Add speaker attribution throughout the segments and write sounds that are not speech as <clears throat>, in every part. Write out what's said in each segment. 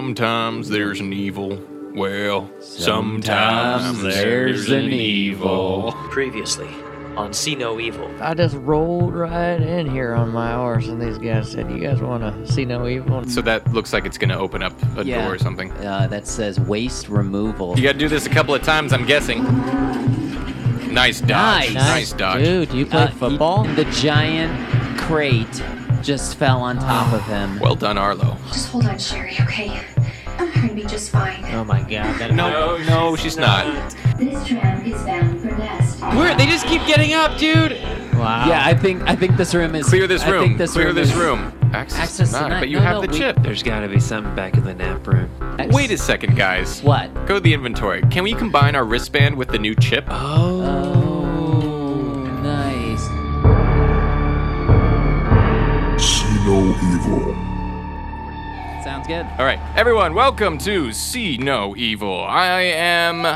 Speaker 1: Sometimes there's an evil. Well,
Speaker 2: Sometimes there's an evil.
Speaker 3: Previously on See No Evil.
Speaker 4: I just rolled right in here on my horse, and these guys said, "You guys want to see no evil?"
Speaker 5: So that looks like it's going to open up a
Speaker 2: Yeah.
Speaker 5: door or something.
Speaker 2: Uh, that says waste removal.
Speaker 5: You got to do this a couple of times, I'm guessing. Nice dodge.
Speaker 2: Nice.
Speaker 5: Nice, dodge.
Speaker 4: Dude, you play
Speaker 2: Uh,
Speaker 4: football?
Speaker 2: he- the giant crate just fell on top of him.
Speaker 5: Well done, Arlo.
Speaker 6: Just hold on, Sherry, okay? I'm gonna be just fine.
Speaker 4: oh my god! That
Speaker 5: No, no, she's not.
Speaker 6: This tram is bound for Nest.
Speaker 7: Where they just keep getting up, dude.
Speaker 4: wow!
Speaker 2: yeah, I think I think this room is
Speaker 5: Clear this
Speaker 2: I
Speaker 5: room.
Speaker 2: think this
Speaker 5: Clear
Speaker 2: room
Speaker 5: this
Speaker 2: is-
Speaker 5: room. Access,
Speaker 2: Access
Speaker 5: denied,
Speaker 2: denied.
Speaker 5: But you
Speaker 2: No,
Speaker 5: have
Speaker 2: no,
Speaker 5: the
Speaker 2: we-
Speaker 5: chip.
Speaker 7: There's got to be something back in the nap room.
Speaker 2: Ex-
Speaker 5: Wait a second, guys.
Speaker 2: What?
Speaker 5: Go to the inventory. Can we combine our wristband with the new chip?
Speaker 7: Oh.
Speaker 2: Oh, nice.
Speaker 8: See no evil.
Speaker 2: Sounds good.
Speaker 5: All right, everyone, welcome to See No Evil. I am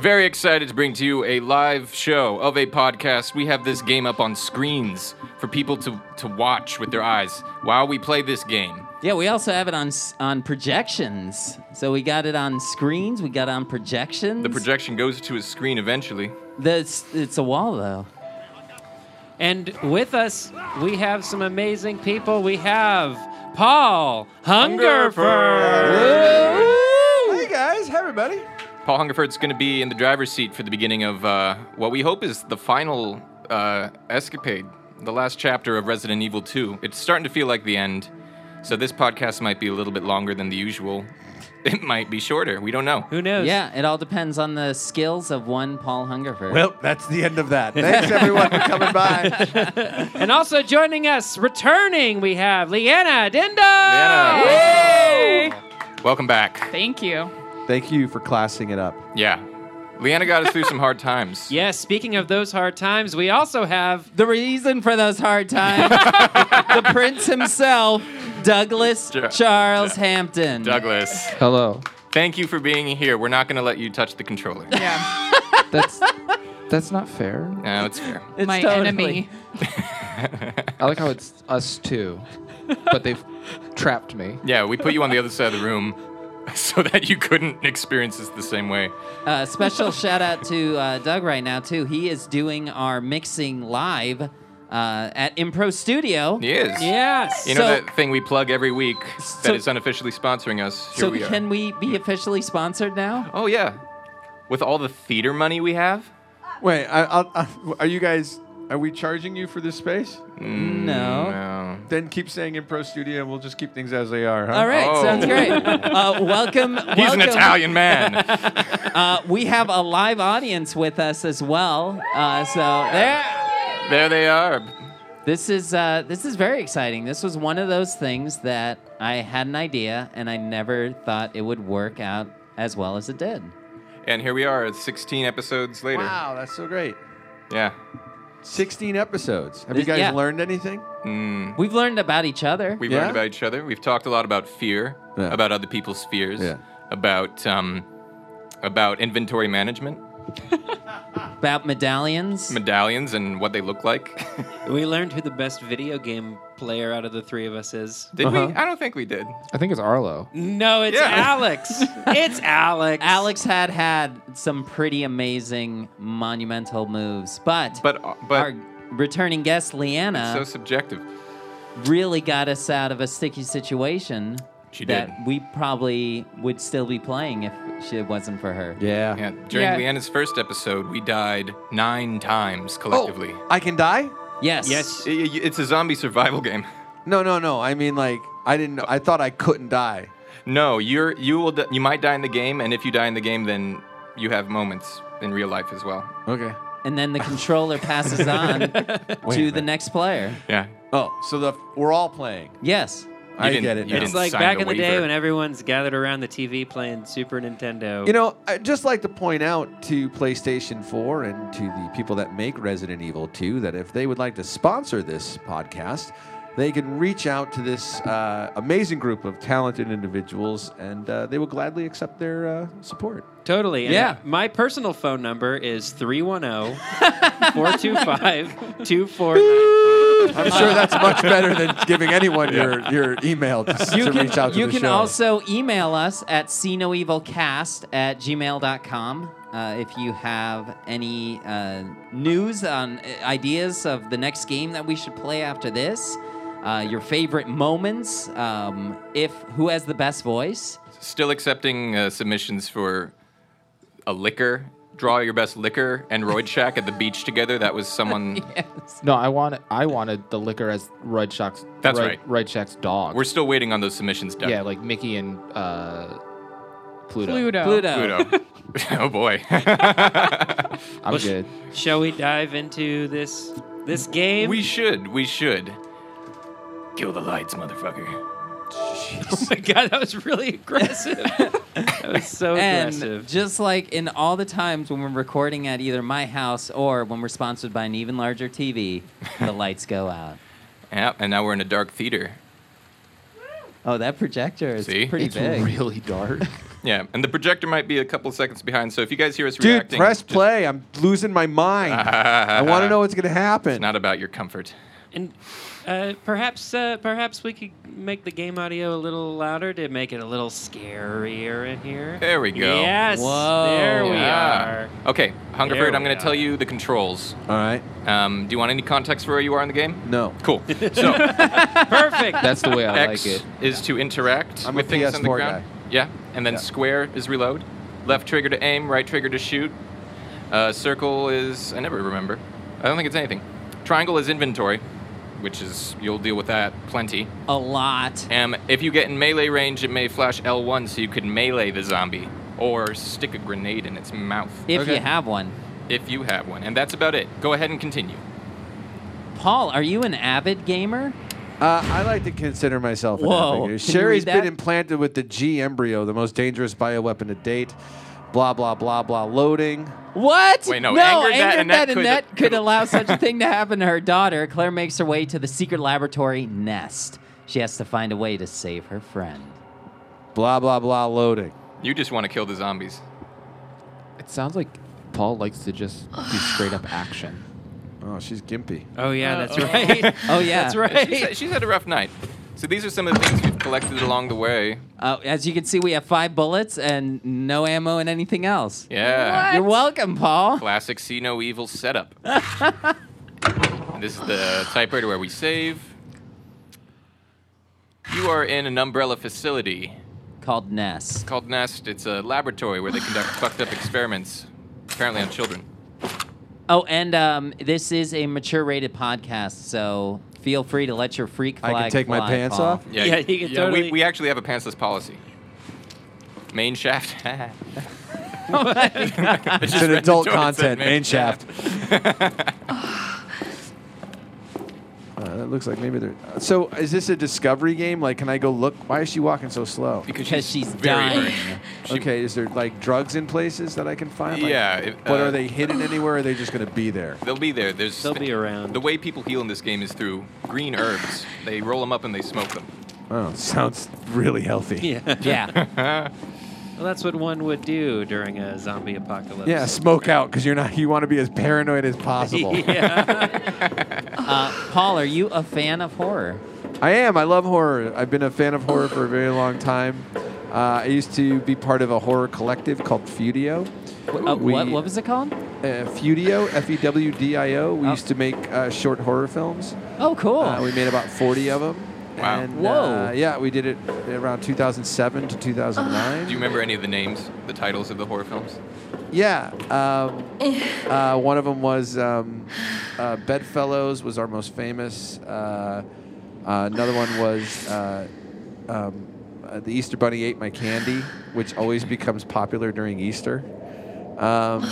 Speaker 5: very excited to bring to you a live show of a podcast. We have this game up on screens for people to, to watch with their eyes while we play this game.
Speaker 2: Yeah, we also have it on s- on projections. So we got it on screens. We got it on projections.
Speaker 5: The projection goes to a screen eventually.
Speaker 2: That's it's a wall though.
Speaker 7: And with us, we have some amazing people. We have Paul Hungerford.
Speaker 9: Hey guys, hi everybody.
Speaker 5: Paul Hungerford's going to be in the driver's seat for the beginning of uh, what we hope is the final uh, escapade, the last chapter of Resident Evil 2. It's starting to feel like the end, so this podcast might be a little bit longer than the usual. It might be shorter. We don't know.
Speaker 7: Who knows?
Speaker 2: Yeah, it all depends on the skills of one Paul Hungerford.
Speaker 9: Well, that's the end of that. Thanks everyone for coming by.
Speaker 7: And also joining us, returning, we have Leanna Dindo.
Speaker 5: Leanna.
Speaker 7: Hey.
Speaker 5: Welcome back.
Speaker 10: Thank you.
Speaker 9: Thank you for classing it up.
Speaker 5: Yeah. Leanna got us through some hard times.
Speaker 7: Yes, speaking of those hard times, we also have
Speaker 2: the reason for those
Speaker 5: <laughs>
Speaker 2: hard times, the prince himself, Douglas
Speaker 5: Ja-
Speaker 2: Charles Hampton.
Speaker 5: Douglas,
Speaker 11: Hello.
Speaker 5: thank you for being here. We're not going to let you touch the controller.
Speaker 10: Yeah.
Speaker 11: That's <laughs> that's not fair.
Speaker 5: No, it's fair.
Speaker 2: It's
Speaker 10: My
Speaker 2: totally-
Speaker 10: enemy.
Speaker 11: I like how it's us two, but they've trapped me.
Speaker 5: Yeah, we put you on the other side of the room <laughs> so that you couldn't experience this the same way.
Speaker 2: Uh, special shout out to uh, Doug right now too. He is doing our mixing live uh, at Impro Studio.
Speaker 5: He is.
Speaker 7: yes.
Speaker 5: You know
Speaker 2: So-
Speaker 5: that thing we plug every week
Speaker 2: So-
Speaker 5: that is unofficially sponsoring us? Here
Speaker 2: So
Speaker 5: we are.
Speaker 2: can we be officially sponsored now?
Speaker 5: oh, yeah. With all the theater money we have?
Speaker 9: Wait, I, I'll, I, are you guys? Are we charging you for this space?
Speaker 2: No.
Speaker 5: No.
Speaker 9: Then keep saying in Pro Studio, and we'll just keep things as they are. Huh?
Speaker 2: All right,
Speaker 5: Oh. <laughs>
Speaker 2: sounds great. Uh, welcome.
Speaker 5: He's
Speaker 2: welcome.
Speaker 5: an Italian
Speaker 2: <laughs>
Speaker 5: man.
Speaker 2: Uh, we have a live audience with us as well. Uh, so there.
Speaker 5: there they are.
Speaker 2: This is uh, this is very exciting. This was one of those things that I had an idea and I never thought it would work out as well as it did.
Speaker 5: And here we are, 16 episodes later.
Speaker 9: Wow, that's so great.
Speaker 5: Yeah.
Speaker 9: 16 episodes. Have
Speaker 2: This-
Speaker 9: you guys
Speaker 2: yeah.
Speaker 9: learned anything?
Speaker 5: Mm.
Speaker 2: We've learned about each other.
Speaker 5: We've
Speaker 9: Yeah?
Speaker 5: learned about each other. We've talked a lot about fear,
Speaker 9: Yeah.
Speaker 5: about other people's fears,
Speaker 9: Yeah.
Speaker 5: about um, about inventory management,
Speaker 2: about medallions.
Speaker 5: medallions, and what they look
Speaker 9: <laughs>
Speaker 5: like.
Speaker 7: We learned who the best video game player out of the three of us is.
Speaker 5: did
Speaker 9: Uh-huh.
Speaker 5: we? I don't think we did.
Speaker 11: I think it's Arlo.
Speaker 7: No, it's
Speaker 5: Yeah.
Speaker 7: <laughs> Alex. it's Alex.
Speaker 2: Alex had had some pretty amazing monumental moves, but,
Speaker 5: But uh, but
Speaker 2: our uh, returning guest
Speaker 5: it's so
Speaker 2: Leanna
Speaker 5: subjective.
Speaker 2: really got us out of a sticky situation
Speaker 5: She
Speaker 2: that
Speaker 5: did.
Speaker 2: we probably would still be playing if she- it wasn't for her.
Speaker 9: Yeah.
Speaker 5: Yeah, during
Speaker 10: Yeah.
Speaker 5: Leanna's first episode, we died nine times
Speaker 11: Oh.
Speaker 2: Oh.
Speaker 5: collectively.
Speaker 9: I can die?
Speaker 2: Yes.
Speaker 7: Yes.
Speaker 5: I- I- It's a zombie survival <laughs> game.
Speaker 9: No, no, no. I mean, like, I didn't. I thought I couldn't die.
Speaker 5: No, you're you will di- you might die in the game, and if you die in the game, then you have moments in real life as well.
Speaker 9: Okay.
Speaker 2: And then the controller
Speaker 9: <laughs>
Speaker 2: passes on to the next player.
Speaker 5: Yeah,
Speaker 9: Oh, so the we're all playing.
Speaker 2: Yes.
Speaker 9: I
Speaker 5: didn't-
Speaker 9: get it.
Speaker 5: you
Speaker 9: now.
Speaker 5: didn't
Speaker 7: It's like
Speaker 5: sign
Speaker 7: back
Speaker 5: the
Speaker 7: in the day
Speaker 5: waiver.
Speaker 7: when everyone's gathered around the TV playing Super Nintendo.
Speaker 9: You know, I'd just like to point out to PlayStation 4 and to the people that make Resident Evil 2 that if they would like to sponsor this podcast, they can reach out to this uh, amazing group of talented individuals and uh, they will gladly accept their uh, support.
Speaker 7: Totally. And
Speaker 2: Yeah.
Speaker 7: My
Speaker 11: <laughs>
Speaker 7: personal oh, phone number is 310 425 2493.
Speaker 9: I'm sure that's much better than giving anyone your, your email to, to
Speaker 2: You can,
Speaker 9: reach out to
Speaker 2: you
Speaker 9: the
Speaker 2: can
Speaker 9: show.
Speaker 2: also email us at cnoevilcast at gmail.com uh, if you have any uh, news on uh, ideas of the next game that we should play after this, uh, your favorite moments, um, if who has the best voice.
Speaker 5: Still accepting uh, submissions for a liquor. Draw your best liquor and Roid Shack at the beach together. That was
Speaker 9: <laughs>
Speaker 5: someone.
Speaker 11: No, I wanted I wanted the liquor as Red Shack's.
Speaker 5: That's
Speaker 11: Red,
Speaker 5: right.
Speaker 11: Red Shack's dog.
Speaker 5: We're still waiting on those submissions, Doug.
Speaker 11: yeah, like Mickey and uh, Pluto.
Speaker 10: Pluto.
Speaker 5: <laughs>
Speaker 2: Pluto.
Speaker 5: Pluto. oh boy.
Speaker 11: I'm good.
Speaker 7: Shall we dive into this this game?
Speaker 5: we should. We should. Kill the lights, motherfucker.
Speaker 7: <laughs> oh my god, that was really aggressive. that
Speaker 11: <laughs>
Speaker 7: was so
Speaker 2: And
Speaker 7: aggressive.
Speaker 2: just like in all the times when we're recording at either my house or when we're sponsored by an even larger TV, the lights go out.
Speaker 5: Yeah, and now we're in a dark theater.
Speaker 2: Oh, that projector is
Speaker 5: See?
Speaker 2: pretty
Speaker 11: it's
Speaker 2: big.
Speaker 11: really dark.
Speaker 5: Yeah, and the projector might be a couple seconds behind, so if you guys hear us
Speaker 9: Dude,
Speaker 5: reacting,
Speaker 9: press
Speaker 5: just-
Speaker 9: play. I'm losing my
Speaker 5: <laughs>
Speaker 9: mind. I want to know what's going to happen.
Speaker 5: Uh, It's not about your comfort.
Speaker 7: And uh, perhaps uh, perhaps we could make the game audio a little louder to make it a little scarier in here.
Speaker 5: There we go.
Speaker 7: Yes.
Speaker 2: Whoa.
Speaker 7: There we
Speaker 5: Yeah.
Speaker 7: are.
Speaker 5: Okay,
Speaker 7: There
Speaker 5: Hungerford, I'm
Speaker 7: we
Speaker 5: going
Speaker 7: are.
Speaker 5: to tell you the controls.
Speaker 9: All right.
Speaker 5: Um, do you want any context for where you are in the game?
Speaker 9: No.
Speaker 7: <laughs>
Speaker 5: Cool. So
Speaker 7: Oh,
Speaker 11: <laughs>
Speaker 7: Perfect.
Speaker 11: That's the way I
Speaker 5: X
Speaker 11: like it.
Speaker 5: is to interact
Speaker 9: I'm a
Speaker 5: with things on the
Speaker 9: PS4
Speaker 5: ground. Yeah, and then square is reload. Left trigger to aim, right trigger to shoot. Uh, circle is I never remember. I don't think it's anything. Triangle is inventory, which is you'll deal with that plenty.
Speaker 2: A lot.
Speaker 5: Um, if you get in melee range, it may flash L1 so you can melee the zombie or stick a grenade in its mouth
Speaker 2: If
Speaker 9: Okay.
Speaker 2: you have one.
Speaker 5: if you have one. And that's about it. Go ahead and continue.
Speaker 2: Paul, are you an avid gamer?
Speaker 9: Uh, I like to consider myself an
Speaker 2: Whoa.
Speaker 9: Whoa.
Speaker 2: Can you
Speaker 9: Sherry's
Speaker 2: read that?
Speaker 9: been implanted with the G embryo, the most dangerous bioweapon to date. Blah, blah, blah, blah. Loading.
Speaker 2: What?
Speaker 5: Wait, no, angered that Annette
Speaker 2: Annette
Speaker 5: could-
Speaker 2: could, allow such a thing to happen to her daughter. Claire makes her way to the secret laboratory nest. She has to find a way to save her friend.
Speaker 9: Blah, blah, blah. Loading.
Speaker 5: You just want to kill the zombies.
Speaker 11: It sounds like Paul likes to just do straight up action.
Speaker 9: Oh, she's gimpy.
Speaker 5: Uh,
Speaker 7: oh yeah, that's right.
Speaker 2: Oh yeah,
Speaker 7: that's
Speaker 5: She's
Speaker 7: right.
Speaker 5: had, she's had a rough night. So these are some of the things we've collected along the way.
Speaker 2: Uh, as you can see, we have five bullets and no ammo and anything else.
Speaker 5: Yeah.
Speaker 2: You're welcome, Paul.
Speaker 5: Classic see no evil setup. this is the typewriter where we save. You are in an umbrella facility
Speaker 2: Called Nest.
Speaker 5: called Nest. It's a laboratory where they
Speaker 9: <sighs>
Speaker 5: conduct fucked up experiments, apparently on children.
Speaker 2: Oh, and um, this is a mature rated podcast, so feel free to let your freak
Speaker 9: I
Speaker 2: flag.
Speaker 9: can take my
Speaker 2: fly,
Speaker 9: pants
Speaker 5: <laughs>
Speaker 2: Paul.
Speaker 9: off?
Speaker 7: Yeah, you could totally-
Speaker 5: we, we actually have a pantsless policy. Main shaft. <laughs>
Speaker 9: It's an adult content. Main shaft. Uh, that looks like maybe they're. uh, So, is this a discovery game? Like, can I go look? Why is she walking so slow?
Speaker 2: Because she's dying.
Speaker 5: She-
Speaker 9: Okay, is there like drugs in places that I can find? Like,
Speaker 5: Yeah, it-
Speaker 9: but
Speaker 5: uh,
Speaker 9: are they hidden anywhere? Or are they just going to be there?
Speaker 5: They'll be there. There's
Speaker 7: They'll be around.
Speaker 5: The way people heal in this game is through green herbs. They roll them up and they smoke them.
Speaker 9: Oh, <laughs> sounds really healthy.
Speaker 7: Yeah.
Speaker 9: <laughs>
Speaker 2: Yeah.
Speaker 7: Well, that's what one would do during a zombie apocalypse. <laughs>
Speaker 9: Yeah, smoke out because you're not. You want to be as paranoid as possible.
Speaker 7: yeah.
Speaker 2: Uh, Paul, are you a fan of horror?
Speaker 9: I am. I love horror. I've been a fan of horror for a very long time. Uh, I used to be part of a horror collective called Fudio.
Speaker 2: Uh,
Speaker 9: We-
Speaker 2: what, what was it called?
Speaker 9: Uh, Fudio, F-E-W-D-I-O. We
Speaker 2: Oh.
Speaker 9: used to make uh, short horror films.
Speaker 2: Oh, cool.
Speaker 9: Uh, we made about 40 of them.
Speaker 5: Wow.
Speaker 9: And,
Speaker 2: Whoa.
Speaker 9: uh, yeah, we did it around 2007 to 2009.
Speaker 5: Do you remember any of the names, the titles of the horror films?
Speaker 9: Yeah. Um, uh, one of them was um, uh, Bedfellows was our most famous. Uh, uh, another one was uh, um, uh, The Easter Bunny Ate My Candy, which always becomes popular during Easter. Um,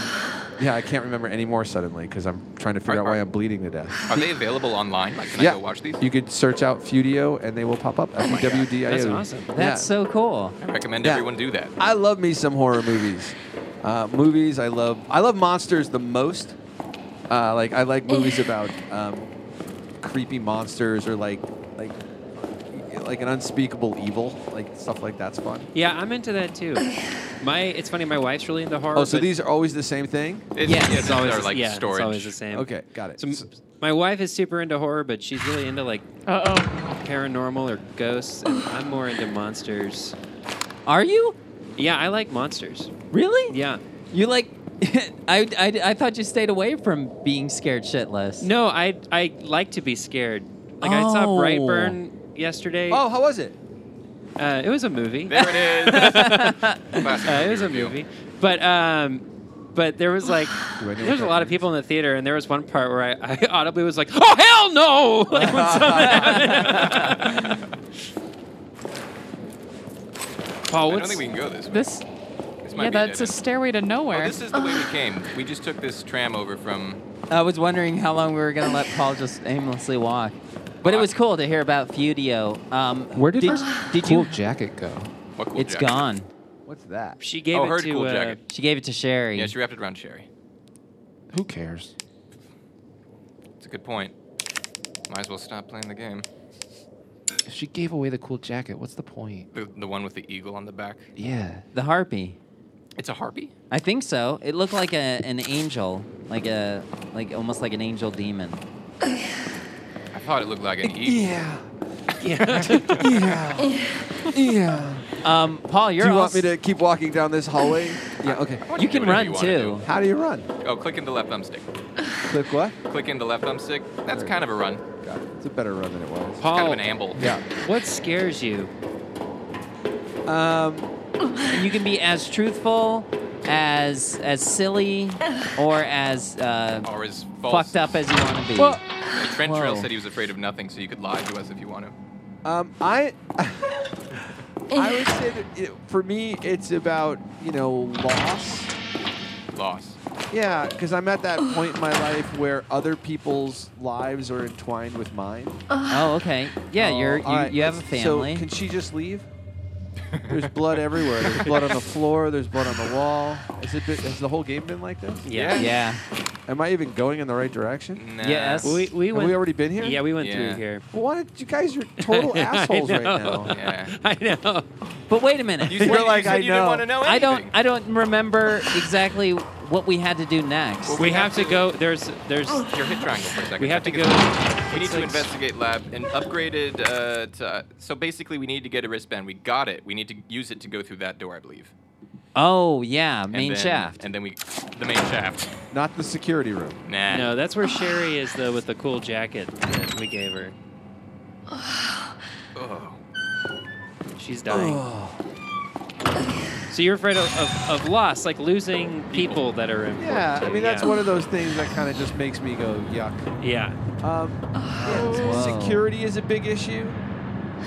Speaker 9: yeah, I can't remember any more suddenly because I'm trying to figure
Speaker 5: Are-
Speaker 9: out why
Speaker 5: are-
Speaker 9: I'm bleeding to death.
Speaker 5: Are they available online? Like, can
Speaker 9: yeah,
Speaker 5: I go watch these? Oh
Speaker 9: You could search out Fudio and they will pop up. F U W D I O.
Speaker 7: That's awesome.
Speaker 2: That's so cool.
Speaker 5: I recommend
Speaker 9: Yeah.
Speaker 5: everyone do that.
Speaker 9: I love me some horror movies. Uh, movies I love. I love monsters the most. Uh, like I like movies about um, creepy monsters or like like like an unspeakable evil, like stuff like that's fun.
Speaker 7: Yeah, I'm into that too. My, it's funny. My wife's really into horror.
Speaker 9: Oh, so
Speaker 7: but-
Speaker 9: these are always the same thing?
Speaker 5: It's,
Speaker 7: Yeah,
Speaker 5: yeah,
Speaker 7: it's
Speaker 5: these
Speaker 7: always
Speaker 5: are like
Speaker 7: yeah,
Speaker 5: storage.
Speaker 7: It's always the same.
Speaker 9: Okay, got it.
Speaker 7: So, m-
Speaker 9: So-
Speaker 7: my wife is super into horror, but she's really into like
Speaker 4: Uh
Speaker 7: paranormal or ghosts, and I'm more into monsters.
Speaker 2: Are you?
Speaker 7: Yeah, I like monsters.
Speaker 2: Really?
Speaker 7: Yeah.
Speaker 2: You like? <laughs> I, I, I thought you stayed away from being scared shitless.
Speaker 7: No, I I like to be scared. Like I saw
Speaker 2: Oh.
Speaker 7: Brightburn yesterday.
Speaker 9: oh, how was it?
Speaker 7: Uh, it was a movie.
Speaker 5: There
Speaker 7: <laughs>
Speaker 5: it is. Classic
Speaker 7: Uh, it was a
Speaker 5: review.
Speaker 7: movie, but um, but there was
Speaker 5: <gasps>
Speaker 7: like
Speaker 9: Do I know
Speaker 7: there was a
Speaker 9: what
Speaker 7: lot
Speaker 9: that
Speaker 7: of people in the theater, and there was one part where I, <laughs> I audibly was like, "Oh hell no!" <laughs> Like,
Speaker 5: <laughs>
Speaker 7: when something happened. Paul,
Speaker 5: I don't
Speaker 7: what's
Speaker 5: think we can go this way.
Speaker 4: <laughs> This,
Speaker 5: This might
Speaker 4: yeah,
Speaker 5: be a
Speaker 4: that's
Speaker 5: dead
Speaker 4: a
Speaker 5: end.
Speaker 4: stairway to
Speaker 5: Oh,
Speaker 4: nowhere.
Speaker 5: this is the
Speaker 4: <sighs>
Speaker 5: way we came. We just took this tram over from.
Speaker 2: I was wondering how long we were gonna let Paul just aimlessly walk. But it was cool to hear about Feudio. Um,
Speaker 11: Where did,
Speaker 2: did, <sighs>
Speaker 11: her
Speaker 2: did
Speaker 11: cool
Speaker 2: you?
Speaker 11: jacket go?
Speaker 5: What cool
Speaker 2: It's
Speaker 5: jacket.
Speaker 2: gone.
Speaker 9: What's that?
Speaker 7: <laughs> she gave
Speaker 5: Oh,
Speaker 7: it
Speaker 5: heard
Speaker 7: to
Speaker 5: cool
Speaker 7: uh,
Speaker 5: jacket.
Speaker 2: She gave it to Sherry.
Speaker 5: Yeah, she wrapped it around Sherry.
Speaker 11: Who cares?
Speaker 5: It's a good point. Might as well stop playing the game.
Speaker 11: If she gave away the cool jacket, what's the point?
Speaker 5: The, the one with the eagle on the back.
Speaker 11: Yeah.
Speaker 2: the harpy.
Speaker 5: It's a harpy.
Speaker 2: I think so. It looked like a, an angel, like a like almost like an angel demon.
Speaker 5: I thought it looked like
Speaker 2: <laughs>
Speaker 5: an eagle.
Speaker 2: Um, Paul, you're
Speaker 9: do you want
Speaker 2: also,
Speaker 9: me to keep walking down this hallway? yeah, okay.
Speaker 5: Why don't
Speaker 2: You
Speaker 5: do
Speaker 2: can
Speaker 5: whatever
Speaker 2: run
Speaker 5: you wanna
Speaker 2: too.
Speaker 9: How do you run?
Speaker 5: do. Oh, click in the left thumbstick.
Speaker 9: Click what?
Speaker 5: Click in the left thumbstick. That's
Speaker 9: There.
Speaker 5: kind of a run.
Speaker 9: Got it. It's a better run than it was.
Speaker 7: Paul.
Speaker 5: Kind of an amble.
Speaker 9: Yeah.
Speaker 7: What scares you?
Speaker 9: Um,
Speaker 2: And you can be as truthful, as as silly, or as uh,
Speaker 5: Or is false.
Speaker 2: fucked up as you want to be.
Speaker 11: Well,
Speaker 5: Uh, Trent Trail
Speaker 2: Whoa.
Speaker 5: said he was afraid of nothing, so you could lie to us if you want to.
Speaker 9: um, I. <laughs>
Speaker 7: <laughs>
Speaker 9: I would say that it, for me, it's about you know loss.
Speaker 5: Loss.
Speaker 9: Yeah, because I'm at that point in my life where other people's lives are entwined with mine.
Speaker 2: oh, okay. Yeah,
Speaker 9: Oh,
Speaker 2: you're you,
Speaker 9: all right.
Speaker 2: you have a family.
Speaker 9: So can she just leave?
Speaker 2: <laughs>
Speaker 9: There's blood everywhere. There's blood on the floor. There's blood on the wall. Has, it been, has the whole game been like this?
Speaker 7: Yeah.
Speaker 2: yeah.
Speaker 9: Am I even going in the right
Speaker 5: <laughs>
Speaker 9: direction?
Speaker 5: Nah.
Speaker 2: Yes.
Speaker 7: We we
Speaker 9: Have
Speaker 7: went.
Speaker 9: we already been here?
Speaker 7: yeah, we went
Speaker 5: Yeah.
Speaker 7: through here.
Speaker 9: Well, why don't you guys are
Speaker 2: <laughs>
Speaker 9: total assholes right
Speaker 7: know.
Speaker 9: now?
Speaker 5: Yeah.
Speaker 7: <laughs> I know.
Speaker 2: But wait a
Speaker 5: <laughs>
Speaker 2: minute.
Speaker 5: You said,
Speaker 9: You're
Speaker 5: you,
Speaker 9: like,
Speaker 5: said
Speaker 9: I
Speaker 5: you didn't
Speaker 9: know.
Speaker 5: want to know anything.
Speaker 2: I don't I don't remember exactly what we had to do next.
Speaker 5: Well,
Speaker 7: We, have, to go. There's there's.
Speaker 5: Your hit triangle for a second.
Speaker 7: We
Speaker 5: I
Speaker 7: have to
Speaker 5: think
Speaker 7: go.
Speaker 5: it's- We need
Speaker 7: it's
Speaker 5: to
Speaker 7: like-
Speaker 5: investigate lab and upgraded. Uh, to, so basically, we need to get a wristband. We got it. We need to use it to go through that door, I believe.
Speaker 2: oh yeah,
Speaker 5: And
Speaker 2: main
Speaker 5: then-
Speaker 2: shaft.
Speaker 5: And then we, the main shaft. <laughs>
Speaker 9: Not the security room.
Speaker 5: Nah.
Speaker 7: No, that's where Sherry is though with the cool jacket that we gave her.
Speaker 5: Oh.
Speaker 7: She's dying. So you're afraid of, of, of loss, like losing people that are important.
Speaker 9: Yeah, I
Speaker 7: to-
Speaker 9: mean that's
Speaker 7: yeah.
Speaker 9: one of those things that kind of just makes me go yuck.
Speaker 7: Yeah. <laughs>
Speaker 9: Um, yeah,
Speaker 2: Whoa.
Speaker 9: security is a big issue.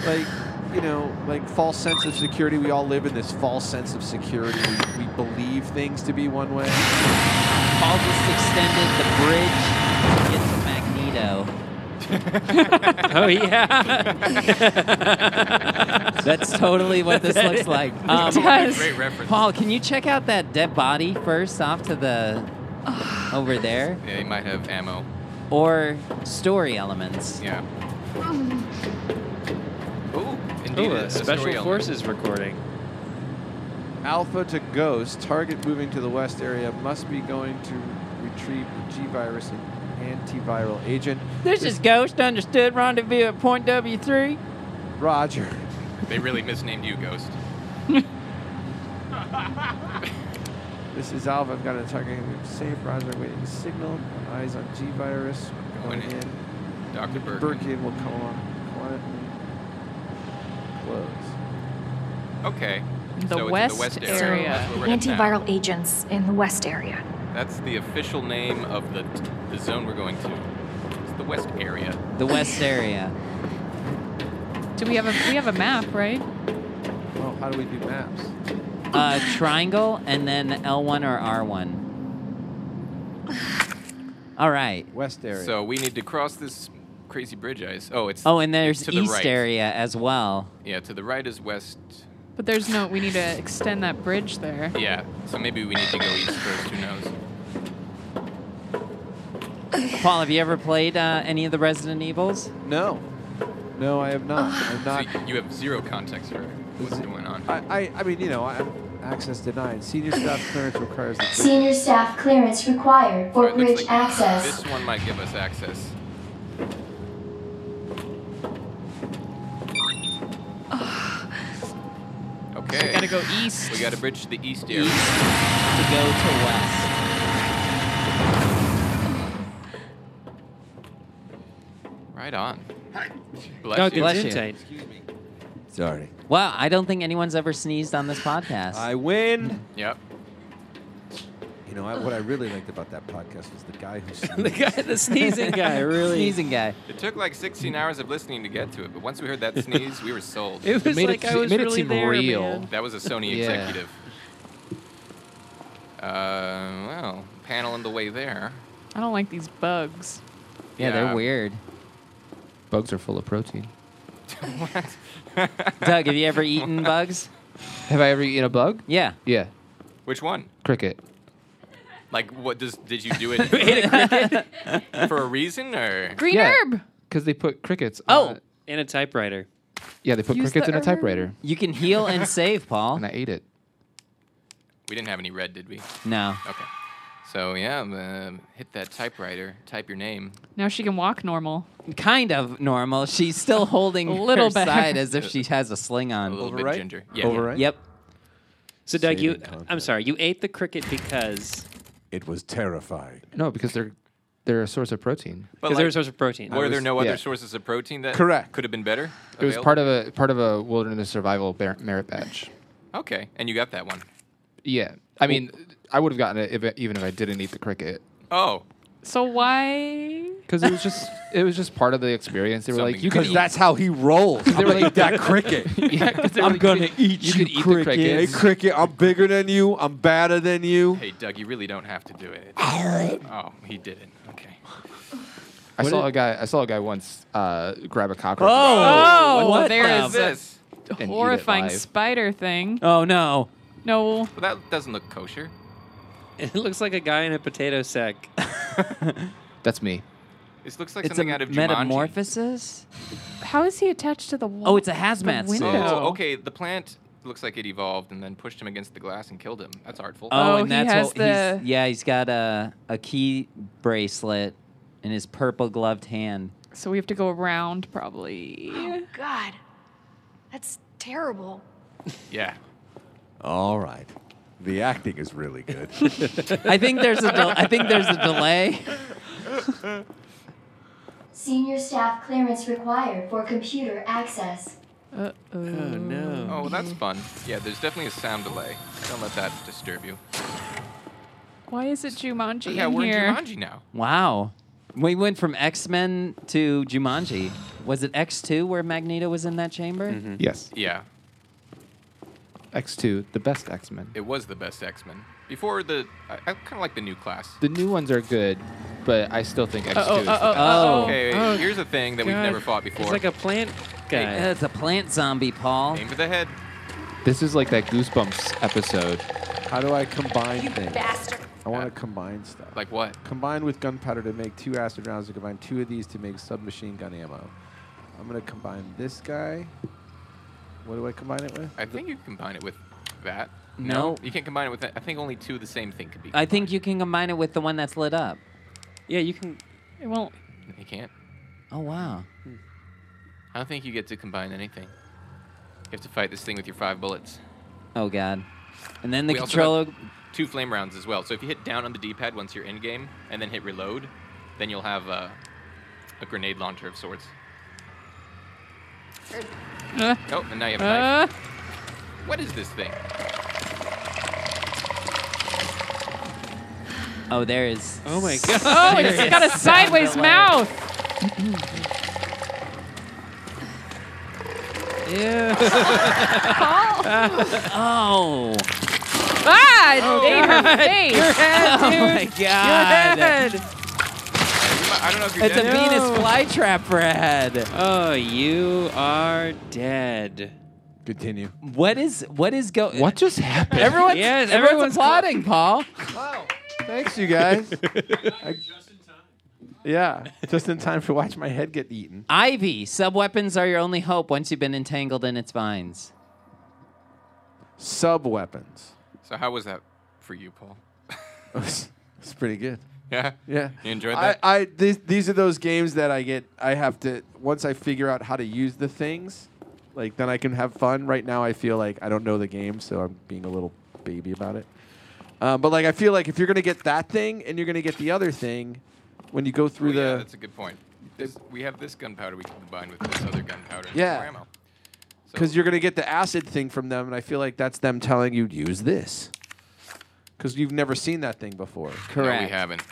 Speaker 9: Like, you know, like false sense of security. We all live in this false sense of security. We, we believe things to be one way.
Speaker 2: Paul just extended the bridge to get to Magneto.
Speaker 7: Oh yeah.
Speaker 2: That's totally what
Speaker 4: <laughs>
Speaker 2: this looks like. Um,
Speaker 4: Yes.
Speaker 5: Great reference.
Speaker 2: Paul, can you check out that dead body first off
Speaker 4: <sighs>
Speaker 2: to the over there?
Speaker 5: Yeah, he might have ammo.
Speaker 2: Or story elements.
Speaker 5: Yeah. Ooh, indeed.
Speaker 7: Ooh,
Speaker 5: a- a
Speaker 7: a special
Speaker 5: story element.
Speaker 7: forces recording.
Speaker 9: Alpha to Ghost. Target moving to the west area must be going to retrieve the G virus and antiviral agent.
Speaker 2: This is Ghost Understood Rendezvous at Point W3.
Speaker 9: Roger.
Speaker 5: They really misnamed you, Ghost.
Speaker 9: This is Alpha. I've got a target. Safe. Roger. Waiting signal. Eyes on G virus.
Speaker 5: Going
Speaker 9: Going
Speaker 5: in.
Speaker 9: in.
Speaker 5: Dr. Burke.
Speaker 9: Birkin will come along. Quietly. Close.
Speaker 5: Okay.
Speaker 4: The
Speaker 5: so
Speaker 4: West
Speaker 5: it's in the west area.
Speaker 4: area.
Speaker 5: That's where we're headed now.
Speaker 6: Antiviral agents in the West area.
Speaker 5: That's the official name of the, the zone we're going to. It's the West area.
Speaker 2: The West area.
Speaker 4: Do we have a we have a map, right?
Speaker 9: Oh, how do we do maps?
Speaker 2: Uh, triangle and then L1 or
Speaker 4: <sighs>
Speaker 2: R1. All right.
Speaker 9: West area.
Speaker 5: So we need to cross this crazy bridge ice. Oh, it's
Speaker 2: Oh, and there's
Speaker 5: to the
Speaker 2: East
Speaker 5: right.
Speaker 2: area as well.
Speaker 5: yeah. To the right is west.
Speaker 4: But there's no. We need to extend that bridge there.
Speaker 5: Yeah. So maybe we need to go east first. Who knows?
Speaker 2: Paul, have you ever played uh, any of the Resident Evils?
Speaker 9: no. No, I have not. I have
Speaker 5: So
Speaker 11: <sighs>
Speaker 9: not.
Speaker 5: you have zero context for what's going on.
Speaker 9: I, I, I mean, you know, I'm access denied. Senior
Speaker 4: <sighs>
Speaker 9: staff clearance requires the
Speaker 10: Senior staff clearance required for
Speaker 5: Alright, looks
Speaker 10: bridge
Speaker 5: like
Speaker 10: access.
Speaker 5: This one might give us access. Okay.
Speaker 2: gotta go east.
Speaker 5: We gotta bridge to the east area.
Speaker 2: to go to west.
Speaker 5: Right on.
Speaker 7: Oh,
Speaker 5: Bless you.
Speaker 2: Bless you.
Speaker 7: Gesundheit.
Speaker 9: Sorry.
Speaker 2: Wow, I don't think anyone's ever sneezed on this podcast.
Speaker 9: I win.
Speaker 5: Yep.
Speaker 9: You know, I, what I really liked about that podcast was the guy <laughs> who
Speaker 7: the
Speaker 9: sneezed.
Speaker 7: guy,
Speaker 2: <laughs>
Speaker 7: the sneezing guy, really.
Speaker 2: sneezing guy.
Speaker 5: It took like 16 hours of listening to get to it, but once we heard that sneeze, we were sold.
Speaker 7: It was
Speaker 11: made it
Speaker 7: like I
Speaker 11: se-
Speaker 7: was
Speaker 11: made it
Speaker 7: really
Speaker 11: seem
Speaker 7: there,
Speaker 11: real.
Speaker 7: man.
Speaker 5: That was a Sony
Speaker 11: Yeah.
Speaker 5: executive. Uh, well, panel in the way there.
Speaker 12: I don't like these bugs.
Speaker 2: Yeah,
Speaker 5: Yeah.
Speaker 2: they're weird.
Speaker 11: Bugs are full of protein.
Speaker 2: Doug, have you ever eaten bugs?
Speaker 11: Have I ever eaten a bug?
Speaker 2: Yeah.
Speaker 11: Yeah,
Speaker 5: <laughs> Which one?
Speaker 11: cricket.
Speaker 5: Like, what does did you do it for a reason or?
Speaker 12: Green
Speaker 11: Yeah.
Speaker 12: herb.
Speaker 11: Because they put crickets.
Speaker 2: Oh.
Speaker 11: on it.
Speaker 7: And a typewriter.
Speaker 11: yeah, they put
Speaker 12: Use
Speaker 11: crickets
Speaker 12: the
Speaker 11: in a
Speaker 12: herb.
Speaker 11: typewriter,
Speaker 2: <laughs> You can
Speaker 5: <laughs>
Speaker 2: heal and save, Paul.
Speaker 11: and I ate it.
Speaker 5: We didn't have any red, did we?
Speaker 2: No.
Speaker 5: Okay. So yeah, um, hit that typewriter. Type your name.
Speaker 12: Now she can walk normal.
Speaker 2: Kind of normal. She's still holding
Speaker 12: A little
Speaker 2: her
Speaker 12: better.
Speaker 2: side as if she has a sling
Speaker 5: A
Speaker 2: on.
Speaker 5: little
Speaker 9: Overwrite?
Speaker 5: bit ginger. Yeah.
Speaker 9: Overwrite?
Speaker 2: Yep.
Speaker 7: So, Doug, you,
Speaker 9: Saving
Speaker 7: I'm
Speaker 9: content.
Speaker 7: sorry, you ate the cricket because
Speaker 9: It was terrifying.
Speaker 11: No, because they're they're a source of protein.
Speaker 5: But
Speaker 7: because there
Speaker 5: like,
Speaker 7: was a source of protein.
Speaker 5: were there no other
Speaker 11: yeah.
Speaker 5: sources of protein that
Speaker 9: Correct.
Speaker 5: could have been better?
Speaker 11: It was part of a part of a wilderness survival bar- merit badge.
Speaker 5: Okay, and you got that one.
Speaker 11: Yeah, I mean, I would have gotten it if, even if I didn't eat the cricket,
Speaker 5: Oh,
Speaker 12: So why?
Speaker 11: because it was just it was just part of the experience. They were like,
Speaker 5: Something
Speaker 11: you
Speaker 5: to
Speaker 11: can
Speaker 5: eat.
Speaker 11: eat.
Speaker 9: That's how he rolls. I'm
Speaker 11: were
Speaker 9: gonna eat that cricket.
Speaker 11: <laughs> Yeah, 'cause they were
Speaker 9: I'm
Speaker 11: like,
Speaker 9: gonna
Speaker 11: can-
Speaker 9: eat you,
Speaker 11: you. can eat the
Speaker 9: Hey,
Speaker 11: crickets.
Speaker 9: cricket, I'm bigger than you. I'm badder than you.
Speaker 5: hey Doug, you really don't have to do it. Oh, he did it. Okay.
Speaker 11: I
Speaker 9: What
Speaker 11: saw
Speaker 9: did-
Speaker 11: a guy. I saw a guy once uh, grab a cockroach.
Speaker 12: Oh,
Speaker 2: what
Speaker 12: there
Speaker 2: the-
Speaker 12: is a
Speaker 5: This.
Speaker 11: and eat it
Speaker 12: horrifying
Speaker 11: live.
Speaker 12: spider thing.
Speaker 2: Oh no.
Speaker 12: No,
Speaker 5: Well, that doesn't look kosher.
Speaker 7: <laughs> It looks like a guy in a potato sack.
Speaker 11: That's me.
Speaker 5: This looks like
Speaker 2: It's a
Speaker 5: something out of Jumanji.
Speaker 2: metamorphosis.
Speaker 12: how is he attached to the wall?
Speaker 2: Oh, it's a hazmat
Speaker 12: The
Speaker 2: suit.
Speaker 5: So
Speaker 12: window.
Speaker 5: okay, the plant looks like it evolved and then pushed him against the glass and killed him. That's artful.
Speaker 12: Oh, he
Speaker 2: and that's
Speaker 12: has
Speaker 2: what he's,
Speaker 12: the-
Speaker 2: yeah, he's got a a key bracelet in his purple gloved hand.
Speaker 12: So we have to go around probably.
Speaker 6: Oh, God. That's terrible.
Speaker 5: yeah.
Speaker 9: All right. The acting is really good.
Speaker 2: I think there's a del- I think there's a delay.
Speaker 10: Senior staff clearance required for computer access.
Speaker 12: Uh oh.
Speaker 5: Oh,
Speaker 7: no.
Speaker 5: well, that's fun. Yeah, there's definitely a sound delay. Don't let that disturb you.
Speaker 12: Why is it Jumanji
Speaker 5: Yeah,
Speaker 12: in
Speaker 5: we're
Speaker 12: here?
Speaker 5: in Jumanji now.
Speaker 2: <laughs> Wow. We went from X Men to Jumanji. Was it X two where Magneto was in that chamber?
Speaker 5: Mm-hmm.
Speaker 2: Uh,
Speaker 11: Yes,
Speaker 5: Yeah,
Speaker 11: X two, the best X Men.
Speaker 5: it was the best X Men before the. I, I kind of like the new class.
Speaker 11: The new ones are good, but I still think X two.
Speaker 12: Uh-oh,
Speaker 11: is
Speaker 12: uh-oh,
Speaker 11: the
Speaker 12: uh-oh.
Speaker 5: Uh, Okay,
Speaker 7: Oh,
Speaker 5: here's a thing that we've
Speaker 7: God.
Speaker 5: never fought before.
Speaker 7: It's like a plant guy.
Speaker 2: Uh, it's a plant zombie, Paul.
Speaker 5: Aim for the head.
Speaker 11: best. This is like that Goosebumps episode.
Speaker 9: How do I combine things?
Speaker 6: Bastard.
Speaker 9: I want to combine stuff.
Speaker 5: Like what?
Speaker 9: combine with gunpowder to make two acid rounds. To combine two of these to make submachine gun ammo. I'm gonna combine this guy. What do I combine it with?
Speaker 5: I think you can combine it with that.
Speaker 2: No.
Speaker 5: you can't combine it with that. I think only two of the same thing could be.
Speaker 2: I think you can combine it with the one that's lit up.
Speaker 7: Yeah, you can.
Speaker 12: It won't.
Speaker 5: combined. you can't.
Speaker 2: Oh wow.
Speaker 5: I don't think you get to combine anything. You have to fight this thing with your five bullets.
Speaker 2: Oh god. And then the
Speaker 5: We also
Speaker 2: controller.
Speaker 5: got two flame rounds as well. So if you hit down on the D-pad once you're in game, and then hit reload, then you'll have uh, a grenade launcher of sorts.
Speaker 12: Uh,
Speaker 5: Oh, and now you have a knife.
Speaker 12: uh,
Speaker 5: What is this thing?
Speaker 2: Oh, there is.
Speaker 7: Oh <laughs> my god.
Speaker 12: oh, it's got a sideways mouth.
Speaker 2: Oh.
Speaker 12: Ah, it ate her face.
Speaker 2: Oh my god.
Speaker 5: I don't know if you're
Speaker 2: It's a
Speaker 5: dead.
Speaker 2: Venus flytrap for a head.
Speaker 7: Oh, you are dead.
Speaker 9: Continue.
Speaker 2: What is what is go?
Speaker 11: What just happened?
Speaker 2: Everyone's,
Speaker 7: Yes,
Speaker 5: <laughs>
Speaker 2: everyone's
Speaker 7: everyone's
Speaker 2: applauding, Paul.
Speaker 9: Thanks, you guys. I- Yeah, just in time to watch my head get eaten.
Speaker 2: Ivy, sub weapons are your only hope once you've been entangled in its vines.
Speaker 9: Sub weapons. <laughs>
Speaker 5: So how was that for you, Paul?
Speaker 9: it's pretty good.
Speaker 5: Yeah.
Speaker 9: Yeah.
Speaker 5: You enjoyed
Speaker 9: I,
Speaker 5: that?
Speaker 9: I these, these are those games that I get. I have to once I figure out how to use the things, like then I can have fun. Right now, I feel like I don't know the game, so I'm being a little baby about it. Um, but like I feel like if you're gonna get that thing and you're gonna get the other thing, when you go through
Speaker 5: Oh, yeah,
Speaker 9: the
Speaker 5: that's a good point. This- we have this gunpowder we can combine with this other gunpowder. and
Speaker 9: Yeah.
Speaker 5: Cram 'em.
Speaker 9: because you're gonna get the acid thing from them, and I feel like that's them telling you use this because you've never seen that thing before.
Speaker 5: No, we haven't.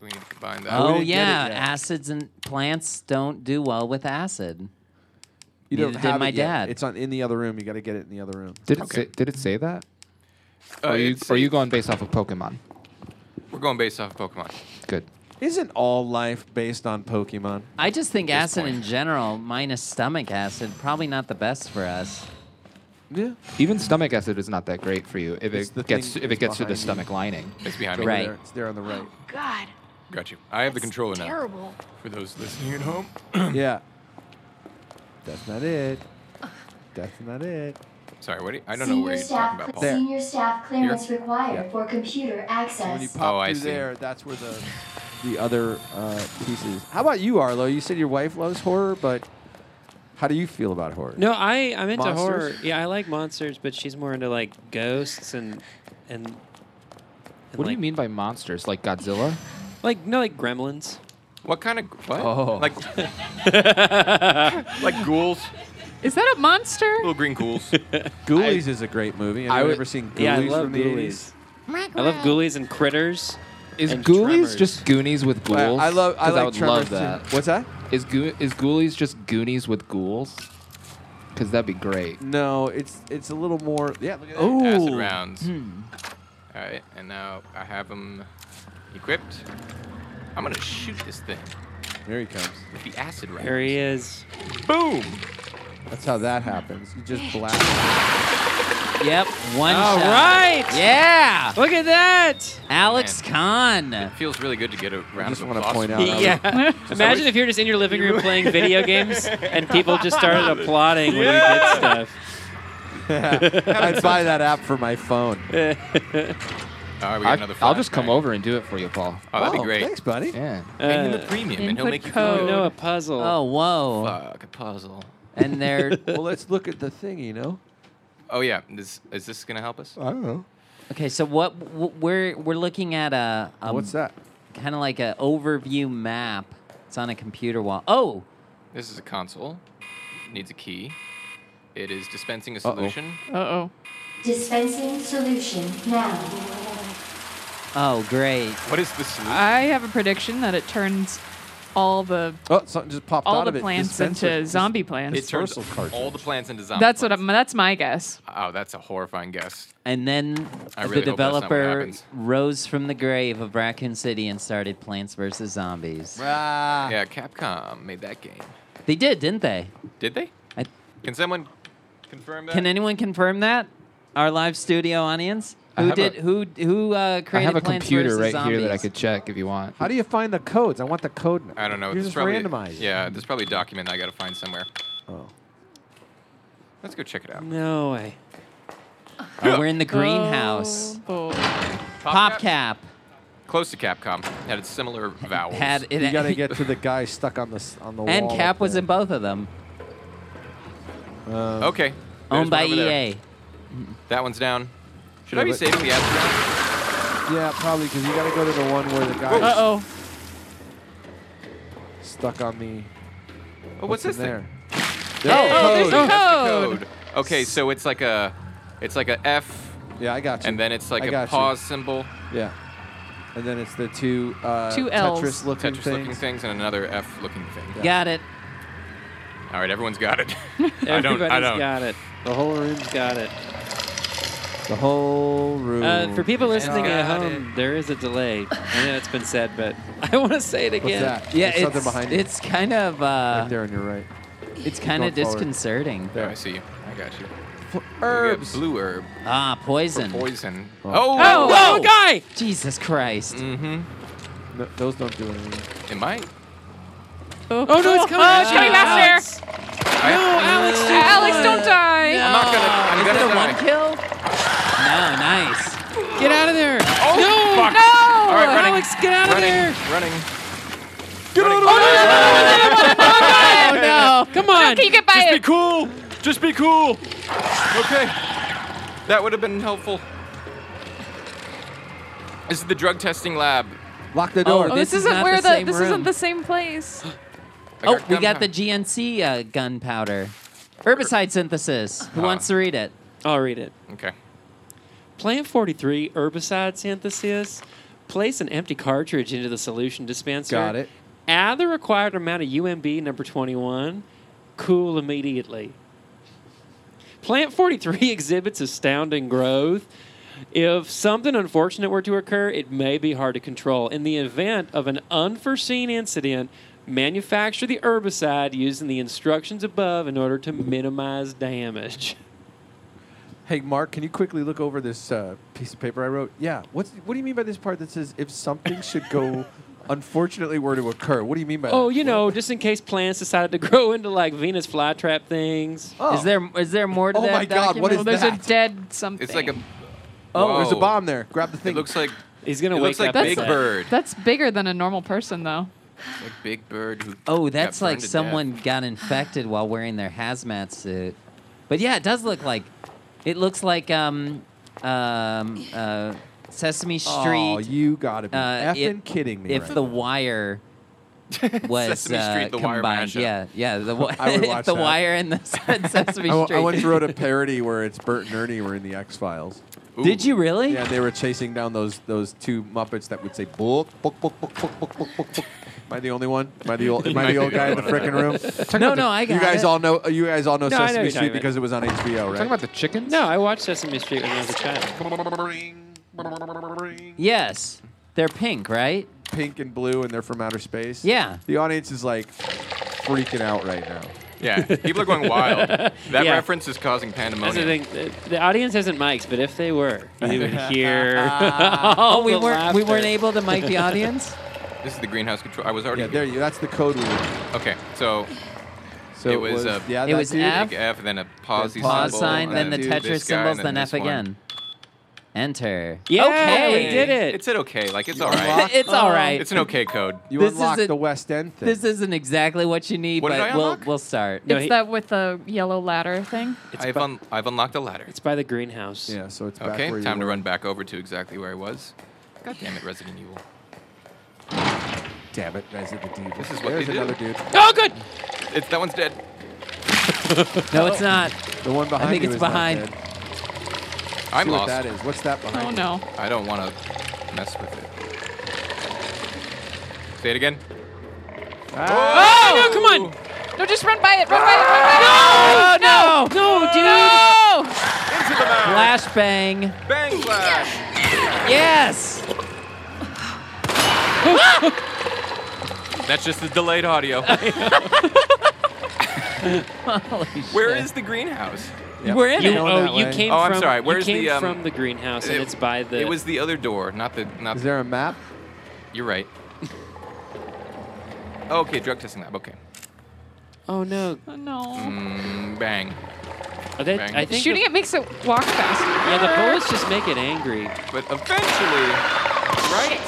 Speaker 5: We need to combine that.
Speaker 2: oh
Speaker 9: didn't get it
Speaker 2: yeah,
Speaker 9: yet.
Speaker 2: acids and plants don't do well with acid.
Speaker 9: You
Speaker 2: Neither
Speaker 9: don't
Speaker 2: did
Speaker 9: have
Speaker 2: my
Speaker 9: it yet.
Speaker 2: dad.
Speaker 9: It's on in the other room. You got to get it in the other room.
Speaker 11: Did it say, did it say that?
Speaker 5: Uh,
Speaker 11: Or are you
Speaker 5: it's-
Speaker 11: or are you going based off of Pokemon?
Speaker 5: We're going based off of Pokemon.
Speaker 11: Good.
Speaker 9: Isn't all life based on Pokemon?
Speaker 2: I just think acid in general, minus stomach acid, probably not the best for us.
Speaker 9: Yeah.
Speaker 11: Even stomach acid is not that great for you if
Speaker 9: It's the
Speaker 11: it gets
Speaker 9: thing
Speaker 11: if it gets through the
Speaker 9: behind you.
Speaker 11: stomach lining.
Speaker 5: It's behind
Speaker 9: It's
Speaker 5: me.
Speaker 9: over
Speaker 2: Right.
Speaker 9: There. It's there on
Speaker 11: <clears throat>
Speaker 9: the right.
Speaker 12: God,
Speaker 5: Got you. I have the controller now.
Speaker 12: terrible.
Speaker 5: For those listening at home.
Speaker 9: yeah. That's not it. That's not it.
Speaker 5: Sorry, what? do you- I don't know
Speaker 10: Senior
Speaker 5: what you're
Speaker 10: staff,
Speaker 5: talking about, Paul.
Speaker 9: There.
Speaker 10: Senior staff clearance
Speaker 5: Here?
Speaker 10: required
Speaker 9: Yeah.
Speaker 10: for computer
Speaker 9: So when you
Speaker 10: access.
Speaker 9: pop
Speaker 5: Oh, I
Speaker 9: through
Speaker 5: see.
Speaker 9: there, that's where the the other uh, pieces. How about you, Arlo? You said your wife loves horror, but how do you feel about horror?
Speaker 7: No, I I'm into
Speaker 9: Monsters?
Speaker 7: horror. Yeah, I like monsters, but she's more into like ghosts and and, and
Speaker 11: What do
Speaker 7: like,
Speaker 11: you mean by monsters? Like Godzilla?
Speaker 7: Like no, like gremlins.
Speaker 5: What kind of what?
Speaker 11: <laughs>
Speaker 9: Oh.
Speaker 5: Like like ghouls,
Speaker 12: Is that a monster?
Speaker 5: little green ghouls.
Speaker 9: Ghoulies is a great movie. Have
Speaker 11: I
Speaker 9: you
Speaker 11: would-
Speaker 9: ever seen Ghoulies
Speaker 7: yeah, I love
Speaker 9: from the
Speaker 7: ghoulies. I love ghoulies and critters.
Speaker 11: Is
Speaker 7: And
Speaker 11: Ghoulies
Speaker 7: Tremors.
Speaker 11: just Goonies with
Speaker 9: 80s?
Speaker 11: ghouls?
Speaker 9: I love. I
Speaker 11: 'Cause
Speaker 9: like
Speaker 11: would
Speaker 9: Tremors
Speaker 11: love that.
Speaker 9: too. What's that?
Speaker 11: Is Goo- is Ghoulies just Goonies with ghouls? Because that'd be great.
Speaker 9: No, it's it's a little more. Yeah. Look at that.
Speaker 11: Oh.
Speaker 5: Acid
Speaker 2: Ooh.
Speaker 5: rounds.
Speaker 11: Hmm.
Speaker 5: All right, and now I have them equipped. I'm gonna shoot this thing
Speaker 9: Here he comes.
Speaker 5: with the acid rounds.
Speaker 7: There he is.
Speaker 5: Boom!
Speaker 9: That's how that happens. You just blast.
Speaker 2: Yep, one
Speaker 7: All
Speaker 2: shot.
Speaker 7: right.
Speaker 2: Yeah,
Speaker 7: Look at that.
Speaker 2: Alex Kahn.
Speaker 5: It feels really good to get a round
Speaker 9: just
Speaker 5: of
Speaker 9: wanna
Speaker 5: applause.
Speaker 9: point out- Yeah.
Speaker 7: Yeah. Imagine if you're just in your living room
Speaker 5: <laughs>
Speaker 7: playing video games and people just started applauding when you did stuff.
Speaker 9: <laughs> I'd buy that app for my phone.
Speaker 5: <laughs> All right, Oh, we got
Speaker 11: I,
Speaker 5: another.
Speaker 11: will just come
Speaker 5: flashback.
Speaker 11: over and do it for you, Paul.
Speaker 5: Oh, that'd be great.
Speaker 9: Thanks, buddy.
Speaker 11: Yeah.
Speaker 5: Pay him the
Speaker 7: Uh,
Speaker 5: premium, and he'll
Speaker 12: input
Speaker 5: make you
Speaker 12: code.
Speaker 5: feel
Speaker 7: Oh, no,
Speaker 5: good.
Speaker 7: a puzzle.
Speaker 2: Oh whoa!
Speaker 5: Fuck, a puzzle.
Speaker 2: And
Speaker 11: <laughs>
Speaker 2: they're
Speaker 9: Well, let's look at the thing, you know?
Speaker 5: Oh yeah, this, is this gonna help us?
Speaker 9: I don't know.
Speaker 2: okay. So what w- we're we're looking at a, a
Speaker 9: What's that?
Speaker 2: Kind of like an overview map. It's on a computer wall. Oh,
Speaker 5: This is a console. Needs a key. It is dispensing a
Speaker 9: Uh-oh.
Speaker 5: solution.
Speaker 12: Uh oh.
Speaker 10: Dispensing solution now.
Speaker 2: oh great.
Speaker 5: What is the solution?
Speaker 2: Ah,
Speaker 12: I have a prediction that it turns all the
Speaker 9: Oh, something just popped
Speaker 12: all
Speaker 9: out of
Speaker 12: the
Speaker 9: it.
Speaker 12: plants
Speaker 9: Dispenser-
Speaker 12: into
Speaker 9: dis-
Speaker 12: zombie plants.
Speaker 5: it turns
Speaker 9: dispersal cartridge.
Speaker 5: all the plants into zombies.
Speaker 12: that's what I'm, that's my guess.
Speaker 5: Oh, that's a horrifying guess.
Speaker 2: And then
Speaker 5: I
Speaker 2: the
Speaker 5: really hope that's not what
Speaker 2: developer
Speaker 5: happens.
Speaker 2: rose from the grave of Raccoon City and started Plants vs Zombies.
Speaker 9: Ah.
Speaker 5: Yeah, Capcom made that game.
Speaker 2: They did, didn't they?
Speaker 5: Did they?
Speaker 2: I,
Speaker 5: Can someone confirm that?
Speaker 2: can anyone confirm that? Our live studio audience.
Speaker 11: I
Speaker 2: Who
Speaker 11: have a-
Speaker 2: did? who who uh,
Speaker 11: I
Speaker 2: created
Speaker 11: have a
Speaker 2: Plants
Speaker 11: computer
Speaker 2: vs
Speaker 11: right
Speaker 2: Zombies?
Speaker 11: here that I could check if you want.
Speaker 9: How do you find the codes? I want the code. now.
Speaker 5: I don't know.
Speaker 9: You're
Speaker 5: There's
Speaker 9: just
Speaker 5: probably,
Speaker 9: randomized.
Speaker 5: Yeah, there's probably a document I gotta find somewhere.
Speaker 9: Oh.
Speaker 5: Let's go check it out.
Speaker 7: No way.
Speaker 2: Oh, we're in the greenhouse.
Speaker 12: Oh, boy.
Speaker 2: Popcap cap
Speaker 5: Close to Capcom. Had a similar vowels.
Speaker 2: had it.
Speaker 9: You got to get to the guy stuck on the s- on the
Speaker 2: <laughs>
Speaker 9: wall.
Speaker 2: and Cap
Speaker 9: up
Speaker 2: was
Speaker 9: there. Um,
Speaker 2: in both of them,
Speaker 9: Oh.
Speaker 5: okay. There's
Speaker 2: owned by E
Speaker 5: one over there.
Speaker 2: EA.
Speaker 5: That one's down. Should
Speaker 9: Yeah,
Speaker 5: I be
Speaker 9: but-
Speaker 5: saving the ads round?
Speaker 9: Yeah, probably because you got to go to the one where the guy
Speaker 12: Uh oh.
Speaker 9: is stuck on the.
Speaker 5: Oh, what's, this
Speaker 9: in there?
Speaker 5: thing?
Speaker 12: Oh,
Speaker 9: There's
Speaker 12: there's
Speaker 9: a
Speaker 12: a
Speaker 9: code.
Speaker 12: code.
Speaker 5: Okay, so it's like a, it's like a F,
Speaker 9: Yeah, I got you.
Speaker 5: and then it's
Speaker 9: I
Speaker 5: like a
Speaker 9: got you.
Speaker 5: pause symbol,
Speaker 9: Yeah. And then it's the two uh,
Speaker 12: Two Ls.
Speaker 9: Tetris looking
Speaker 5: Tetris
Speaker 9: things.
Speaker 5: looking things, and another F looking thing.
Speaker 2: Got it.
Speaker 5: All right, everyone's got it. I don't.
Speaker 7: Everybody's
Speaker 5: I don't.
Speaker 7: got it.
Speaker 9: The whole room.
Speaker 7: Got it.
Speaker 9: The whole room.
Speaker 7: Uh, for people listening at
Speaker 5: Got
Speaker 7: home, there is a delay. I know it's been said, but <laughs> I want to say it
Speaker 9: What's
Speaker 7: again.
Speaker 9: that?
Speaker 2: Yeah,
Speaker 9: There's something
Speaker 2: it's
Speaker 9: behind you.
Speaker 2: it's kind of
Speaker 9: right
Speaker 2: uh,
Speaker 9: there on your right.
Speaker 2: it's kind of
Speaker 9: Going forward.
Speaker 2: disconcerting.
Speaker 5: Oh, I see you. I got you.
Speaker 9: Herbs.
Speaker 5: We got blue herb.
Speaker 2: Ah,
Speaker 5: for
Speaker 2: poison.
Speaker 5: Poison.
Speaker 9: Oh.
Speaker 5: Oh.
Speaker 7: Oh,
Speaker 2: Whoa!
Speaker 7: oh, guy!
Speaker 5: Mm.
Speaker 2: Jesus Christ.
Speaker 5: Mm-hmm.
Speaker 11: No, those don't do anything.
Speaker 5: It might.
Speaker 12: Oh,
Speaker 7: Oh, no, it's
Speaker 12: Oh,
Speaker 7: coming at
Speaker 12: it's
Speaker 7: you.
Speaker 12: coming last
Speaker 7: Alex.
Speaker 12: year.
Speaker 7: Alex,
Speaker 12: Uh, Alex, don't die.
Speaker 7: I'm not gonna- I'm
Speaker 2: Is
Speaker 7: gonna
Speaker 2: that a
Speaker 7: die.
Speaker 2: one kill? No, nice.
Speaker 7: Get out of there.
Speaker 5: Oh,
Speaker 7: no.
Speaker 5: fuck.
Speaker 7: No.
Speaker 5: All
Speaker 12: Oh,
Speaker 5: right, running.
Speaker 7: Alex, get out
Speaker 5: running,
Speaker 7: of there.
Speaker 5: Running. Get out of
Speaker 12: Oh, no.
Speaker 7: Come on.
Speaker 12: Can you get by
Speaker 5: Just
Speaker 12: it?
Speaker 5: be cool. Just be cool. Okay. That would have been helpful. This is the drug testing lab.
Speaker 9: Lock the
Speaker 2: Oh,
Speaker 9: door.
Speaker 12: Oh, this,
Speaker 2: This is
Speaker 12: isn't
Speaker 2: not
Speaker 12: where
Speaker 2: the
Speaker 12: the,
Speaker 2: same
Speaker 12: this
Speaker 2: room.
Speaker 12: isn't the same place.
Speaker 5: I
Speaker 2: Oh, we got
Speaker 5: gunpowder.
Speaker 2: the GNC uh, gunpowder. Herbicide synthesis. Who
Speaker 5: Ah.
Speaker 2: wants to read it?
Speaker 7: I'll read it.
Speaker 5: Okay.
Speaker 7: Plant 43 herbicide synthesis. Place an empty cartridge into the solution dispenser.
Speaker 9: Got it.
Speaker 7: Add the required amount of UMB number 21. Cool immediately. Plant 43 <laughs> exhibits astounding growth. If something unfortunate were to occur, it may be hard to control. In the event of an unforeseen incident, manufacture the herbicide using the instructions above in order to minimize damage. <laughs>
Speaker 9: Hey, Mark, can you quickly look over this uh, piece of paper I wrote? Yeah. What's what do you mean by this part that says if something should go, unfortunately, were to occur? What do you mean by
Speaker 7: Oh,
Speaker 9: that?
Speaker 7: you know, just in case plants decided to <laughs> grow into like Venus flytrap things.
Speaker 9: Oh.
Speaker 2: Is there is there more to
Speaker 9: Oh
Speaker 2: that?
Speaker 9: my God,
Speaker 2: document?
Speaker 9: what is
Speaker 12: Oh, there's
Speaker 9: that?
Speaker 12: a dead something.
Speaker 5: It's like a.
Speaker 9: oh, there's a
Speaker 5: Whoa.
Speaker 9: bomb there. Grab the
Speaker 5: It
Speaker 9: thing.
Speaker 5: looks like
Speaker 7: He's gonna
Speaker 5: it
Speaker 7: wake
Speaker 5: looks like
Speaker 7: up.
Speaker 5: Big
Speaker 7: upset.
Speaker 5: Bird.
Speaker 12: That's bigger than a normal person, though.
Speaker 5: Like Big Bird. Who
Speaker 2: Oh,
Speaker 5: got
Speaker 2: that's like
Speaker 5: burned to death.
Speaker 2: someone got infected while wearing their hazmat suit. But yeah, it does look like it looks like um um uh Sesame
Speaker 9: Oh,
Speaker 2: Street.
Speaker 9: you gotta be
Speaker 2: uh,
Speaker 9: effing
Speaker 2: if-
Speaker 9: kidding me.
Speaker 2: if
Speaker 9: right
Speaker 2: the
Speaker 9: now. <laughs>
Speaker 2: wire was
Speaker 5: Sesame
Speaker 2: uh,
Speaker 5: Street, The Wire
Speaker 2: combined.
Speaker 5: mashup.
Speaker 2: yeah, yeah,
Speaker 9: <laughs>
Speaker 2: the, wi-
Speaker 9: I would
Speaker 2: if
Speaker 9: watch
Speaker 2: the
Speaker 9: that.
Speaker 2: wire and the <laughs> Sesame Street.
Speaker 9: I, w- I once wrote a parody where it's Bert and Ernie were in the X Files.
Speaker 2: Did you really?
Speaker 9: Yeah, they were chasing down those those two Muppets that would say book book book book book book book book. book. Am I the only one? Am I the old? Am I the old guy in the frickin' room?
Speaker 2: No, no, I got
Speaker 9: you guys
Speaker 2: it.
Speaker 9: all know. You guys all know
Speaker 7: No, I know
Speaker 9: Sesame
Speaker 7: you're
Speaker 9: Street
Speaker 7: talking
Speaker 9: because it was on HBO, right?
Speaker 11: Talking about the chickens?
Speaker 7: No, I watched Sesame Street when I was a child.
Speaker 2: Yes, they're pink, right?
Speaker 9: pink and blue, and they're from outer space.
Speaker 2: Yeah.
Speaker 9: The audience is like freaking out right now.
Speaker 5: Yeah, people are going
Speaker 2: <laughs>
Speaker 5: wild. That
Speaker 7: Yeah.
Speaker 5: reference is causing
Speaker 7: That's the
Speaker 5: pandemonium.
Speaker 7: thing. The, the audience isn't mics, but if they were, you
Speaker 5: <laughs>
Speaker 7: would hear.
Speaker 2: <laughs> Oh,
Speaker 7: <laughs>
Speaker 9: Ah.
Speaker 7: all
Speaker 2: we
Speaker 7: the
Speaker 2: weren't we
Speaker 7: laughter.
Speaker 2: weren't able to mic the <laughs> audience.
Speaker 5: This is the greenhouse control. I was already
Speaker 9: Yeah, there you. That's the code word.
Speaker 5: Okay, so
Speaker 9: So
Speaker 5: It was, uh,
Speaker 9: yeah.
Speaker 2: it
Speaker 9: that
Speaker 2: was
Speaker 9: dude.
Speaker 2: F.
Speaker 5: big F, then a pause
Speaker 2: Pause
Speaker 9: Symbol,
Speaker 2: sign, then the
Speaker 9: then
Speaker 2: Tetris
Speaker 5: this guy, and
Speaker 2: symbols, then F
Speaker 5: this one.
Speaker 2: again. Enter.
Speaker 7: Yeah,
Speaker 2: okay,
Speaker 7: we did it.
Speaker 5: It said okay, like it's all right.
Speaker 2: <laughs> it's all right.
Speaker 5: uh, It's an okay code.
Speaker 9: You
Speaker 2: This
Speaker 9: unlocked
Speaker 2: is a-
Speaker 9: the West End thing.
Speaker 2: this isn't exactly what you need,
Speaker 5: What did
Speaker 2: but
Speaker 5: I
Speaker 2: we'll
Speaker 5: unlock?
Speaker 2: we'll start.
Speaker 7: No,
Speaker 12: it's
Speaker 7: he-
Speaker 12: that with the yellow ladder thing.
Speaker 5: I've, un- I've unlocked a ladder.
Speaker 7: It's by the greenhouse.
Speaker 9: yeah. So it's back
Speaker 5: Okay,
Speaker 9: where you
Speaker 5: time to
Speaker 9: were.
Speaker 5: run back over to exactly where I was. God damn it, Resident Evil.
Speaker 9: Damn it, guys! At the dude.
Speaker 5: This is what
Speaker 9: There's
Speaker 5: they do.
Speaker 9: another dude.
Speaker 7: Oh, good.
Speaker 5: It's, that one's dead.
Speaker 2: No,
Speaker 5: Oh.
Speaker 2: it's not.
Speaker 9: The one behind.
Speaker 2: think
Speaker 9: you
Speaker 2: it's
Speaker 9: is not
Speaker 2: behind.
Speaker 9: dead.
Speaker 5: I'm
Speaker 9: See what
Speaker 5: lost.
Speaker 9: that is. What's that behind?
Speaker 12: Oh
Speaker 9: you?
Speaker 12: no.
Speaker 5: I don't want to mess with it. Say it again.
Speaker 7: Oh, no, come on.
Speaker 12: No, just run by it. Run by it. Run by
Speaker 2: No,
Speaker 7: No, dude.
Speaker 12: it. No. No.
Speaker 2: Flashbang.
Speaker 5: Bang flash.
Speaker 2: Yes.
Speaker 5: <laughs> That's just the delayed
Speaker 9: <laughs>
Speaker 5: audio. Where is the greenhouse?
Speaker 2: We're in
Speaker 7: You,
Speaker 2: it.
Speaker 9: Going that
Speaker 7: oh, you
Speaker 9: way.
Speaker 7: came
Speaker 5: Oh, I'm
Speaker 7: from.
Speaker 5: sorry,
Speaker 7: you
Speaker 5: where's
Speaker 7: came
Speaker 5: the, um,
Speaker 7: from the greenhouse, and it's by the.
Speaker 5: It was the other door, not the not.
Speaker 9: Is there a map?
Speaker 5: You're right. okay, drug testing lab. Okay.
Speaker 7: Oh no.
Speaker 12: Oh, no.
Speaker 5: Mm, bang.
Speaker 7: Are they-
Speaker 5: Bang.
Speaker 7: I think
Speaker 12: Shooting
Speaker 7: the,
Speaker 12: it makes it walk faster.
Speaker 7: Yeah, the bullets just make it angry.
Speaker 5: But eventually, right?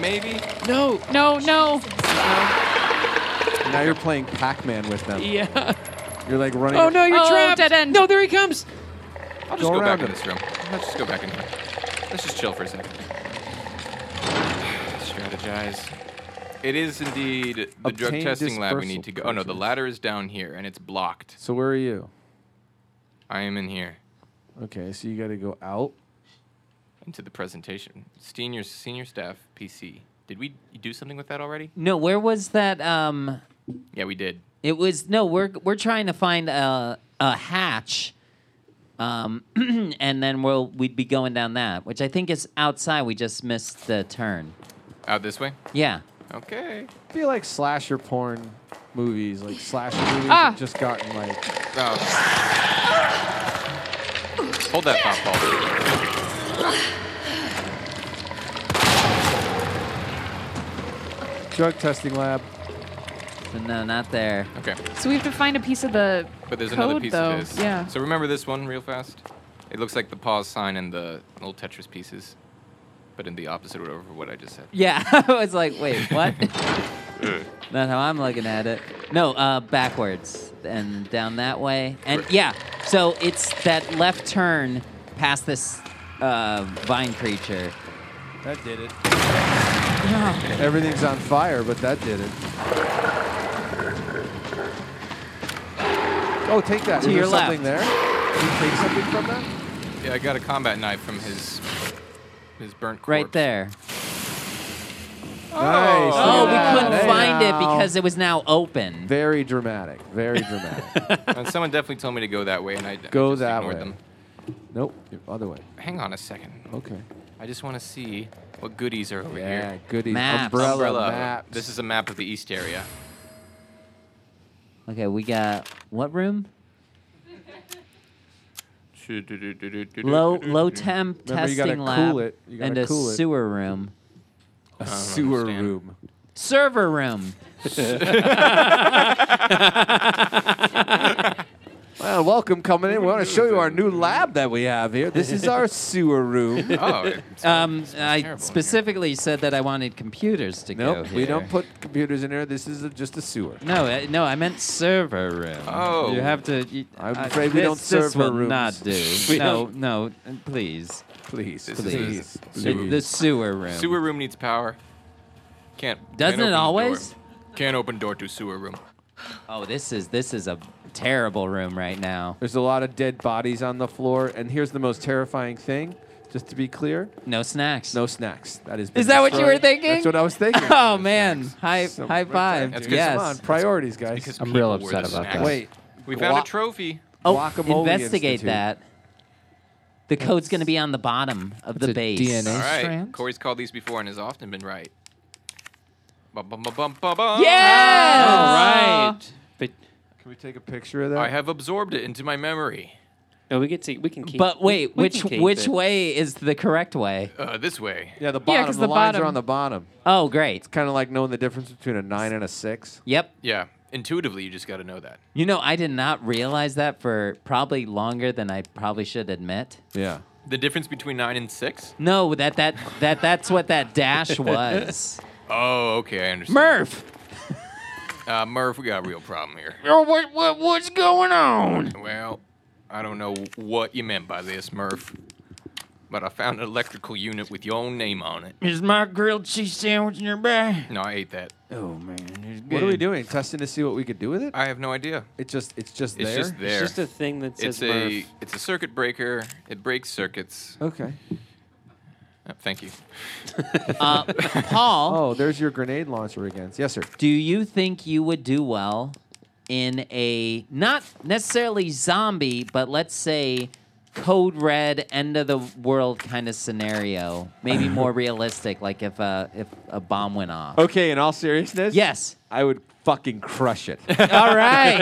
Speaker 5: Maybe.
Speaker 7: No.
Speaker 12: No, no.
Speaker 9: Now you're playing Pac-Man with them.
Speaker 7: Yeah.
Speaker 9: You're like running.
Speaker 7: Oh no, you're
Speaker 12: Oh,
Speaker 7: trapped.
Speaker 12: dead end.
Speaker 7: No, there he comes.
Speaker 5: I'll just
Speaker 9: Go
Speaker 5: go,
Speaker 9: around
Speaker 5: back in
Speaker 9: it.
Speaker 5: this room. Let's just go back in here. Let's just chill for a second. <sighs> Strategize. It is indeed the drug
Speaker 9: Obtain
Speaker 5: testing lab we need to go.
Speaker 9: dispersal
Speaker 5: Oh no, the
Speaker 9: procedures.
Speaker 5: ladder is down here and it's blocked.
Speaker 9: So where are you?
Speaker 5: I am in here.
Speaker 9: Okay, so you got to go out.
Speaker 5: Into the presentation. Senior senior staff PC. Did we do something with that already?
Speaker 9: Mm.
Speaker 2: No, where was that? Um,
Speaker 5: Yeah, we did.
Speaker 2: it was no. We're we're trying to find a a hatch, um, <clears throat> and then we'll we'd be going down that, which I think is outside. We just missed the turn.
Speaker 5: Out this way?
Speaker 2: Yeah.
Speaker 5: Okay.
Speaker 9: I feel like slasher porn movies, like slasher movies,
Speaker 12: Ah.
Speaker 9: have just gotten like.
Speaker 5: Oh. Hold that pop ball.
Speaker 13: Drug testing lab.
Speaker 2: No, not there.
Speaker 5: Okay.
Speaker 12: So we have to find a piece of the
Speaker 5: But there's
Speaker 12: code,
Speaker 5: another piece
Speaker 12: though.
Speaker 5: of this.
Speaker 12: Yeah.
Speaker 5: So remember this one real fast? It looks like the pause sign and the old Tetris pieces, but in the opposite order of what I just said.
Speaker 2: Yeah, <laughs> I was like, wait, what? <laughs> Not how I'm looking at it. No, uh, backwards and down that way. And yeah, so it's that left turn past this uh, vine creature.
Speaker 13: That did it.
Speaker 9: Everything's on fire, but that did it. Oh, take that.
Speaker 5: To
Speaker 9: Is
Speaker 5: your
Speaker 9: there something
Speaker 5: left.
Speaker 9: there? Did you take something from that?
Speaker 5: Yeah, I got a combat knife from his his burnt corpse.
Speaker 2: Right there.
Speaker 9: Nice.
Speaker 2: Oh, we couldn't
Speaker 9: Hey.
Speaker 2: find it because it was now open.
Speaker 9: Very dramatic. Very dramatic.
Speaker 5: <laughs> And someone definitely told me to go that way, and I d-
Speaker 9: Go
Speaker 5: just
Speaker 9: that way.
Speaker 5: ignored them.
Speaker 9: Nope, other way.
Speaker 5: Hang on a second.
Speaker 9: Okay.
Speaker 5: I just want to see what goodies are over
Speaker 9: Yeah,
Speaker 5: here. uh,
Speaker 9: goodies. Maps. Umbrella, maps.
Speaker 5: This is a map of the East area.
Speaker 2: Okay, we got what room? Low low temp
Speaker 9: Mm-hmm. Remember, you gotta
Speaker 2: testing
Speaker 9: cool
Speaker 2: lab
Speaker 9: it. You gotta
Speaker 2: and a
Speaker 9: cool it.
Speaker 2: sewer room.
Speaker 9: A sewer room.
Speaker 2: Server room.
Speaker 9: Well, welcome coming in. We want to show you our new lab that we have here. This is our sewer room.
Speaker 5: Oh,
Speaker 9: <laughs> Uh,
Speaker 2: um, I specifically said that I wanted computers to go.
Speaker 9: nope. We
Speaker 2: here.
Speaker 9: don't put computers in here. This is a, just a sewer.
Speaker 2: No, uh, no, I meant server room.
Speaker 7: Uh,
Speaker 9: Oh.
Speaker 2: you have to. You,
Speaker 9: I'm
Speaker 2: I-
Speaker 9: afraid we
Speaker 2: Uh, this-
Speaker 9: don't serve
Speaker 2: This will
Speaker 9: our rooms.
Speaker 2: not do.
Speaker 9: <laughs> We
Speaker 2: no,
Speaker 9: don't-
Speaker 2: no, uh, please,
Speaker 9: please,
Speaker 5: This
Speaker 2: please.
Speaker 5: is a
Speaker 2: The- The sewer room.
Speaker 5: Sewer room needs power. Can't. can't open
Speaker 2: Doesn't it
Speaker 5: the door.
Speaker 2: always?
Speaker 5: Can't open door to sewer room.
Speaker 2: Oh, this is this is a terrible room right now.
Speaker 9: There's a lot of dead bodies on the floor, and here's the most terrifying thing. Just to be clear,
Speaker 2: no snacks.
Speaker 9: No snacks. That is.
Speaker 2: Is that what you were thinking?
Speaker 9: That's what I was thinking.
Speaker 2: Oh man, <laughs> high high five.
Speaker 9: That's 'cause-
Speaker 2: yes.
Speaker 9: Come on, priorities, guys.
Speaker 11: I'm real upset about that.
Speaker 9: Wait,
Speaker 5: We found
Speaker 9: Gua-
Speaker 5: a trophy.
Speaker 2: Oh,
Speaker 9: Guacamole
Speaker 2: investigate
Speaker 9: Institute.
Speaker 2: that. The code's going to be on the bottom of the
Speaker 11: a
Speaker 2: base.
Speaker 11: DNA
Speaker 5: All right. Corey's called these before and has often been right. Bum, bum, bum, bum, bum, bum.
Speaker 2: Yes!
Speaker 7: All right. But
Speaker 9: can we take a picture of that?
Speaker 5: I have absorbed it into my memory.
Speaker 7: no, we get to we can keep.
Speaker 2: But wait,
Speaker 7: we
Speaker 2: which
Speaker 7: can keep
Speaker 2: which
Speaker 7: it.
Speaker 2: way is the correct way?
Speaker 5: Uh, this way.
Speaker 9: Yeah, the
Speaker 7: Yeah,
Speaker 9: bottom.
Speaker 7: 'cause
Speaker 9: the,
Speaker 7: the
Speaker 9: lines are
Speaker 7: bottom-
Speaker 9: on the bottom.
Speaker 2: Oh, great.
Speaker 9: It's kind of like knowing the difference between a nine and a six.
Speaker 2: Yep.
Speaker 5: Yeah. Intuitively, you just got to know that.
Speaker 2: You know, I did not realize that for probably longer than I probably should admit.
Speaker 9: Yeah.
Speaker 5: The difference between nine and six.
Speaker 2: No, that that that that's what that dash was.
Speaker 5: Oh, okay, I understand.
Speaker 2: Murph.
Speaker 5: Uh, Murph, we got a real problem here.
Speaker 11: what, what, what's going on?
Speaker 5: Well, I don't know what you meant by this, Murph, but I found an electrical unit with your own name on it.
Speaker 11: Is my grilled cheese sandwich nearby?
Speaker 5: No, I ate that.
Speaker 11: Oh, man.
Speaker 9: What are we doing? Testing to see what we could do with it.
Speaker 5: I have no idea.
Speaker 9: It just, it's just
Speaker 5: It's
Speaker 9: there.
Speaker 5: just there.
Speaker 7: just a thing that
Speaker 5: It's
Speaker 7: says
Speaker 5: a
Speaker 7: Murph.
Speaker 5: it's a circuit breaker. It breaks circuits.
Speaker 9: Okay.
Speaker 5: Uh, thank you.
Speaker 2: Uh, Paul,
Speaker 9: Oh, there's your grenade launcher again. Yes, sir.
Speaker 2: do you think you would do well in a not necessarily zombie, but let's say code red end of the world kind of scenario? Maybe more realistic, like if a if a bomb went off.
Speaker 9: Okay, in all seriousness.
Speaker 2: Yes.
Speaker 9: I would fucking crush it.
Speaker 2: All right.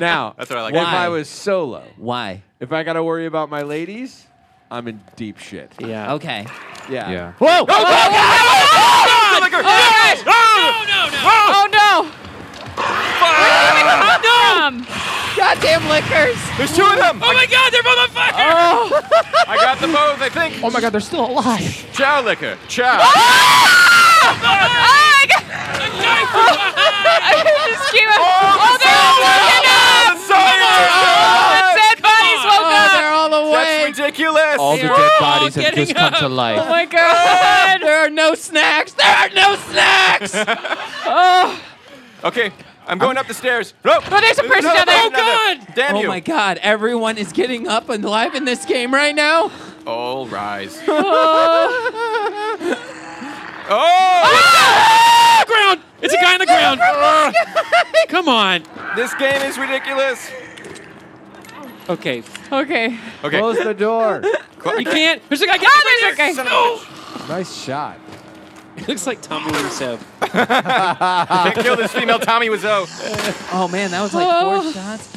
Speaker 9: now,
Speaker 5: That's what I like.
Speaker 9: if
Speaker 2: Why?
Speaker 9: I was solo,
Speaker 2: Why?
Speaker 9: if I got to worry about my ladies, I'm in deep shit.
Speaker 7: Yeah.
Speaker 2: Okay.
Speaker 9: Yeah.
Speaker 11: Yeah.
Speaker 2: Whoa!
Speaker 12: Oh, no, no. Oh, no. Where did they come
Speaker 2: Goddamn liquors!
Speaker 5: There's two of them.
Speaker 7: Oh my God, they're both on fire!
Speaker 5: I got them both. I think.
Speaker 11: Oh my god, they're still alive. Ah!
Speaker 5: Chow liquor. Chow.
Speaker 12: from? I Ah! just Oh, came out. Oh, they're all woken up. The dead bodies
Speaker 2: Oh,
Speaker 12: woke up.
Speaker 2: all
Speaker 5: That's ridiculous.
Speaker 11: All the dead bodies have just come to
Speaker 12: Oh,
Speaker 11: life.
Speaker 12: my
Speaker 7: Ah,
Speaker 12: God.
Speaker 2: There are no snacks. There are no snacks.
Speaker 5: okay, I'm going up the stairs. No.
Speaker 12: Oh, there's a person down there.
Speaker 5: another. Damn
Speaker 2: oh
Speaker 5: you.
Speaker 2: my god! Everyone is getting up and alive in this game right now.
Speaker 5: All rise.
Speaker 12: <laughs> Ah!
Speaker 5: oh!
Speaker 7: ground. It's a guy on
Speaker 2: <laughs>
Speaker 7: the ground.
Speaker 2: Oh
Speaker 7: Come on.
Speaker 5: This game is ridiculous.
Speaker 7: Okay.
Speaker 12: Okay.
Speaker 5: Okay.
Speaker 9: Close the
Speaker 5: <laughs>
Speaker 9: door.
Speaker 7: You can't. There's a guy. Get
Speaker 2: Oh,
Speaker 12: there's a guy.
Speaker 7: Son of bitch.
Speaker 9: nice shot.
Speaker 7: It looks like Tommy Wiseau.
Speaker 2: Uh,
Speaker 5: Can't kill this female Tommy Wiseau.
Speaker 2: Oh man, that was like four
Speaker 12: Oh.
Speaker 2: shots.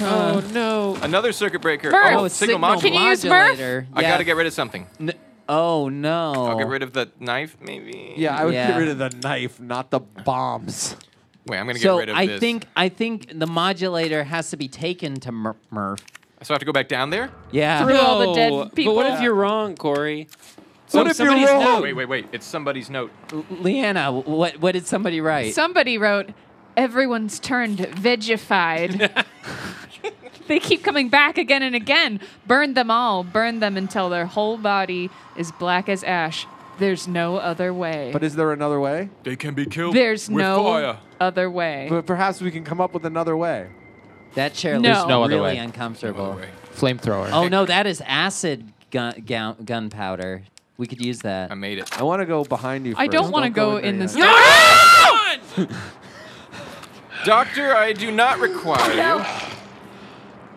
Speaker 7: Oh no.
Speaker 5: Another circuit breaker.
Speaker 12: Murph.
Speaker 5: Oh,
Speaker 2: Oh,
Speaker 5: signal
Speaker 2: signal
Speaker 5: module.
Speaker 12: Can you use
Speaker 2: modulator.
Speaker 5: I
Speaker 2: Yeah.
Speaker 5: gotta get rid of something.
Speaker 2: N- Oh no!
Speaker 5: I'll get rid of the knife, maybe.
Speaker 9: Yeah, I would
Speaker 2: Yeah.
Speaker 9: get rid of the knife, not the bombs.
Speaker 5: Wait, I'm gonna
Speaker 2: so
Speaker 5: get rid of
Speaker 2: I
Speaker 5: this.
Speaker 2: think I think the modulator has to be taken to Mur- Murph.
Speaker 5: So I have to go back down there.
Speaker 2: Yeah.
Speaker 12: Through all the
Speaker 7: No,
Speaker 12: dead
Speaker 7: But
Speaker 12: people.
Speaker 7: what if you're wrong, Corey?
Speaker 5: What
Speaker 7: Some-
Speaker 5: if you're
Speaker 7: somebody's
Speaker 5: wrong?
Speaker 7: note.
Speaker 5: Wait, wait, wait. It's somebody's note.
Speaker 2: Leanna, what what did somebody write?
Speaker 14: Somebody wrote, "Everyone's turned
Speaker 2: <laughs>
Speaker 14: vegified." they keep coming back again and again. Burn them all. Burn them until their whole body is black as ash. There's no other way.
Speaker 9: But is there another way?
Speaker 1: They can be killed
Speaker 14: There's
Speaker 1: with
Speaker 14: no
Speaker 1: fire.
Speaker 14: other way.
Speaker 9: But perhaps we can come up with another way.
Speaker 2: that chair
Speaker 14: No.
Speaker 2: looks
Speaker 14: There's no
Speaker 11: other
Speaker 2: really
Speaker 11: way.
Speaker 5: Oh,
Speaker 2: uncomfortable.
Speaker 11: Flamethrower.
Speaker 2: Oh no, that is acid gun gown- gunpowder. We could use that. I
Speaker 5: made it.
Speaker 9: I want to go behind you.
Speaker 14: I
Speaker 9: first.
Speaker 14: don't want to go,
Speaker 9: there
Speaker 14: in
Speaker 9: yet.
Speaker 14: this.
Speaker 5: Doctor, I do not require you.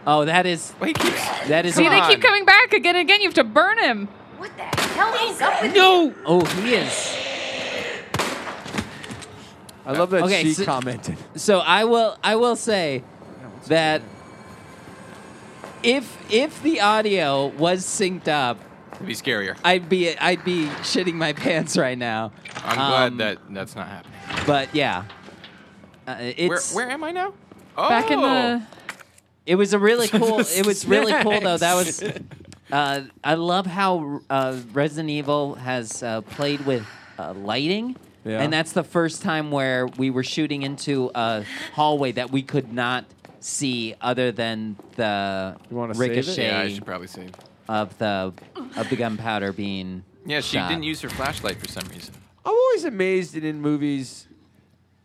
Speaker 2: Oh, that is
Speaker 5: Wait,
Speaker 2: that is
Speaker 14: See, they keep coming back again and again. You have to burn him.
Speaker 6: Hell is up with
Speaker 7: No.
Speaker 2: Oh, he is.
Speaker 9: I love that
Speaker 2: Okay,
Speaker 9: she
Speaker 2: so-
Speaker 9: commented.
Speaker 2: So I will I will say that if if the audio was synced up,
Speaker 5: It'd be scarier.
Speaker 2: I'd be I'd be shitting my <laughs> pants right now.
Speaker 5: I'm glad
Speaker 2: Um,
Speaker 5: that that's not happening.
Speaker 2: But yeah, uh, it's
Speaker 5: where, where am I now?
Speaker 14: Back in
Speaker 5: Oh!
Speaker 14: the.
Speaker 2: it was a really cool. it was really cool though. That
Speaker 12: Snacks.
Speaker 2: was. Uh, I love how uh, Resident Evil has uh, played with uh, lighting.
Speaker 12: Yeah.
Speaker 2: And that's the first time where we were shooting into a hallway that we could not see other than the
Speaker 9: You wanna save it?
Speaker 2: ricochet
Speaker 5: Yeah, I should probably save.
Speaker 2: of the of the gunpowder being
Speaker 5: Yeah, she
Speaker 2: shot.
Speaker 5: didn't use her flashlight for some reason.
Speaker 9: I'm always amazed that in movies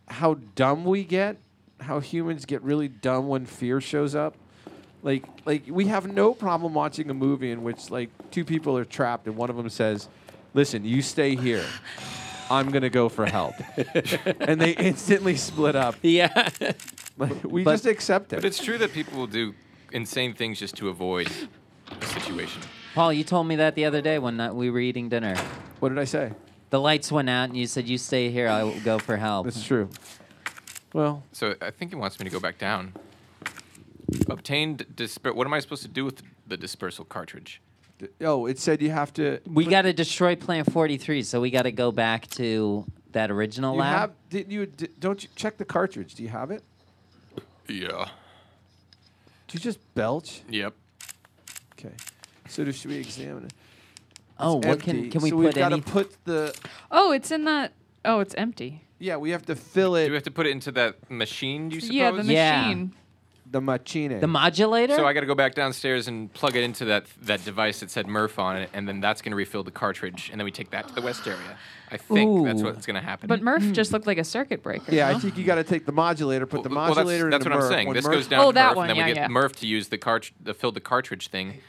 Speaker 9: how dumb we get, how humans get really dumb when fear shows up. Like, like we have no problem watching a movie in which like two people are trapped and one of them says, "Listen, you stay here. I'm gonna go
Speaker 2: <laughs>
Speaker 9: for help," and they instantly split up.
Speaker 7: Yeah,
Speaker 2: <laughs>
Speaker 9: like, we
Speaker 2: But-
Speaker 9: just accept
Speaker 5: But
Speaker 9: it.
Speaker 5: it's true that people will do insane things just to avoid a situation.
Speaker 2: Paul, you told me that the other day when not- we were eating dinner.
Speaker 9: What did I say?
Speaker 2: The lights went out, and you said, "You stay here. I will go for help."
Speaker 9: That's true. Well,
Speaker 5: So I think it wants me to go back down. Obtained disper. What am I supposed to do with the dispersal cartridge?
Speaker 9: d- oh, it said you have to.
Speaker 2: We got to destroy Plant 43, so we got to go back to that original
Speaker 9: You
Speaker 2: lab.
Speaker 9: have? Did you? d don't you check the cartridge? Do you have it?
Speaker 1: Yeah.
Speaker 9: Do you just belch?
Speaker 5: Yep.
Speaker 9: Okay. So do, should we examine it?
Speaker 2: Oh,
Speaker 9: It's
Speaker 2: what can-
Speaker 9: empty,
Speaker 2: can we
Speaker 9: so we've
Speaker 2: put
Speaker 9: gotta
Speaker 2: any-
Speaker 9: put the
Speaker 14: Oh, it's in that. Oh, it's empty.
Speaker 9: yeah. We have to fill
Speaker 5: Do we
Speaker 9: it
Speaker 5: have to put it into that machine? Do you suppose?
Speaker 14: Yeah, the
Speaker 2: Yeah.
Speaker 14: machine.
Speaker 9: the machine.
Speaker 2: the modulator? <laughs>
Speaker 5: So I got to go back downstairs and plug it into that that device that said Murph on it, and then that's going to refill the cartridge, and then we take that to the west area. I think that's
Speaker 2: Ooh.
Speaker 5: what's going to happen.
Speaker 14: But Murph just looked like a circuit breaker.
Speaker 9: yeah, I
Speaker 14: no?
Speaker 9: think you got to take the modulator, put the
Speaker 5: well, that's,
Speaker 9: modulator in
Speaker 5: that's
Speaker 9: the
Speaker 5: what I'm
Speaker 9: Merc.
Speaker 5: saying.
Speaker 9: When
Speaker 5: This
Speaker 9: Merc-
Speaker 5: goes down
Speaker 14: Oh,
Speaker 5: to
Speaker 14: that
Speaker 5: Murph,
Speaker 14: one,
Speaker 5: and then we
Speaker 14: yeah,
Speaker 5: get
Speaker 14: yeah.
Speaker 5: Murph to use the cart the fill the cartridge
Speaker 14: <laughs>
Speaker 5: thing.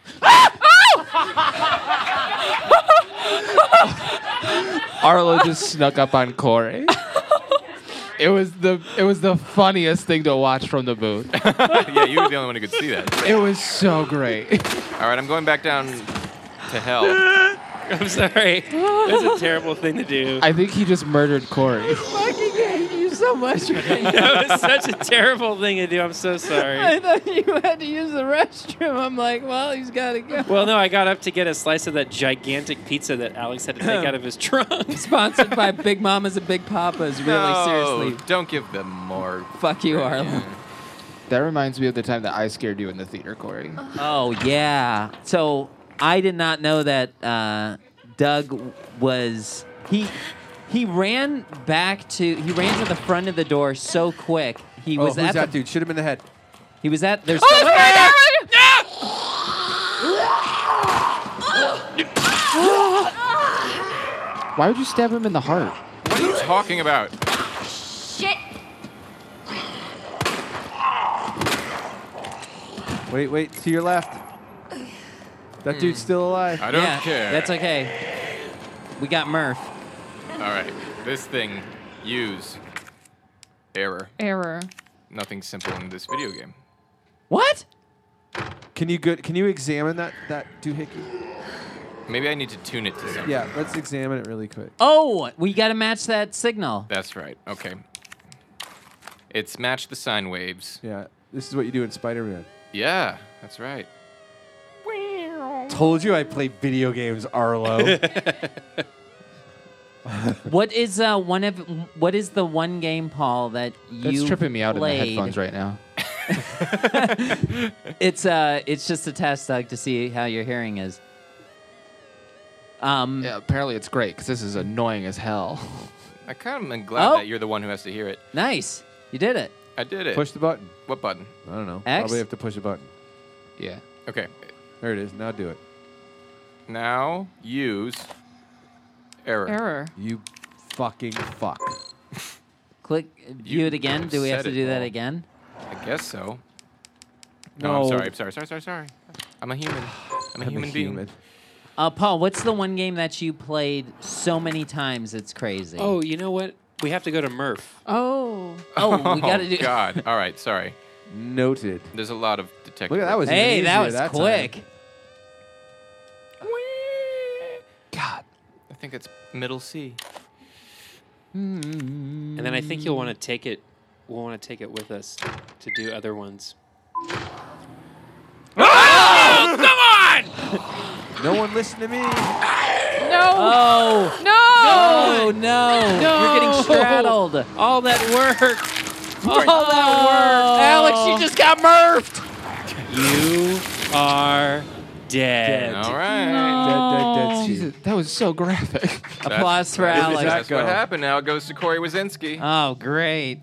Speaker 11: Arlo just snuck up on
Speaker 14: <laughs>
Speaker 11: Corey. It was the it was the funniest thing to watch from the booth.
Speaker 5: <laughs> yeah, you were the only one who could see that.
Speaker 11: It was so great.
Speaker 5: <laughs> All right, I'm going back down to hell.
Speaker 7: I'm sorry. <laughs> That's a terrible thing to do.
Speaker 11: I think he just murdered Corey.
Speaker 4: fucking hate you so much.
Speaker 7: <laughs> that was such a terrible thing to do. I'm so sorry.
Speaker 4: I
Speaker 2: <laughs>
Speaker 4: thought you had to use the restroom. I'm like, well, he's got to go.
Speaker 7: Well, no, I got up to get a slice of that gigantic pizza that Alex had
Speaker 11: <laughs>
Speaker 7: to take out of his trunk.
Speaker 2: <laughs>
Speaker 7: <laughs>
Speaker 2: Sponsored by Big Mamas and Big Papas. Really,
Speaker 5: no,
Speaker 2: seriously.
Speaker 5: don't give them more.
Speaker 2: Fuck you, Arlo.
Speaker 11: That reminds me of the time that I scared you in the theater, Corey.
Speaker 2: Oh, yeah. So I did not know
Speaker 7: <laughs>
Speaker 2: that uh, Doug was. He. He ran back to he ran to the front of the door so quick. He
Speaker 9: oh,
Speaker 2: was
Speaker 9: who's
Speaker 2: at
Speaker 9: that
Speaker 2: the,
Speaker 9: dude? Shoot him in the head.
Speaker 2: he was at there's
Speaker 12: Oh, it's right
Speaker 2: <laughs>
Speaker 12: there!
Speaker 11: Why would you stab him in the heart?
Speaker 5: What are you talking about?
Speaker 6: Shit.
Speaker 9: Wait, wait, to your left. That
Speaker 2: Hmm.
Speaker 9: dude's still alive.
Speaker 5: I don't
Speaker 2: yeah,
Speaker 5: care.
Speaker 2: That's okay. We got Murph.
Speaker 5: All right, this thing use error.
Speaker 14: Error.
Speaker 5: Nothing simple in this video game.
Speaker 2: What?
Speaker 9: Can you good? Can you examine that that doohickey?
Speaker 5: Maybe I need to tune it to something.
Speaker 9: Yeah, let's examine it really quick.
Speaker 2: Oh, we got to match that signal.
Speaker 5: That's right. Okay. It's match the sine waves.
Speaker 9: Yeah, this is what you do in Spider-Man.
Speaker 5: Yeah, that's right.
Speaker 15: Told you I play video games, Arlo.
Speaker 2: what is uh, one of what is the one game, Paul, that you
Speaker 11: That's tripping me out in the
Speaker 2: played?
Speaker 11: headphones right now.
Speaker 2: It's uh, it's just a test, Doug, to see how your hearing is. Um,
Speaker 11: yeah, apparently it's great because this is annoying as hell.
Speaker 5: I kind of am glad
Speaker 2: Oh.
Speaker 5: that you're the one who has to hear it.
Speaker 2: Nice, you did it.
Speaker 5: I did it.
Speaker 9: Push the button.
Speaker 5: What button?
Speaker 9: I don't know.
Speaker 2: X?
Speaker 9: Probably have to push a button.
Speaker 11: Yeah.
Speaker 5: Okay.
Speaker 9: There it is. Now do it.
Speaker 5: Now use error.
Speaker 14: Error.
Speaker 9: You fucking fuck.
Speaker 2: Click view it again. Do we have
Speaker 5: said
Speaker 2: to
Speaker 5: it,
Speaker 2: do that
Speaker 5: Paul.
Speaker 2: again?
Speaker 5: I guess so. No, I'm
Speaker 2: No.
Speaker 5: sorry. I'm sorry. Sorry. Sorry. Sorry. I'm a human. I'm a
Speaker 9: I'm a
Speaker 5: human being. <laughs>
Speaker 9: human.
Speaker 2: Uh, Paul, what's the one game that you played so many times? It's crazy.
Speaker 7: Oh, you know what? We have to go to Murph.
Speaker 14: Oh.
Speaker 2: Oh, we gotta do-
Speaker 5: God. All right. Sorry.
Speaker 9: Noted.
Speaker 5: There's a lot of detective.
Speaker 9: Look at that was
Speaker 2: <laughs>
Speaker 9: even
Speaker 2: hey, that
Speaker 9: easier
Speaker 2: was
Speaker 9: that time.
Speaker 2: quick.
Speaker 5: I think it's middle C.
Speaker 7: And then I think you'll
Speaker 2: Mm.
Speaker 7: want to take it. We'll want to take it with us to do other ones.
Speaker 9: No one listen to me.
Speaker 14: No.
Speaker 2: Oh.
Speaker 14: No.
Speaker 2: No, no. You're getting straddled.
Speaker 7: All that work.
Speaker 2: <laughs> All that work.
Speaker 12: Alex, you just got murphed.
Speaker 2: <laughs>
Speaker 7: You are dead.
Speaker 5: All right.
Speaker 11: Oh, Jesus, that was so graphic.
Speaker 2: <laughs> Applause for Alex.
Speaker 5: That's what happened. Now it goes to Corey Wazinski.
Speaker 2: Oh, great.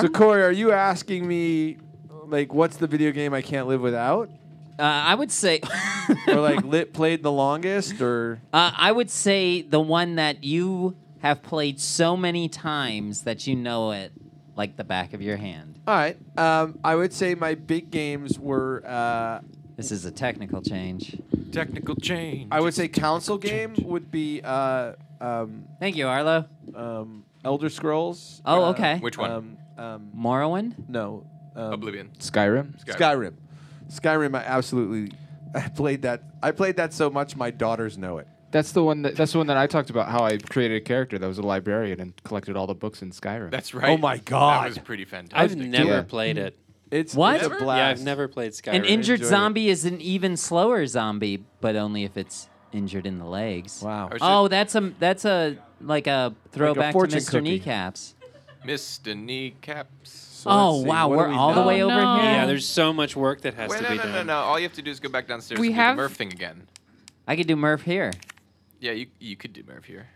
Speaker 9: So Corey, are you asking me like what's the video game I can't live without?
Speaker 2: Uh, I would say, <laughs>
Speaker 9: or like lit <laughs> played the longest or
Speaker 2: Uh, I would say the one that you have played so many times that you know it like the back of your hand.
Speaker 9: All right. Um, I would say my big games were uh,
Speaker 2: This is a technical change.
Speaker 5: Technical change.
Speaker 9: I would say console game would be uh, um,
Speaker 2: Thank you, Arlo.
Speaker 9: um, Elder Scrolls.
Speaker 2: Oh,
Speaker 9: uh,
Speaker 2: okay.
Speaker 5: Which one?
Speaker 9: Um, um,
Speaker 2: Morrowind?
Speaker 9: no. Um,
Speaker 5: Oblivion.
Speaker 11: Skyrim.
Speaker 9: Skyrim. Skyrim. I absolutely. I played that. I played that so much. My daughters know it.
Speaker 11: That's the one. That, that's the one that I talked about. How I created a character that was a librarian and collected all the books in Skyrim.
Speaker 5: That's right.
Speaker 9: Oh my God.
Speaker 5: That was pretty fantastic.
Speaker 7: I've never
Speaker 11: Yeah.
Speaker 7: played it.
Speaker 9: It's
Speaker 2: What?
Speaker 9: It's a
Speaker 2: Never?
Speaker 9: blast.
Speaker 7: Yeah, I've never played Skyrim.
Speaker 2: An injured zombie is an even slower zombie, but only if it's injured in the legs.
Speaker 9: Wow.
Speaker 5: was
Speaker 2: Oh, that's a that's a like a throwback to
Speaker 9: fortune
Speaker 2: Mr.
Speaker 9: cookie.
Speaker 2: Kneecaps.
Speaker 5: Mr. Kneecaps.
Speaker 9: So
Speaker 2: oh
Speaker 9: let's see,
Speaker 2: wow,
Speaker 9: what
Speaker 2: we're
Speaker 9: do we
Speaker 2: all the
Speaker 9: know?
Speaker 2: way over
Speaker 14: no.
Speaker 2: here.
Speaker 7: Yeah, there's so much work that has
Speaker 5: Wait,
Speaker 7: to
Speaker 5: no,
Speaker 7: be
Speaker 5: no,
Speaker 7: done.
Speaker 5: no, no. All you have to do is go back downstairs
Speaker 14: We
Speaker 5: and
Speaker 14: have-
Speaker 5: do the Murph thing again.
Speaker 2: I could do Murph here.
Speaker 5: Yeah, you, you could do Murph here.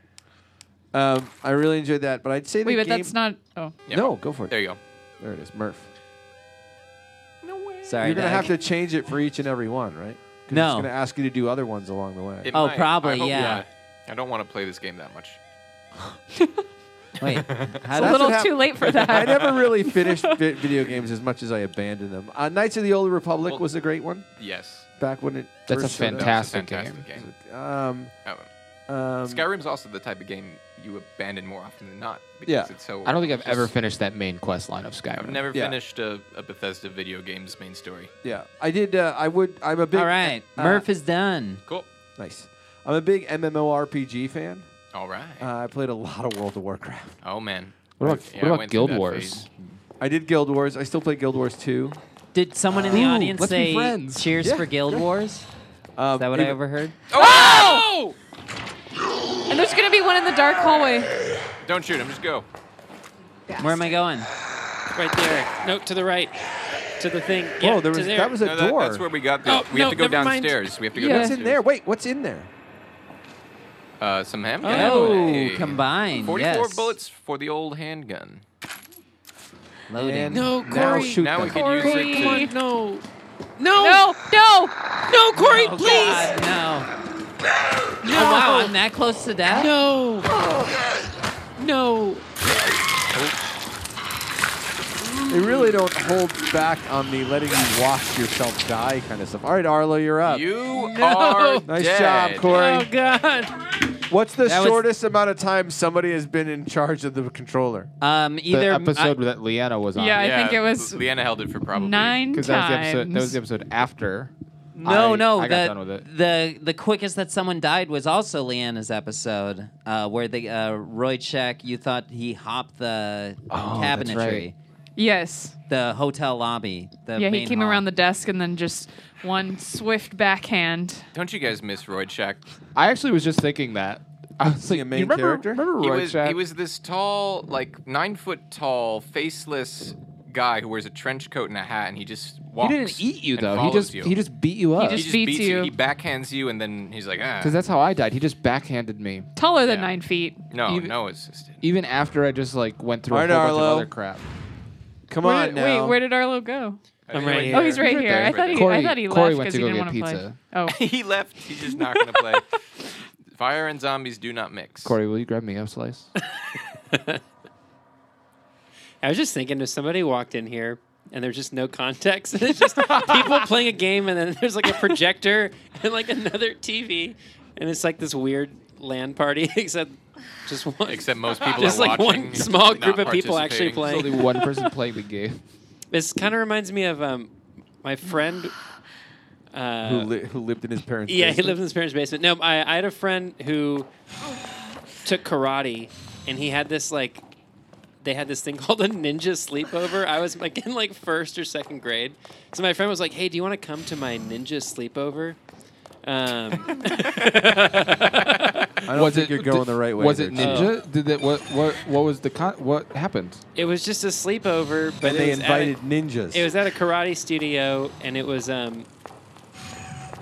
Speaker 9: Um, I really enjoyed that, but I'd say.
Speaker 14: Wait,
Speaker 9: the
Speaker 14: but
Speaker 9: game-
Speaker 14: that's not. Oh.
Speaker 5: Yeah.
Speaker 9: No, go for it.
Speaker 5: There you go.
Speaker 9: There it is, Murph.
Speaker 2: Sorry,
Speaker 9: You're gonna
Speaker 2: Doug.
Speaker 9: have to change it for each and every one, right? 'Cause
Speaker 2: No.
Speaker 9: It's gonna ask you to do other ones along the way.
Speaker 5: It
Speaker 2: Oh,
Speaker 5: might.
Speaker 2: probably,
Speaker 5: I hope
Speaker 2: yeah.
Speaker 5: not. I don't want to play this game that much.
Speaker 9: <laughs>
Speaker 2: Wait, how
Speaker 14: It's a
Speaker 2: does-
Speaker 9: what
Speaker 14: little
Speaker 9: hap-
Speaker 14: too
Speaker 2: <laughs>
Speaker 14: late for
Speaker 9: I
Speaker 14: that.
Speaker 9: never
Speaker 5: <laughs>
Speaker 9: really finished vi- video games as much as I abandoned them. Uh, Knights of the Old Republic
Speaker 5: Well-
Speaker 9: was a great one
Speaker 5: Yes.
Speaker 9: back when it.
Speaker 11: That's a
Speaker 9: first showed up.
Speaker 11: fantastic,
Speaker 5: fantastic
Speaker 11: game.
Speaker 5: game.
Speaker 9: Um,
Speaker 5: Oh.
Speaker 9: um,
Speaker 5: Skyrim's also the type of game you abandon more often than not because
Speaker 9: Yeah.
Speaker 5: it's so.
Speaker 11: I don't think I've
Speaker 5: just-
Speaker 11: ever finished that main quest line of Skyrim.
Speaker 5: I've never
Speaker 9: Yeah.
Speaker 5: finished a, a Bethesda video game's main story.
Speaker 9: Yeah, I did. Uh, I would. I'm a big.
Speaker 2: All right,
Speaker 9: uh,
Speaker 2: Murph is done.
Speaker 5: Cool.
Speaker 9: Nice. I'm a big MMORPG fan.
Speaker 5: All right.
Speaker 9: Uh, I played a lot of World of Warcraft.
Speaker 5: oh man.
Speaker 11: What about,
Speaker 5: Yeah, I
Speaker 11: what about
Speaker 5: went through
Speaker 11: Guild
Speaker 5: that
Speaker 11: Wars?
Speaker 5: phase.
Speaker 9: I did Guild Wars. I still play Guild Wars 2.
Speaker 2: Did someone in the
Speaker 11: Ooh,
Speaker 2: audience
Speaker 11: let's be
Speaker 2: say
Speaker 11: friends.
Speaker 2: cheers
Speaker 9: Yeah,
Speaker 2: for Guild Wars?
Speaker 9: Um,
Speaker 2: Is that what I
Speaker 9: even-
Speaker 2: overheard?
Speaker 5: Oh!
Speaker 14: and there's gonna be one in the dark hallway.
Speaker 5: Don't shoot him. Just go.
Speaker 2: Where am I going?
Speaker 7: Right there. No, to the right. To the thing.
Speaker 2: Oh,
Speaker 7: Yeah,
Speaker 9: Whoa, Oh, there
Speaker 7: to
Speaker 9: was
Speaker 7: there.
Speaker 9: that was a
Speaker 5: No, that-
Speaker 9: door.
Speaker 5: that's where we got. The,
Speaker 7: Oh,
Speaker 5: we have
Speaker 7: no,
Speaker 5: to go
Speaker 7: never mind.
Speaker 5: downstairs. We have to go
Speaker 14: Yeah.
Speaker 9: What's
Speaker 5: downstairs.
Speaker 9: in there? Wait, what's in there?
Speaker 5: Uh, some handgun.
Speaker 2: Oh,
Speaker 5: Hey.
Speaker 2: combined.
Speaker 5: 44
Speaker 2: yes.
Speaker 5: bullets for the old handgun.
Speaker 2: Loading. Oh,
Speaker 9: And
Speaker 7: No,
Speaker 9: now
Speaker 7: Corey.
Speaker 9: shoot
Speaker 5: now
Speaker 9: them.
Speaker 5: we can use
Speaker 14: Corey.
Speaker 5: it
Speaker 7: Come on,
Speaker 5: to.
Speaker 7: no.
Speaker 14: No.
Speaker 7: No.
Speaker 14: No.
Speaker 7: No, Corey,
Speaker 2: Oh, God,
Speaker 7: please.
Speaker 2: no.
Speaker 7: No.
Speaker 2: Oh, <laughs> wow, I'm that close to death?
Speaker 7: No. No.
Speaker 9: They really don't hold back on the letting you watch yourself die kind of stuff. All right, Arlo, you're up.
Speaker 5: You
Speaker 7: No.
Speaker 5: are
Speaker 9: nice
Speaker 5: dead.
Speaker 9: job, Corey.
Speaker 7: Oh, God.
Speaker 9: What's the
Speaker 2: That was-
Speaker 9: shortest amount of time somebody has been in charge of the controller?
Speaker 2: Um, either
Speaker 11: the
Speaker 2: I-
Speaker 11: episode that Leanna was on.
Speaker 14: Yeah, I think it was
Speaker 5: Leanna held it for probably
Speaker 14: Nine
Speaker 11: because
Speaker 14: times.
Speaker 11: that was the episode. That was the episode after.
Speaker 2: no,
Speaker 11: I-
Speaker 2: no.
Speaker 11: I
Speaker 2: the,
Speaker 11: got done with it.
Speaker 2: the the quickest that someone died was also Leanna's episode, uh, where the uh, Roy Check, you thought he hopped the
Speaker 11: Oh, that's
Speaker 2: cabinetry.
Speaker 11: right.
Speaker 14: Yes.
Speaker 2: The hotel lobby. The
Speaker 14: yeah, he
Speaker 2: main
Speaker 14: came
Speaker 2: hall.
Speaker 14: around the desk and then just one swift backhand.
Speaker 5: Don't you guys miss Roy Shack?
Speaker 11: I actually was just thinking that. I was like,
Speaker 9: a main
Speaker 11: you remember,
Speaker 9: character?
Speaker 11: Remember
Speaker 5: He
Speaker 11: Roy
Speaker 5: was, he was this tall, like nine foot tall, faceless guy who wears a trench coat and a hat, and he just walks.
Speaker 11: didn't eat you
Speaker 5: and
Speaker 11: though. He
Speaker 5: follows
Speaker 11: just
Speaker 5: you.
Speaker 11: he just beat you up.
Speaker 14: just beats you.
Speaker 5: He backhands you, and then he's like, ah.
Speaker 11: Because that's how I died. He just backhanded me.
Speaker 14: Taller than nine feet.
Speaker 5: no,
Speaker 11: even-
Speaker 5: no assistant.
Speaker 11: Even after I just like went through
Speaker 9: All right,
Speaker 11: a whole bunch
Speaker 9: Arlo.
Speaker 11: of other crap.
Speaker 9: Come
Speaker 14: Where
Speaker 9: on
Speaker 14: did-
Speaker 9: now.
Speaker 14: Wait, where did Arlo go?
Speaker 7: I'm right here.
Speaker 14: Oh, he's right,
Speaker 11: He's right
Speaker 14: here.
Speaker 11: there.
Speaker 14: I
Speaker 5: <laughs>
Speaker 14: thought he, I
Speaker 11: Corey-
Speaker 14: thought he
Speaker 11: Corey
Speaker 14: left
Speaker 11: went
Speaker 14: because
Speaker 11: to
Speaker 14: he
Speaker 11: go
Speaker 14: didn't want
Speaker 11: get
Speaker 14: to play.
Speaker 11: pizza.
Speaker 14: Oh,
Speaker 5: he left. He's just not gonna
Speaker 11: <laughs>
Speaker 5: play. Fire and zombies do not mix.
Speaker 11: Corey, will you grab me a slice?
Speaker 7: I was just thinking if somebody walked in here and there's just no context, <laughs> it's just people playing a game and then there's like a projector <laughs> and like another TV and it's like this weird land party <laughs> except just one
Speaker 5: Except most people
Speaker 7: <laughs> just
Speaker 5: are
Speaker 7: like
Speaker 5: watching,
Speaker 7: one small
Speaker 5: not
Speaker 7: group of people actually
Speaker 5: participating.
Speaker 11: There's
Speaker 7: playing.
Speaker 11: only one person playing the game.
Speaker 7: <laughs> This kind of reminds me of um, my friend. Uh,
Speaker 9: who, li- who lived in his parents'
Speaker 7: yeah, he
Speaker 9: basement?
Speaker 7: lived in his parents' basement. No, I, I had a friend who took karate, and he had this like, they had this thing <laughs> called a ninja sleepover. I was like in like first or second grade, so my friend was like, "Hey, do you want to come to my ninja sleepover?"
Speaker 11: <laughs>
Speaker 7: Um,
Speaker 9: I don't think you're going the right way.
Speaker 11: Was
Speaker 9: there,
Speaker 11: it
Speaker 9: Jim.
Speaker 11: ninja? Did that? What? What? What was the? Con- what happened?
Speaker 7: it was just a sleepover, but
Speaker 9: And
Speaker 7: it
Speaker 9: they
Speaker 7: was at
Speaker 9: invited
Speaker 7: a-
Speaker 9: ninjas.
Speaker 7: It was at a karate studio, and it was um,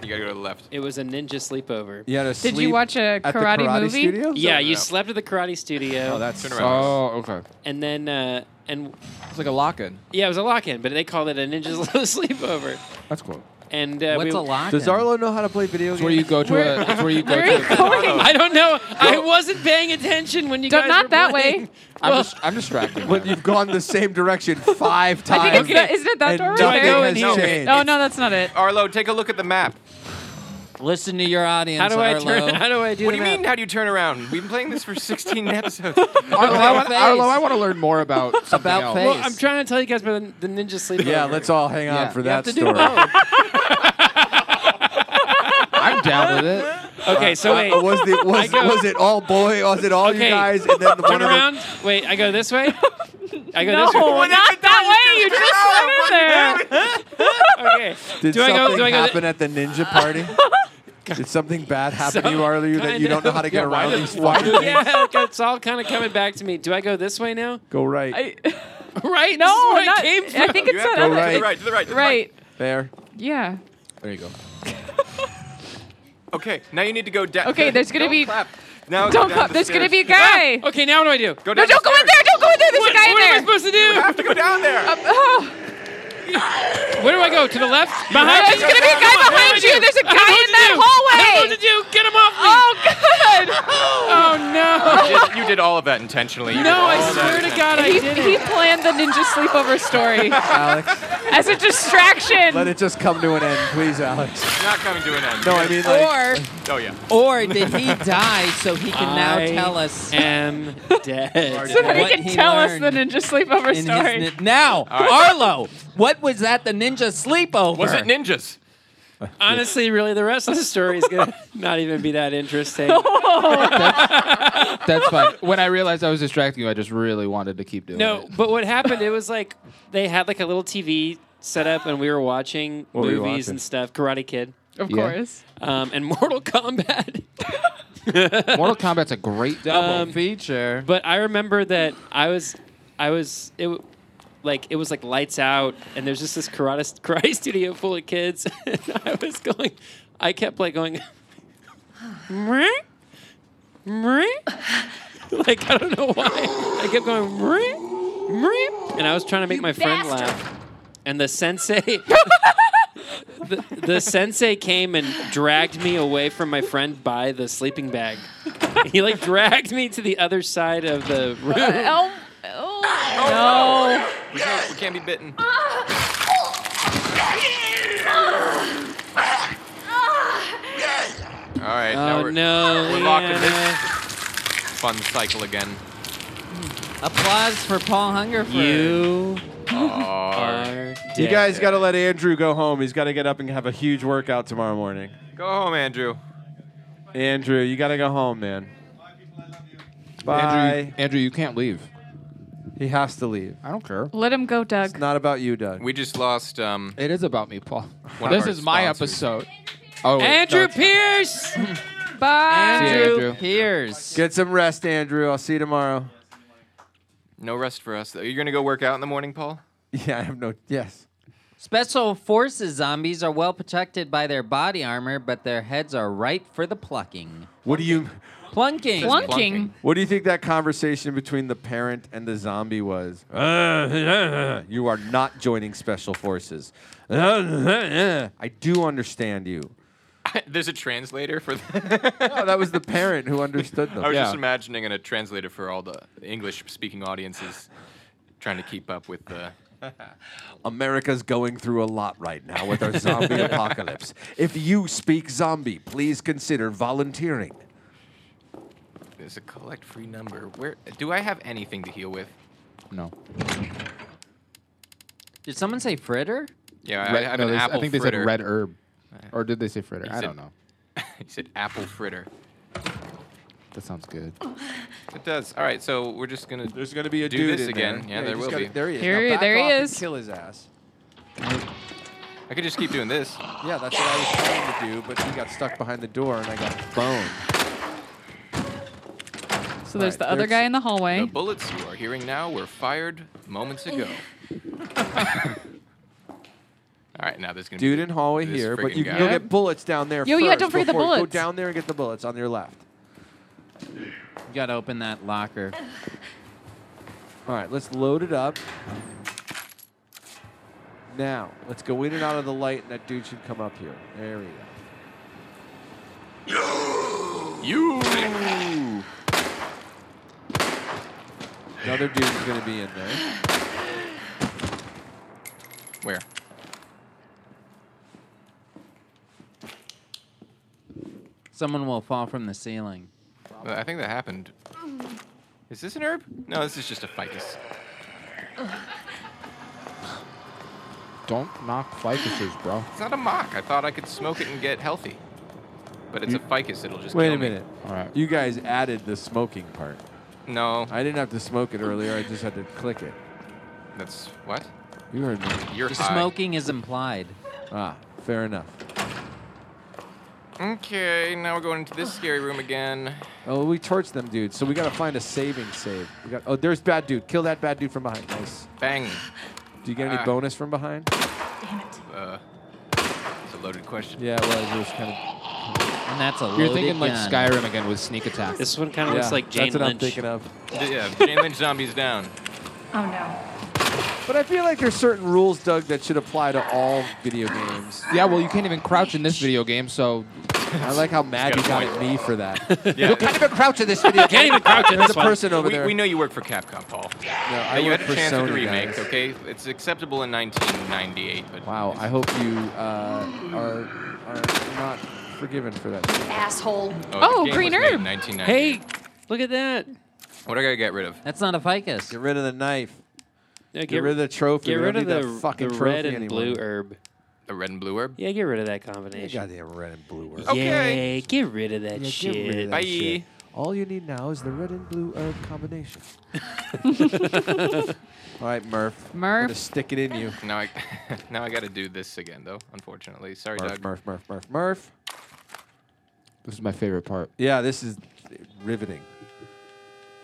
Speaker 5: You gotta go to the left.
Speaker 7: it was a ninja sleepover.
Speaker 9: You had to
Speaker 14: Did you
Speaker 9: sleep
Speaker 14: watch a
Speaker 9: at the
Speaker 14: karate movie?
Speaker 9: Studio?
Speaker 7: Yeah, you slept at the karate studio.
Speaker 9: Oh, that's
Speaker 5: Turn around.
Speaker 11: Oh, okay.
Speaker 7: and then uh, and
Speaker 11: It's like a lock-in.
Speaker 7: yeah, it was a lock-in, but they called it a ninja <laughs> sleepover.
Speaker 11: That's cool.
Speaker 7: And uh,
Speaker 2: What's
Speaker 7: we,
Speaker 2: a lot?
Speaker 9: Does Arlo know how to play video
Speaker 11: It's
Speaker 9: games?
Speaker 11: where you go to a. It's where you go
Speaker 14: where
Speaker 11: to.
Speaker 14: are you
Speaker 11: a-
Speaker 14: going?
Speaker 7: <laughs> I don't know. I wasn't paying attention when you
Speaker 14: Don't-
Speaker 7: guys
Speaker 14: not
Speaker 7: were
Speaker 14: that way.
Speaker 7: playing.
Speaker 11: I'm,
Speaker 7: Well,
Speaker 11: just, I'm distracted.
Speaker 9: When you've gone the same direction five times.
Speaker 14: I think it's that, <laughs> isn't it that
Speaker 9: and
Speaker 14: door right
Speaker 9: nothing
Speaker 14: there?
Speaker 9: has
Speaker 7: in here?
Speaker 9: changed.
Speaker 14: Oh no, that's not it.
Speaker 5: Arlo, take a look at the map.
Speaker 2: Listen to your audience,
Speaker 7: how do I
Speaker 2: Arlo.
Speaker 7: turn? <laughs> How do I do?
Speaker 5: what
Speaker 7: the
Speaker 5: do you
Speaker 7: map?
Speaker 5: mean? How do you turn around? We've been playing
Speaker 7: <laughs>
Speaker 5: this for 16 episodes.
Speaker 11: Arlo, I want,
Speaker 2: face.
Speaker 11: Arlo, I want to learn more about
Speaker 2: <laughs>
Speaker 11: something
Speaker 2: About
Speaker 11: else.
Speaker 2: face.
Speaker 7: Well, I'm trying to tell you guys about the the ninja sleepover.
Speaker 9: Yeah, let's all hang on
Speaker 11: Yeah.
Speaker 9: for
Speaker 11: You
Speaker 9: that
Speaker 11: have to do
Speaker 9: story.
Speaker 7: Oh,
Speaker 11: I'm down with it.
Speaker 14: <laughs>
Speaker 7: Okay, so wait.
Speaker 9: Uh, was, the, was,
Speaker 7: go-
Speaker 9: was it all boy? Was it all you
Speaker 7: Okay.
Speaker 9: guys? And then the
Speaker 7: Turn
Speaker 9: one of
Speaker 7: around. Wait, I go this way. I go
Speaker 14: No,
Speaker 7: this way.
Speaker 14: not that way. You just went in there.
Speaker 7: <laughs> Okay.
Speaker 9: the, did
Speaker 7: do I go-
Speaker 9: something
Speaker 7: do I go
Speaker 9: happen at the
Speaker 7: <laughs>
Speaker 9: ninja party? did something bad happen to you,
Speaker 7: Some
Speaker 9: Arlo, that
Speaker 7: kind
Speaker 9: you don't know
Speaker 7: of-
Speaker 9: how to get
Speaker 7: Yeah, why
Speaker 9: around
Speaker 7: did-
Speaker 9: these fucking things?
Speaker 7: yeah, it's all kind of coming back to me. Do I go this way now? <laughs>
Speaker 9: Go right.
Speaker 7: Right?
Speaker 14: No,
Speaker 7: this is where
Speaker 14: not,
Speaker 7: I came from.
Speaker 14: I think it's
Speaker 5: have
Speaker 14: that
Speaker 5: to
Speaker 9: go
Speaker 5: To
Speaker 14: other.
Speaker 5: the
Speaker 9: right.
Speaker 5: right, to the right, to the right.
Speaker 14: Right.
Speaker 9: there.
Speaker 14: Yeah.
Speaker 9: There you go.
Speaker 5: Okay, now you need to go down.
Speaker 14: Okay, there's gonna
Speaker 5: Don't
Speaker 14: be-
Speaker 5: Clap. Now go
Speaker 14: Don't
Speaker 5: down
Speaker 14: come.
Speaker 5: the
Speaker 14: There's gonna
Speaker 5: stairs.
Speaker 14: be a guy.
Speaker 7: Ah, Okay, now what do I do?
Speaker 5: Go
Speaker 14: No,
Speaker 5: down
Speaker 14: don't go in there. Don't go in there. There's
Speaker 7: What,
Speaker 14: a guy in
Speaker 7: what am I
Speaker 14: there.
Speaker 7: supposed
Speaker 14: <laughs>
Speaker 7: to do?
Speaker 5: have to go down there.
Speaker 7: Where do I go? To the left?
Speaker 14: Yeah,
Speaker 7: Behind
Speaker 14: There's gonna be a guy behind you. There's a guy
Speaker 7: I
Speaker 14: in
Speaker 7: don't know what to
Speaker 14: that
Speaker 7: do.
Speaker 14: hallway.
Speaker 7: I don't know what to do. Get him off me.
Speaker 14: Oh God.
Speaker 7: <laughs> Oh,
Speaker 14: <laughs>
Speaker 7: no.
Speaker 5: You did- you did all of that intentionally. You did
Speaker 7: No,
Speaker 5: all
Speaker 7: I
Speaker 5: of that
Speaker 7: swear to God, I
Speaker 14: He,
Speaker 7: did
Speaker 14: he
Speaker 7: it.
Speaker 14: planned the ninja sleepover
Speaker 7: <laughs>
Speaker 14: story
Speaker 9: Alex,
Speaker 14: as a distraction.
Speaker 9: let it just come to an end, please, Alex.
Speaker 5: It's not coming to an end.
Speaker 9: No, I mean, like,
Speaker 14: or
Speaker 5: Oh yeah.
Speaker 2: Or did he die so he can now
Speaker 7: I
Speaker 2: tell us
Speaker 7: am dead.
Speaker 14: so that he
Speaker 2: What
Speaker 14: can
Speaker 2: he
Speaker 14: tell us the
Speaker 2: learned
Speaker 14: ninja sleepover
Speaker 2: <laughs> in
Speaker 14: story.
Speaker 2: his nin- now, Arlo? What was that? The ninja sleepover?
Speaker 5: Was it ninjas?
Speaker 7: Honestly, really, the rest of the story is
Speaker 14: <laughs>
Speaker 7: gonna not even be that interesting.
Speaker 11: That's fine. When I realized I was distracting you, I just really wanted to keep doing
Speaker 7: No,
Speaker 11: it.
Speaker 7: but what happened? It was like they had like a little TV set up, and we were watching
Speaker 9: What were
Speaker 7: movies
Speaker 9: you watching?
Speaker 7: and stuff. Karate Kid,
Speaker 14: Of
Speaker 11: Yeah.
Speaker 14: course.
Speaker 7: um, and <laughs> Mortal Kombat.
Speaker 11: Mortal Kombat's a
Speaker 9: <laughs>
Speaker 11: great double
Speaker 7: Um,
Speaker 11: feature.
Speaker 7: But I remember that I was, I was, it, w- like it was like lights out, and there's just this karate <laughs> karate studio full of kids, <laughs> and I was going, I kept like going, <laughs> "Mrrr, mrrr." like I don't know why, I kept going, "Mrrr, mrrr," and I was trying to make my friend
Speaker 14: bastard.
Speaker 7: laugh, and the sensei.
Speaker 14: <laughs>
Speaker 7: The, the sensei came and dragged me away from my friend by the sleeping bag. He like dragged me to the other side of the room.
Speaker 14: <laughs> Oh, oh
Speaker 5: We can't, we can't be bitten. All right. now
Speaker 7: Oh
Speaker 5: we're,
Speaker 7: no!
Speaker 5: We're locked in
Speaker 7: Leanna.
Speaker 5: this fun cycle again.
Speaker 2: Applause for Paul Hungerford.
Speaker 7: You
Speaker 5: Arr.
Speaker 7: are. Dead.
Speaker 9: You guys got to let Andrew go home. He's got to get up and have a huge workout tomorrow morning.
Speaker 5: Go home, Andrew.
Speaker 9: Andrew, you got to go home, man. Bye.
Speaker 11: Andrew, Andrew, you can't leave.
Speaker 9: He has to leave.
Speaker 11: I don't care.
Speaker 14: Let him go, Doug.
Speaker 9: It's not about you, Doug.
Speaker 5: We just lost. Um,
Speaker 11: it is about me, Paul.
Speaker 5: one of
Speaker 11: this
Speaker 5: our
Speaker 11: is my
Speaker 5: sponsors.
Speaker 11: episode. Oh, wait,
Speaker 7: Andrew
Speaker 11: no,
Speaker 7: Pierce.
Speaker 14: Bye.
Speaker 11: See you, Andrew.
Speaker 2: Pierce.
Speaker 9: Get some rest, Andrew. I'll see you tomorrow. <laughs>
Speaker 5: No rest for us. though. You're gonna go work out in the morning, Paul.
Speaker 9: Yeah, I have no. Yes.
Speaker 2: Special forces zombies are well protected by their body armor, but their heads are ripe for the plucking.
Speaker 9: What do you
Speaker 2: Plunking.
Speaker 14: Plunking.
Speaker 9: What do you think that conversation between the parent and the
Speaker 5: <laughs>
Speaker 9: zombie was? you are not joining
Speaker 5: <laughs>
Speaker 9: special forces. I do understand you.
Speaker 5: There's a translator for. The- <laughs>
Speaker 9: No, that was the parent who understood them.
Speaker 5: I was just imagining a translator for all the English-speaking audiences, trying to keep up with the.
Speaker 9: America's going through a lot right now with our zombie apocalypse. If you speak zombie, please consider volunteering.
Speaker 5: There's a collect free number. Where do I have anything to heal with?
Speaker 11: No.
Speaker 2: Did someone say fritter?
Speaker 5: Yeah, I- I
Speaker 11: Red-
Speaker 5: have
Speaker 11: no,
Speaker 5: an
Speaker 11: they s-
Speaker 5: apple
Speaker 11: I think they
Speaker 5: fritter. <laughs>
Speaker 11: said red herb. Or did they say fritter?
Speaker 5: You
Speaker 11: I
Speaker 5: said-
Speaker 11: don't know.
Speaker 5: you said apple fritter.
Speaker 11: That sounds good.
Speaker 5: It does. All right, so we're just gonna.
Speaker 9: There's gonna be a
Speaker 5: do
Speaker 9: dude
Speaker 5: this
Speaker 9: in
Speaker 5: again.
Speaker 9: there.
Speaker 5: Yeah,
Speaker 9: Yeah,
Speaker 5: there
Speaker 9: you just
Speaker 5: will
Speaker 9: gotta-
Speaker 5: be.
Speaker 9: there he is.
Speaker 14: Here,
Speaker 9: Now back
Speaker 14: there he
Speaker 9: off and
Speaker 14: is.
Speaker 9: Kill his ass.
Speaker 5: I could just keep doing this.
Speaker 9: Yeah, that's what I was trying to do, but he got stuck behind the door and I got phone.
Speaker 14: So there's
Speaker 9: Right,
Speaker 14: the other
Speaker 9: there's
Speaker 14: guy in the hallway.
Speaker 5: The bullets you are hearing now were fired moments ago. All right, now there's gonna
Speaker 9: Dude
Speaker 5: be
Speaker 9: in hallway
Speaker 5: this
Speaker 9: here, but
Speaker 5: friggin'
Speaker 9: you can
Speaker 5: guy.
Speaker 9: go get bullets down there.
Speaker 14: Yo,
Speaker 9: first
Speaker 14: yeah, don't forget the
Speaker 9: before you
Speaker 14: bullets.
Speaker 9: Go down there and get the bullets on your left.
Speaker 2: You gotta open that locker.
Speaker 9: All right, let's load it up. Now, let's go in and out of the light, and that dude should come up here. There we go.
Speaker 5: You.
Speaker 9: Another dude's gonna be in there.
Speaker 5: Where?
Speaker 2: Someone will fall from the ceiling.
Speaker 5: Well, I think that happened. Is this an herb? No, this is just a ficus.
Speaker 11: Don't knock ficuses, bro.
Speaker 5: It's not a mock. I thought I could smoke it and get healthy, but it's a ficus. It'll just
Speaker 9: Wait
Speaker 5: kill
Speaker 9: a
Speaker 5: me.
Speaker 9: minute.
Speaker 11: All right.
Speaker 9: You guys added the smoking part.
Speaker 5: No,
Speaker 9: I didn't have to smoke it earlier. I just had to click it.
Speaker 5: that's what.
Speaker 9: You heard me.
Speaker 5: You're
Speaker 2: The
Speaker 5: high.
Speaker 2: smoking is implied.
Speaker 9: Ah, fair enough.
Speaker 5: Okay, now we're going into this scary room again.
Speaker 9: Oh, we torched them, dude. So we gotta find a saving save. We got. Oh, there's bad dude. Kill that bad dude from behind. Nice.
Speaker 5: Bang.
Speaker 9: Do you get any
Speaker 5: Ah.
Speaker 9: bonus from behind?
Speaker 5: Uh, it's a loaded question.
Speaker 9: Yeah, well, it was kind of.
Speaker 2: And that's a
Speaker 11: You're
Speaker 2: loaded
Speaker 11: thinking like
Speaker 2: gun.
Speaker 11: Skyrim again with sneak attack.
Speaker 7: This one kind of
Speaker 9: yeah,
Speaker 7: looks like Jane
Speaker 9: That's what I'm
Speaker 7: Lynch.
Speaker 9: thinking of.
Speaker 5: D- Yeah, Jane Lynch zombies
Speaker 9: <laughs>
Speaker 5: down.
Speaker 6: Oh no.
Speaker 9: But I feel like there's certain rules, Doug, that should apply to all video games.
Speaker 11: Yeah, well, you can't even crouch in this video game, so
Speaker 9: I like how mad you
Speaker 5: <laughs> He's got
Speaker 9: got
Speaker 5: a
Speaker 9: at me
Speaker 5: <laughs>
Speaker 9: for that.
Speaker 5: Yeah.
Speaker 9: You can't even crouch in this video game.
Speaker 7: Can't even crouch in
Speaker 9: There's
Speaker 7: this
Speaker 9: a
Speaker 7: one.
Speaker 9: person over
Speaker 5: we,
Speaker 9: there.
Speaker 5: we know you work for Capcom, Paul.
Speaker 9: No,
Speaker 5: Now,
Speaker 9: I
Speaker 5: you
Speaker 9: work
Speaker 5: had a chance
Speaker 9: Sony,
Speaker 5: at the remake,
Speaker 9: guys.
Speaker 5: okay? It's acceptable in 1998, but
Speaker 9: Wow, I hope you uh, are are not forgiven for that.
Speaker 6: Asshole.
Speaker 14: Oh,
Speaker 5: the game
Speaker 14: green
Speaker 5: was made
Speaker 14: herb.
Speaker 5: in 1998.
Speaker 7: Hey, look at that.
Speaker 5: what do I gotta get rid of?
Speaker 2: That's not a ficus.
Speaker 9: Get rid of the knife.
Speaker 7: Yeah,
Speaker 9: Get, rid of the trophy.
Speaker 7: get
Speaker 9: We
Speaker 7: rid
Speaker 9: don't
Speaker 7: of
Speaker 9: need
Speaker 7: the,
Speaker 9: that fucking
Speaker 7: the
Speaker 9: trophy
Speaker 7: red and
Speaker 9: anymore.
Speaker 7: blue herb.
Speaker 5: The red and blue herb.
Speaker 7: Yeah, get rid of that combination.
Speaker 9: Goddamn red and blue. herb.
Speaker 5: Okay.
Speaker 7: Yeah, get rid of that
Speaker 9: Yeah,
Speaker 7: shit.
Speaker 9: get rid of that
Speaker 5: Bye.
Speaker 9: shit. All you need now is the red and blue herb combination. All right, Murph. I'm gonna
Speaker 14: Murph.
Speaker 9: stick it in you.
Speaker 5: Now I, <laughs> now I gotta do this again, though. Unfortunately, sorry,
Speaker 9: Murph,
Speaker 5: Doug.
Speaker 9: Murph, Murph, Murph, Murph.
Speaker 11: this is my favorite part.
Speaker 9: Yeah, this is riveting.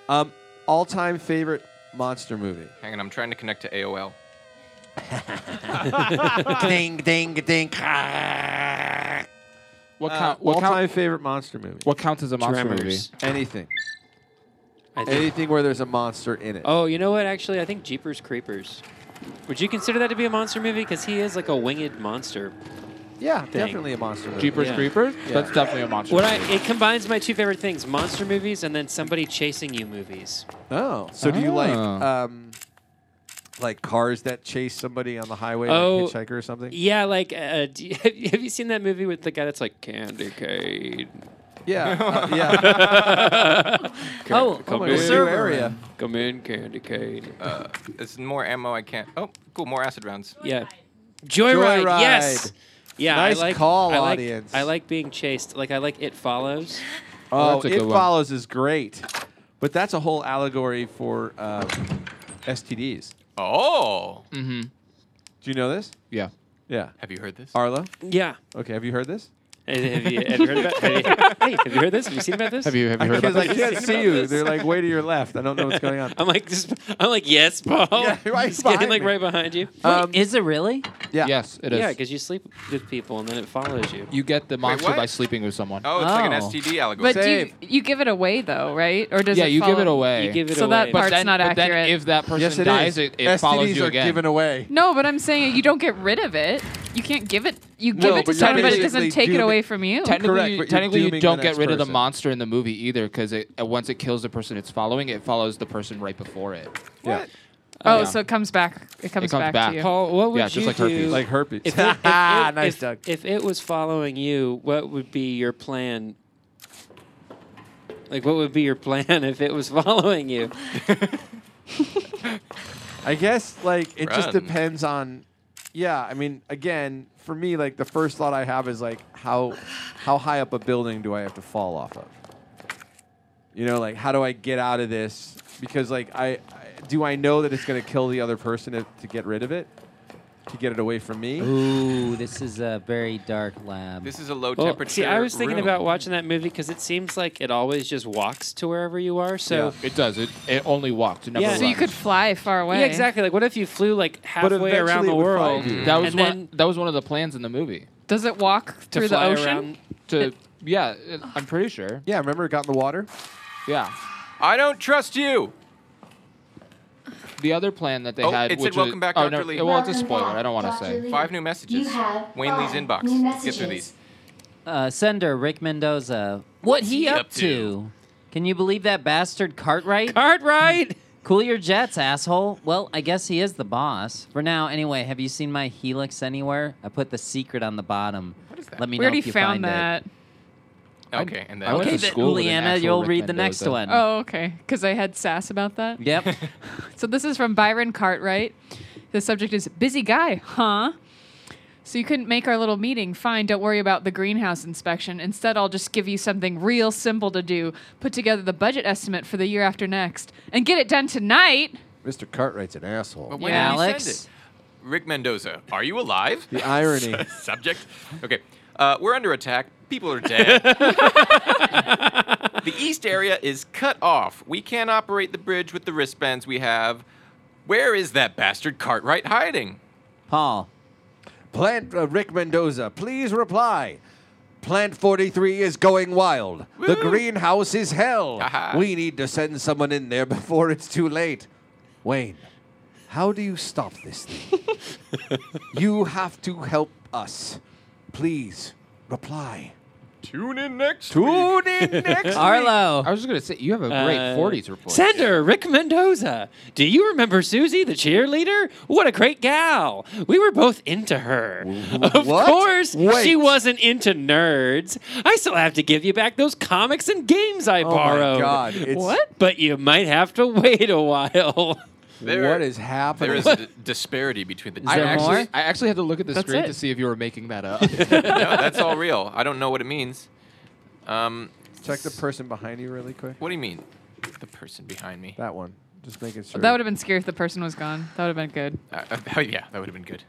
Speaker 9: Um, all-time favorite monster movie.
Speaker 5: Hang on, I'm trying to connect to AOL.
Speaker 9: ding, ding, ding.
Speaker 11: What
Speaker 9: Uh,
Speaker 11: count? What
Speaker 9: all-time
Speaker 11: count?
Speaker 9: favorite monster movie.
Speaker 11: What counts as a monster movie?
Speaker 7: Tremors.
Speaker 9: Anything.
Speaker 7: I think-
Speaker 9: Anything where there's a monster in it.
Speaker 7: Oh, you know what? Actually, I think Jeepers Creepers. Would you consider that to be a monster movie? Because he is like a winged monster.
Speaker 9: yeah,
Speaker 7: dang.
Speaker 9: definitely a monster movie.
Speaker 11: Jeepers
Speaker 7: Yeah.
Speaker 11: Creepers.
Speaker 9: Yeah.
Speaker 11: That's definitely a monster.
Speaker 7: What I
Speaker 11: movie.
Speaker 7: it combines my two favorite things: monster movies and then somebody chasing you movies.
Speaker 9: Oh, so do you like
Speaker 11: Oh.
Speaker 9: um, like cars that chase somebody on the highway,
Speaker 7: Oh,
Speaker 9: like Hitchhiker or something?
Speaker 7: Yeah, like uh, <laughs> do you- have you have you seen that movie with the guy that's like Candy Cane?
Speaker 9: Yeah, uh, yeah.
Speaker 2: Oh,
Speaker 7: Come
Speaker 9: my
Speaker 7: in,
Speaker 9: God.
Speaker 2: server
Speaker 9: area.
Speaker 2: room.
Speaker 7: come in, Candy Cane.
Speaker 5: Uh, it's more ammo. I can't. Oh, cool, more acid rounds.
Speaker 7: Yeah, Joyride.
Speaker 9: Joyride.
Speaker 7: Yes. Yeah,
Speaker 9: Nice
Speaker 7: I like,
Speaker 9: call,
Speaker 7: I like,
Speaker 9: audience.
Speaker 7: I like being chased. Like I like It Follows.
Speaker 9: Oh,
Speaker 11: that's a
Speaker 9: it
Speaker 11: good one.
Speaker 9: follows is great, but that's a whole allegory for uh, STDs.
Speaker 5: Oh.
Speaker 11: Mm-hmm.
Speaker 9: Do you know this?
Speaker 11: Yeah.
Speaker 9: Yeah.
Speaker 5: Have you heard this?
Speaker 9: Arlo?
Speaker 7: Yeah.
Speaker 9: Okay, have you heard this?
Speaker 7: Have you, have you heard about? Have you,
Speaker 2: <laughs>
Speaker 7: hey, have you heard this? Have you seen about this?
Speaker 11: Have you- have you heard
Speaker 9: Because
Speaker 11: about
Speaker 9: I
Speaker 11: this?
Speaker 9: can't see you. They're like way to your left. I don't know what's
Speaker 7: <laughs>
Speaker 9: going on.
Speaker 7: I'm like, just, I'm like, yes, Paul.
Speaker 9: Yeah, right
Speaker 7: Just kidding,
Speaker 9: behind
Speaker 7: like
Speaker 9: me.
Speaker 7: right behind you.
Speaker 9: Um,
Speaker 2: Is it really?
Speaker 9: Yeah.
Speaker 11: Yes, it is.
Speaker 7: Yeah, because you sleep with people and then it follows you.
Speaker 11: you get the monster
Speaker 7: what?
Speaker 11: by sleeping with someone.
Speaker 5: Oh, it's like an
Speaker 2: Oh.
Speaker 5: STD allegory.
Speaker 14: But do you, you give it away though, right? Or does
Speaker 11: yeah,
Speaker 14: it
Speaker 11: you give
Speaker 14: follow-
Speaker 11: it away.
Speaker 7: You give it
Speaker 14: So
Speaker 7: away.
Speaker 14: that part's
Speaker 11: then-
Speaker 14: not
Speaker 11: but then
Speaker 14: accurate.
Speaker 11: if that person
Speaker 9: Yes, it
Speaker 11: dies,
Speaker 9: is.
Speaker 11: it, it
Speaker 9: STDs
Speaker 11: follows you
Speaker 9: are
Speaker 11: again.
Speaker 9: given away.
Speaker 14: No, but I'm saying you don't get rid of it. You can't give it. You give
Speaker 9: No,
Speaker 14: it to
Speaker 9: but you're
Speaker 14: someone, but it
Speaker 9: basically
Speaker 14: doesn't take it
Speaker 9: dooming-
Speaker 14: away from you.
Speaker 11: Technically,
Speaker 9: Correct,
Speaker 11: you-
Speaker 9: but you're
Speaker 11: technically you
Speaker 9: dooming
Speaker 11: don't
Speaker 9: the
Speaker 11: get
Speaker 9: next
Speaker 11: rid of the
Speaker 9: person.
Speaker 11: monster in the movie either, because it, uh, once it kills the person it's following, it follows the person right before it.
Speaker 9: Yeah.
Speaker 14: oh,
Speaker 11: yeah.
Speaker 14: so it comes back. It comes,
Speaker 11: it comes back.
Speaker 14: to you.
Speaker 7: Paul, what would
Speaker 11: Yeah, just
Speaker 7: you
Speaker 11: like
Speaker 7: do
Speaker 11: herpes.
Speaker 9: Like herpes. <laughs>
Speaker 7: If it, if, it,
Speaker 9: Nice,
Speaker 7: if,
Speaker 9: Doug.
Speaker 7: if it was following you, what would be your plan? Like, what would be your <laughs> plan if it was following you?
Speaker 9: I guess like it just
Speaker 5: Run.
Speaker 9: depends on. Yeah, I mean, again, for me, like the first thought I have is like how how high up a building do I have to fall off of? You know, like how do I get out of this? Because like I, I do I know that it's going to kill the other person to, to get rid of it, to get it away from me.
Speaker 2: Ooh, this is a very dark lab.
Speaker 5: This is a low
Speaker 7: Well,
Speaker 5: temperature.
Speaker 7: see, I was thinking
Speaker 5: room.
Speaker 7: about watching that movie because it seems like it always just walks to wherever you are. So
Speaker 11: It does. It, it only walks. It never
Speaker 7: Yeah.
Speaker 11: runs.
Speaker 14: So you could fly far away.
Speaker 7: yeah, exactly. Like, what if you flew like halfway around
Speaker 9: eventually
Speaker 7: the
Speaker 9: it would
Speaker 7: world?
Speaker 9: find you.
Speaker 11: That was
Speaker 7: and
Speaker 11: one.
Speaker 7: then
Speaker 11: That was one of the plans in the movie.
Speaker 14: Does it walk
Speaker 7: to
Speaker 14: through the
Speaker 7: fly
Speaker 14: ocean?
Speaker 7: around-
Speaker 11: To yeah, it- I'm pretty sure.
Speaker 9: Yeah, remember it got in the water.
Speaker 11: Yeah.
Speaker 5: I don't trust you.
Speaker 11: The other plan that they
Speaker 5: Oh,
Speaker 11: had.
Speaker 5: it said
Speaker 11: which
Speaker 5: welcome
Speaker 11: was,
Speaker 5: back,
Speaker 11: oh,
Speaker 5: Dr.
Speaker 11: no,
Speaker 5: Lee.
Speaker 11: it- Well, it's a
Speaker 10: Welcome
Speaker 11: spoiler.
Speaker 10: back,
Speaker 11: I don't want to
Speaker 10: Dr.
Speaker 11: say.
Speaker 10: Lee.
Speaker 5: Five new messages.
Speaker 10: You have
Speaker 5: Wayne Lee's
Speaker 10: five
Speaker 5: inbox.
Speaker 10: new
Speaker 5: Get through
Speaker 10: messages.
Speaker 5: these.
Speaker 2: Uh, sender Rick Mendoza. What he,
Speaker 5: he
Speaker 2: up,
Speaker 5: up
Speaker 2: to?
Speaker 5: to?
Speaker 2: Can you believe that bastard Cartwright?
Speaker 7: Cartwright.
Speaker 2: <laughs> Cool your jets, asshole. Well, I guess he is the boss. For now, anyway, have you seen my helix anywhere? I put the secret on the bottom. What is that? Let me
Speaker 14: We
Speaker 2: know
Speaker 14: already
Speaker 2: if you
Speaker 14: found
Speaker 2: find
Speaker 14: that.
Speaker 5: Okay, and then
Speaker 11: I went
Speaker 2: it. Okay,
Speaker 11: to
Speaker 2: then,
Speaker 11: school with an
Speaker 2: Leanna,
Speaker 11: actual
Speaker 2: you'll
Speaker 11: Rick
Speaker 2: read the next
Speaker 11: Mendoza.
Speaker 2: one.
Speaker 14: Oh, okay. Because I had sass about that. <laughs>
Speaker 2: Yep.
Speaker 14: So this is from Byron Cartwright. The subject is busy guy, huh? So you couldn't make our little meeting. Fine, don't worry about the greenhouse inspection. Instead, I'll just give you something real simple to do. Put together the budget estimate for the year after next and get it done tonight.
Speaker 9: Mr. Cartwright's an asshole.
Speaker 5: But when
Speaker 2: Yeah.
Speaker 5: did he
Speaker 2: Alex?
Speaker 5: send it? Rick Mendoza, are you alive?
Speaker 9: The irony.
Speaker 5: <laughs> Subject. Okay. Uh, we're under attack. People are
Speaker 11: <laughs>
Speaker 5: dead. the east area is cut off. We can't operate the bridge with the wristbands we have. Where is that bastard Cartwright hiding?
Speaker 2: Paul.
Speaker 9: Plant uh, Rick Mendoza, please reply. Plant 43 is going wild. The greenhouse is hell.
Speaker 5: Aha.
Speaker 9: We need to send someone in there <laughs> before it's too late. Wayne, how do you stop this thing? you have to help us. Please reply.
Speaker 5: Tune in next
Speaker 9: Tune in <laughs> next
Speaker 11: I
Speaker 2: Arlo.
Speaker 11: was just gonna say you have a great
Speaker 7: Oh, Uh,
Speaker 11: 40s report.
Speaker 7: Sender Rick Mendoza. Do you remember Susie, the cheerleader? What a great gal. We were both into her. Of
Speaker 9: what?
Speaker 7: course, she
Speaker 9: Wait.
Speaker 7: wasn't into nerds. I still have to give you back those comics and games I
Speaker 11: Oh
Speaker 9: my
Speaker 7: borrowed.
Speaker 9: God, it's-
Speaker 7: what? But you might have to <laughs> wait a while.
Speaker 5: There-
Speaker 9: what is happening?
Speaker 5: There is a d- disparity between the.
Speaker 11: I
Speaker 2: there
Speaker 11: actually,
Speaker 2: more?
Speaker 11: I actually had to look at the
Speaker 14: That's
Speaker 11: screen
Speaker 14: it.
Speaker 11: to see if you were making that up.
Speaker 5: no, that's all real. I don't know what it means. Um,
Speaker 9: Check the person behind you really quick.
Speaker 5: what do you mean? The person behind me.
Speaker 9: That one. Just making sure.
Speaker 14: That would have been scary if the person was gone. That would have been good.
Speaker 5: Uh, uh, oh yeah, that would have been good.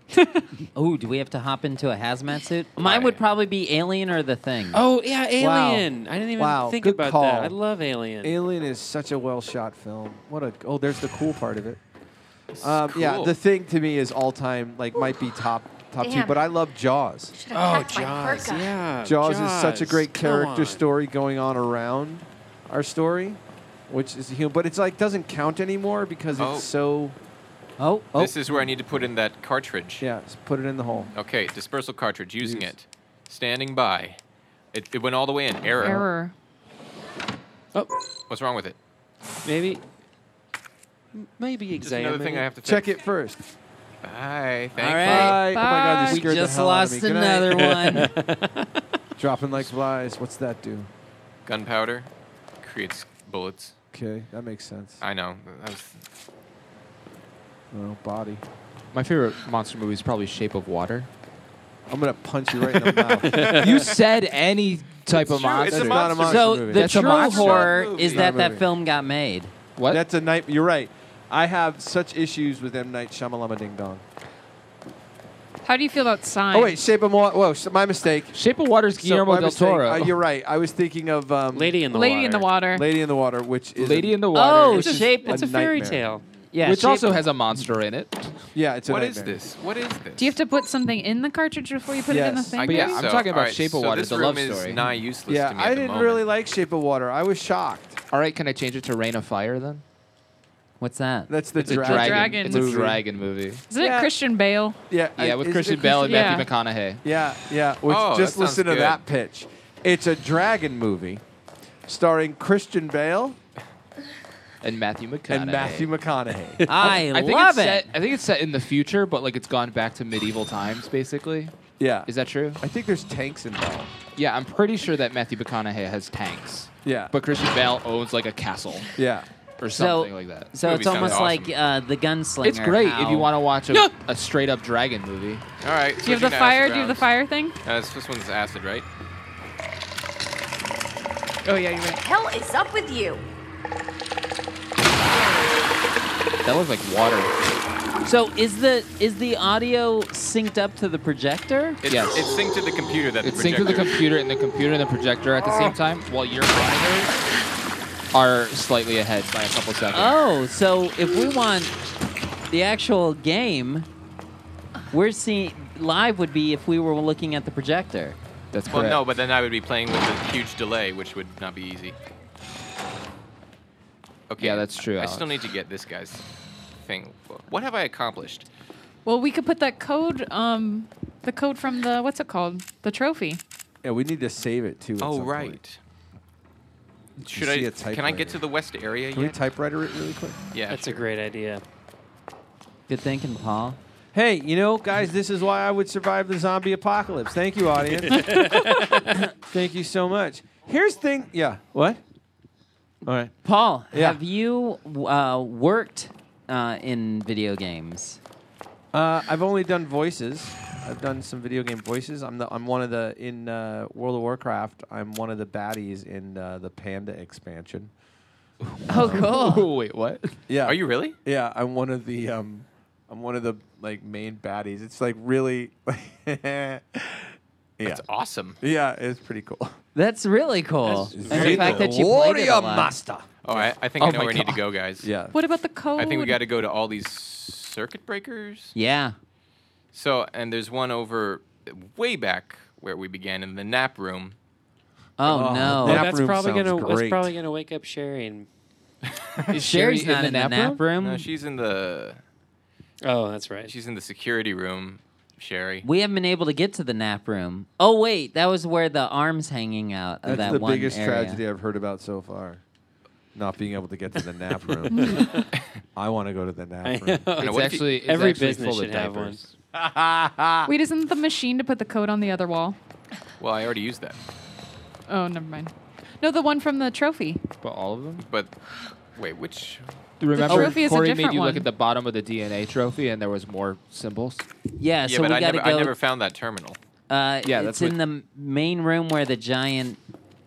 Speaker 2: Oh, do we have to hop into a hazmat suit? Mine would probably be Alien or The Thing.
Speaker 7: Oh yeah,
Speaker 9: Wow.
Speaker 7: Alien. I didn't even
Speaker 9: Wow,
Speaker 7: think
Speaker 9: good
Speaker 7: about
Speaker 9: call.
Speaker 7: that. I love Alien.
Speaker 9: Alien is such a well shot film. What a oh, there's the cool part of it.
Speaker 5: This is
Speaker 9: Um, Yeah,
Speaker 5: cool.
Speaker 9: the thing to me is all time like might be top top two,
Speaker 6: Damn.
Speaker 9: but I love Jaws.
Speaker 6: Should
Speaker 7: oh
Speaker 6: have packed my
Speaker 7: Jaws.
Speaker 6: parka.
Speaker 7: Yeah.
Speaker 9: Jaws, is such a
Speaker 7: Jaws,
Speaker 9: great
Speaker 7: come
Speaker 9: character
Speaker 7: on.
Speaker 9: story going on around our story, which is human, but it's like doesn't count anymore because
Speaker 5: Oh.
Speaker 9: it's so
Speaker 2: Oh, oh.
Speaker 5: This is where I need to put in that cartridge.
Speaker 9: yeah. Just put it in the hole.
Speaker 5: Okay, dispersal cartridge. Using
Speaker 9: Use.
Speaker 5: it. Standing by. It, it went all the way in. Error.
Speaker 14: Error.
Speaker 7: Oh,
Speaker 5: What's wrong with it?
Speaker 7: maybe. Maybe
Speaker 5: Just another
Speaker 7: examine.
Speaker 5: thing I have to
Speaker 9: Check it first.
Speaker 5: it. Bye. Thank
Speaker 2: All
Speaker 5: you.
Speaker 2: right.
Speaker 9: Bye. Oh my God,
Speaker 14: Bye.
Speaker 9: you
Speaker 2: we
Speaker 9: scared the
Speaker 2: just
Speaker 9: hell out of
Speaker 2: lost
Speaker 9: me. Good night. <laughs>
Speaker 2: another one.
Speaker 9: Dropping like flies. What's that do?
Speaker 5: Gunpowder creates bullets.
Speaker 9: Okay, that makes sense.
Speaker 5: I know. That was-
Speaker 9: Oh, body.
Speaker 11: My favorite monster movie is probably Shape of Water.
Speaker 9: I'm gonna punch you right in the
Speaker 7: <laughs>
Speaker 9: mouth.
Speaker 11: you said any type of
Speaker 5: true, it's
Speaker 11: monster.
Speaker 5: a
Speaker 9: That's not
Speaker 5: monster
Speaker 9: a monster
Speaker 2: so
Speaker 9: movie.
Speaker 2: the
Speaker 11: That's a
Speaker 2: true
Speaker 11: monster
Speaker 2: horror
Speaker 5: movie.
Speaker 2: is
Speaker 9: Not a
Speaker 2: that that
Speaker 9: movie.
Speaker 2: film got made.
Speaker 11: what?
Speaker 9: That's a night. You're right. I have such issues with M Night Shyamalama Ding Dong.
Speaker 14: How do you feel about sign?
Speaker 9: Oh wait, Shape of Water. Whoa, s- my mistake.
Speaker 11: Shape of Water's Guillermo
Speaker 9: my
Speaker 11: del
Speaker 9: mistake.
Speaker 11: Toro.
Speaker 9: Uh, you're right. I was thinking of um,
Speaker 7: Lady in
Speaker 14: Lady in the Water.
Speaker 9: Lady in the Water, which
Speaker 11: <laughs>
Speaker 9: is
Speaker 11: Lady
Speaker 9: a-
Speaker 11: in the
Speaker 7: Oh,
Speaker 11: Water.
Speaker 7: it's a shape.
Speaker 9: a
Speaker 7: It's a fairy
Speaker 9: nightmare.
Speaker 7: tale.
Speaker 11: yeah, which also has a monster in it.
Speaker 9: Yeah, it's a
Speaker 5: What is
Speaker 9: nightmare.
Speaker 5: this? What is this?
Speaker 14: Do you have to put something in the cartridge before you put it in the
Speaker 9: Yes.
Speaker 14: thing?
Speaker 5: I
Speaker 11: But yeah,
Speaker 5: guess
Speaker 11: I'm
Speaker 5: so.
Speaker 11: talking about
Speaker 5: All right,
Speaker 11: Shape of
Speaker 5: so
Speaker 11: Water,
Speaker 5: This
Speaker 11: the
Speaker 5: room
Speaker 11: love
Speaker 5: is
Speaker 11: story.
Speaker 5: nigh useless
Speaker 9: Yeah,
Speaker 5: to me at
Speaker 9: I
Speaker 5: the
Speaker 9: didn't
Speaker 5: moment.
Speaker 9: really like Shape of Water. I was shocked.
Speaker 11: All right, can I change it to Rain of Fire then?
Speaker 2: What's that?
Speaker 9: That's the
Speaker 11: It's a
Speaker 9: dragon.
Speaker 11: dragon.
Speaker 14: dragon
Speaker 11: It's a
Speaker 9: movie.
Speaker 11: dragon movie.
Speaker 14: Isn't
Speaker 9: Yeah.
Speaker 14: it Christian Bale?
Speaker 9: Yeah,
Speaker 11: Yeah,
Speaker 9: I-
Speaker 11: with
Speaker 9: is
Speaker 11: Christian
Speaker 9: it
Speaker 11: Bell
Speaker 9: Christian-
Speaker 11: and Matthew McConaughey.
Speaker 9: Yeah, yeah. Which
Speaker 5: Oh, that
Speaker 9: just
Speaker 5: sounds
Speaker 9: listen to
Speaker 5: good.
Speaker 9: that pitch. It's a dragon movie, starring Christian Bale
Speaker 11: And Matthew McConaughey. <laughs>
Speaker 9: and Matthew McConaughey.
Speaker 2: I,
Speaker 11: I think
Speaker 2: love
Speaker 11: it's
Speaker 2: it.
Speaker 11: Set, I think it's set in the future, but like it's gone back to medieval times, basically.
Speaker 9: yeah,
Speaker 11: Is that true?
Speaker 9: I think there's tanks involved.
Speaker 11: Yeah, I'm pretty sure that Matthew McConaughey has tanks,
Speaker 9: Yeah,
Speaker 11: but Christian Bale owns like a castle
Speaker 9: yeah.
Speaker 11: or
Speaker 2: so,
Speaker 11: something like that.
Speaker 2: so
Speaker 5: Movie
Speaker 2: it's
Speaker 5: sounds
Speaker 2: almost
Speaker 5: awesome.
Speaker 2: like uh, the gunslinger.
Speaker 11: It's great if
Speaker 2: how-
Speaker 11: you want to watch a,
Speaker 7: Yeah.
Speaker 11: a straight up dragon movie.
Speaker 5: All right.
Speaker 14: Do you have the fire? Do you have the fire thing?
Speaker 5: Uh, this, this one's acid, right?
Speaker 14: Oh yeah, you're right.
Speaker 16: Hell is up with you.
Speaker 11: That looks like water.
Speaker 2: So is the is the audio synced up to the projector?
Speaker 5: It's,
Speaker 11: Yes.
Speaker 5: it's synced to the computer. That
Speaker 11: It's
Speaker 5: the
Speaker 11: synced to the
Speaker 5: projector-
Speaker 11: computer, and the computer and the projector at
Speaker 14: Oh.
Speaker 11: the same time, while your monitors are slightly ahead by a couple seconds.
Speaker 2: Oh, so if we want the actual game, we're seeing live would be if we were looking at the projector.
Speaker 11: That's
Speaker 5: Well,
Speaker 11: correct.
Speaker 5: no, but then I would be playing with a huge delay, which would not be easy. Okay.
Speaker 11: Yeah, that's true,
Speaker 5: I
Speaker 11: Alex.
Speaker 5: still need to get this guy's thing. What have I accomplished?
Speaker 14: Well, we could put that code, um, the code from the Uh, what's it called? The trophy.
Speaker 9: Yeah, we need to save it too. at some
Speaker 5: oh,
Speaker 9: point.
Speaker 5: right. Should
Speaker 9: You
Speaker 5: I?
Speaker 9: see a
Speaker 5: Can I get
Speaker 9: typewriter.
Speaker 5: to the west area
Speaker 9: Can we
Speaker 5: yet?
Speaker 9: typewriter it really quick?
Speaker 5: yeah.
Speaker 7: That's
Speaker 5: sure.
Speaker 7: a great idea.
Speaker 2: Good thinking, Paul.
Speaker 9: Hey, you know, guys, this is why I would survive the zombie apocalypse. Thank you, audience.
Speaker 5: <laughs>
Speaker 9: Thank you so much. Here's thing. Yeah. What? All right.
Speaker 2: Paul,
Speaker 9: Yeah.
Speaker 2: have you uh, worked uh, in video games?
Speaker 9: Uh, I've only done voices. I've done some video game voices. I'm the, I'm one of the in uh, World of Warcraft. I'm one of the baddies in uh, the Panda expansion.
Speaker 2: Oh, cool.
Speaker 11: Wait, what?
Speaker 9: Yeah.
Speaker 5: Are you really?
Speaker 9: Yeah, I'm one of the um, I'm one of the like main baddies. It's like really. <laughs> yeah.
Speaker 5: That's awesome.
Speaker 9: Yeah, it's pretty cool.
Speaker 2: <laughs> That's really cool.
Speaker 7: That's
Speaker 2: and
Speaker 7: really
Speaker 2: the fact
Speaker 7: cool.
Speaker 2: that you played it a lot.
Speaker 5: All right. I think
Speaker 11: Oh
Speaker 5: I know
Speaker 11: my
Speaker 5: where I need to
Speaker 11: God.
Speaker 5: go, guys.
Speaker 9: Yeah.
Speaker 14: What about the code?
Speaker 5: I think we got to go to all these circuit breakers.
Speaker 2: Yeah.
Speaker 5: So, and there's one over way back where we began in the nap room.
Speaker 2: Oh, no.
Speaker 9: Oh, Nap
Speaker 7: Well, that's
Speaker 9: room
Speaker 7: probably
Speaker 9: sounds
Speaker 7: gonna
Speaker 9: great.
Speaker 7: that's probably gonna wake up Sherry
Speaker 5: <laughs>
Speaker 7: and
Speaker 11: Is
Speaker 2: Sherry's not in the nap, room.
Speaker 5: No, she's in the
Speaker 7: oh that's right. <laughs>
Speaker 5: she's in the security room, Sherry.
Speaker 2: We haven't been able to get to the nap room. Oh wait, that was where the arms hanging out of
Speaker 9: That's
Speaker 2: that
Speaker 9: the
Speaker 2: one
Speaker 9: biggest
Speaker 2: area.
Speaker 9: tragedy I've heard about so far. Not being able to get to the
Speaker 2: <laughs>
Speaker 9: nap room. I want to go to the
Speaker 7: I
Speaker 9: nap room.
Speaker 7: know.
Speaker 11: It's
Speaker 5: what if you-
Speaker 11: actually it's
Speaker 7: Every
Speaker 11: actually
Speaker 7: business
Speaker 11: full of
Speaker 7: should have one.
Speaker 11: diapers.
Speaker 14: Uh, Wait, isn't the machine to put the code on the other wall?
Speaker 5: Well, I already used that.
Speaker 14: Oh, never mind. No, the one from the trophy.
Speaker 11: But all of them.
Speaker 5: But wait, which?
Speaker 2: Uh,
Speaker 11: Remember,
Speaker 14: trophy is a
Speaker 11: Corey made
Speaker 14: different
Speaker 11: you look
Speaker 14: one.
Speaker 11: at the bottom of the DNA trophy, and there was more symbols.
Speaker 2: Yeah,
Speaker 5: yeah,
Speaker 2: so
Speaker 5: but
Speaker 2: we
Speaker 5: I
Speaker 2: got to
Speaker 5: never,
Speaker 2: go.
Speaker 5: I never found that terminal.
Speaker 2: uh,
Speaker 11: Yeah,
Speaker 2: it's
Speaker 11: that's
Speaker 2: in
Speaker 11: what-
Speaker 2: the m- main room where the giant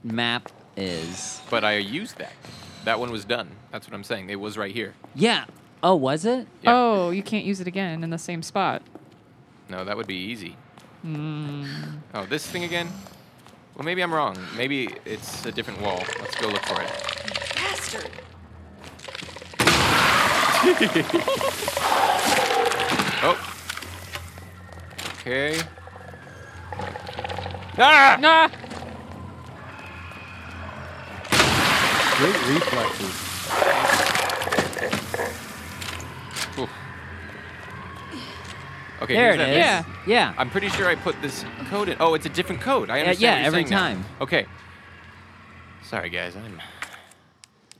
Speaker 2: map is.
Speaker 5: But I used that. That one was done. That's what I'm saying. It was right here.
Speaker 2: Yeah. Oh, was it?
Speaker 5: Yeah.
Speaker 14: Oh, you can't use it again in the same spot.
Speaker 5: No, that would be easy.
Speaker 2: Hmm.
Speaker 5: Oh, this thing again? Well, maybe I'm wrong. Maybe it's a different wall. Let's go look for it.
Speaker 16: Bastard.
Speaker 5: Oh. Okay. Ah!
Speaker 14: Nah.
Speaker 9: Great reflexes.
Speaker 5: Oof. Okay,
Speaker 2: there
Speaker 5: here's
Speaker 2: it
Speaker 5: that message.
Speaker 2: is. Yeah. Yeah.
Speaker 5: I'm pretty sure I put this code in. Oh, it's a different code. I
Speaker 2: Yeah,
Speaker 5: understand.
Speaker 2: yeah,
Speaker 5: what you're
Speaker 2: every
Speaker 5: saying now.
Speaker 2: time.
Speaker 5: Okay. Sorry, guys. I'm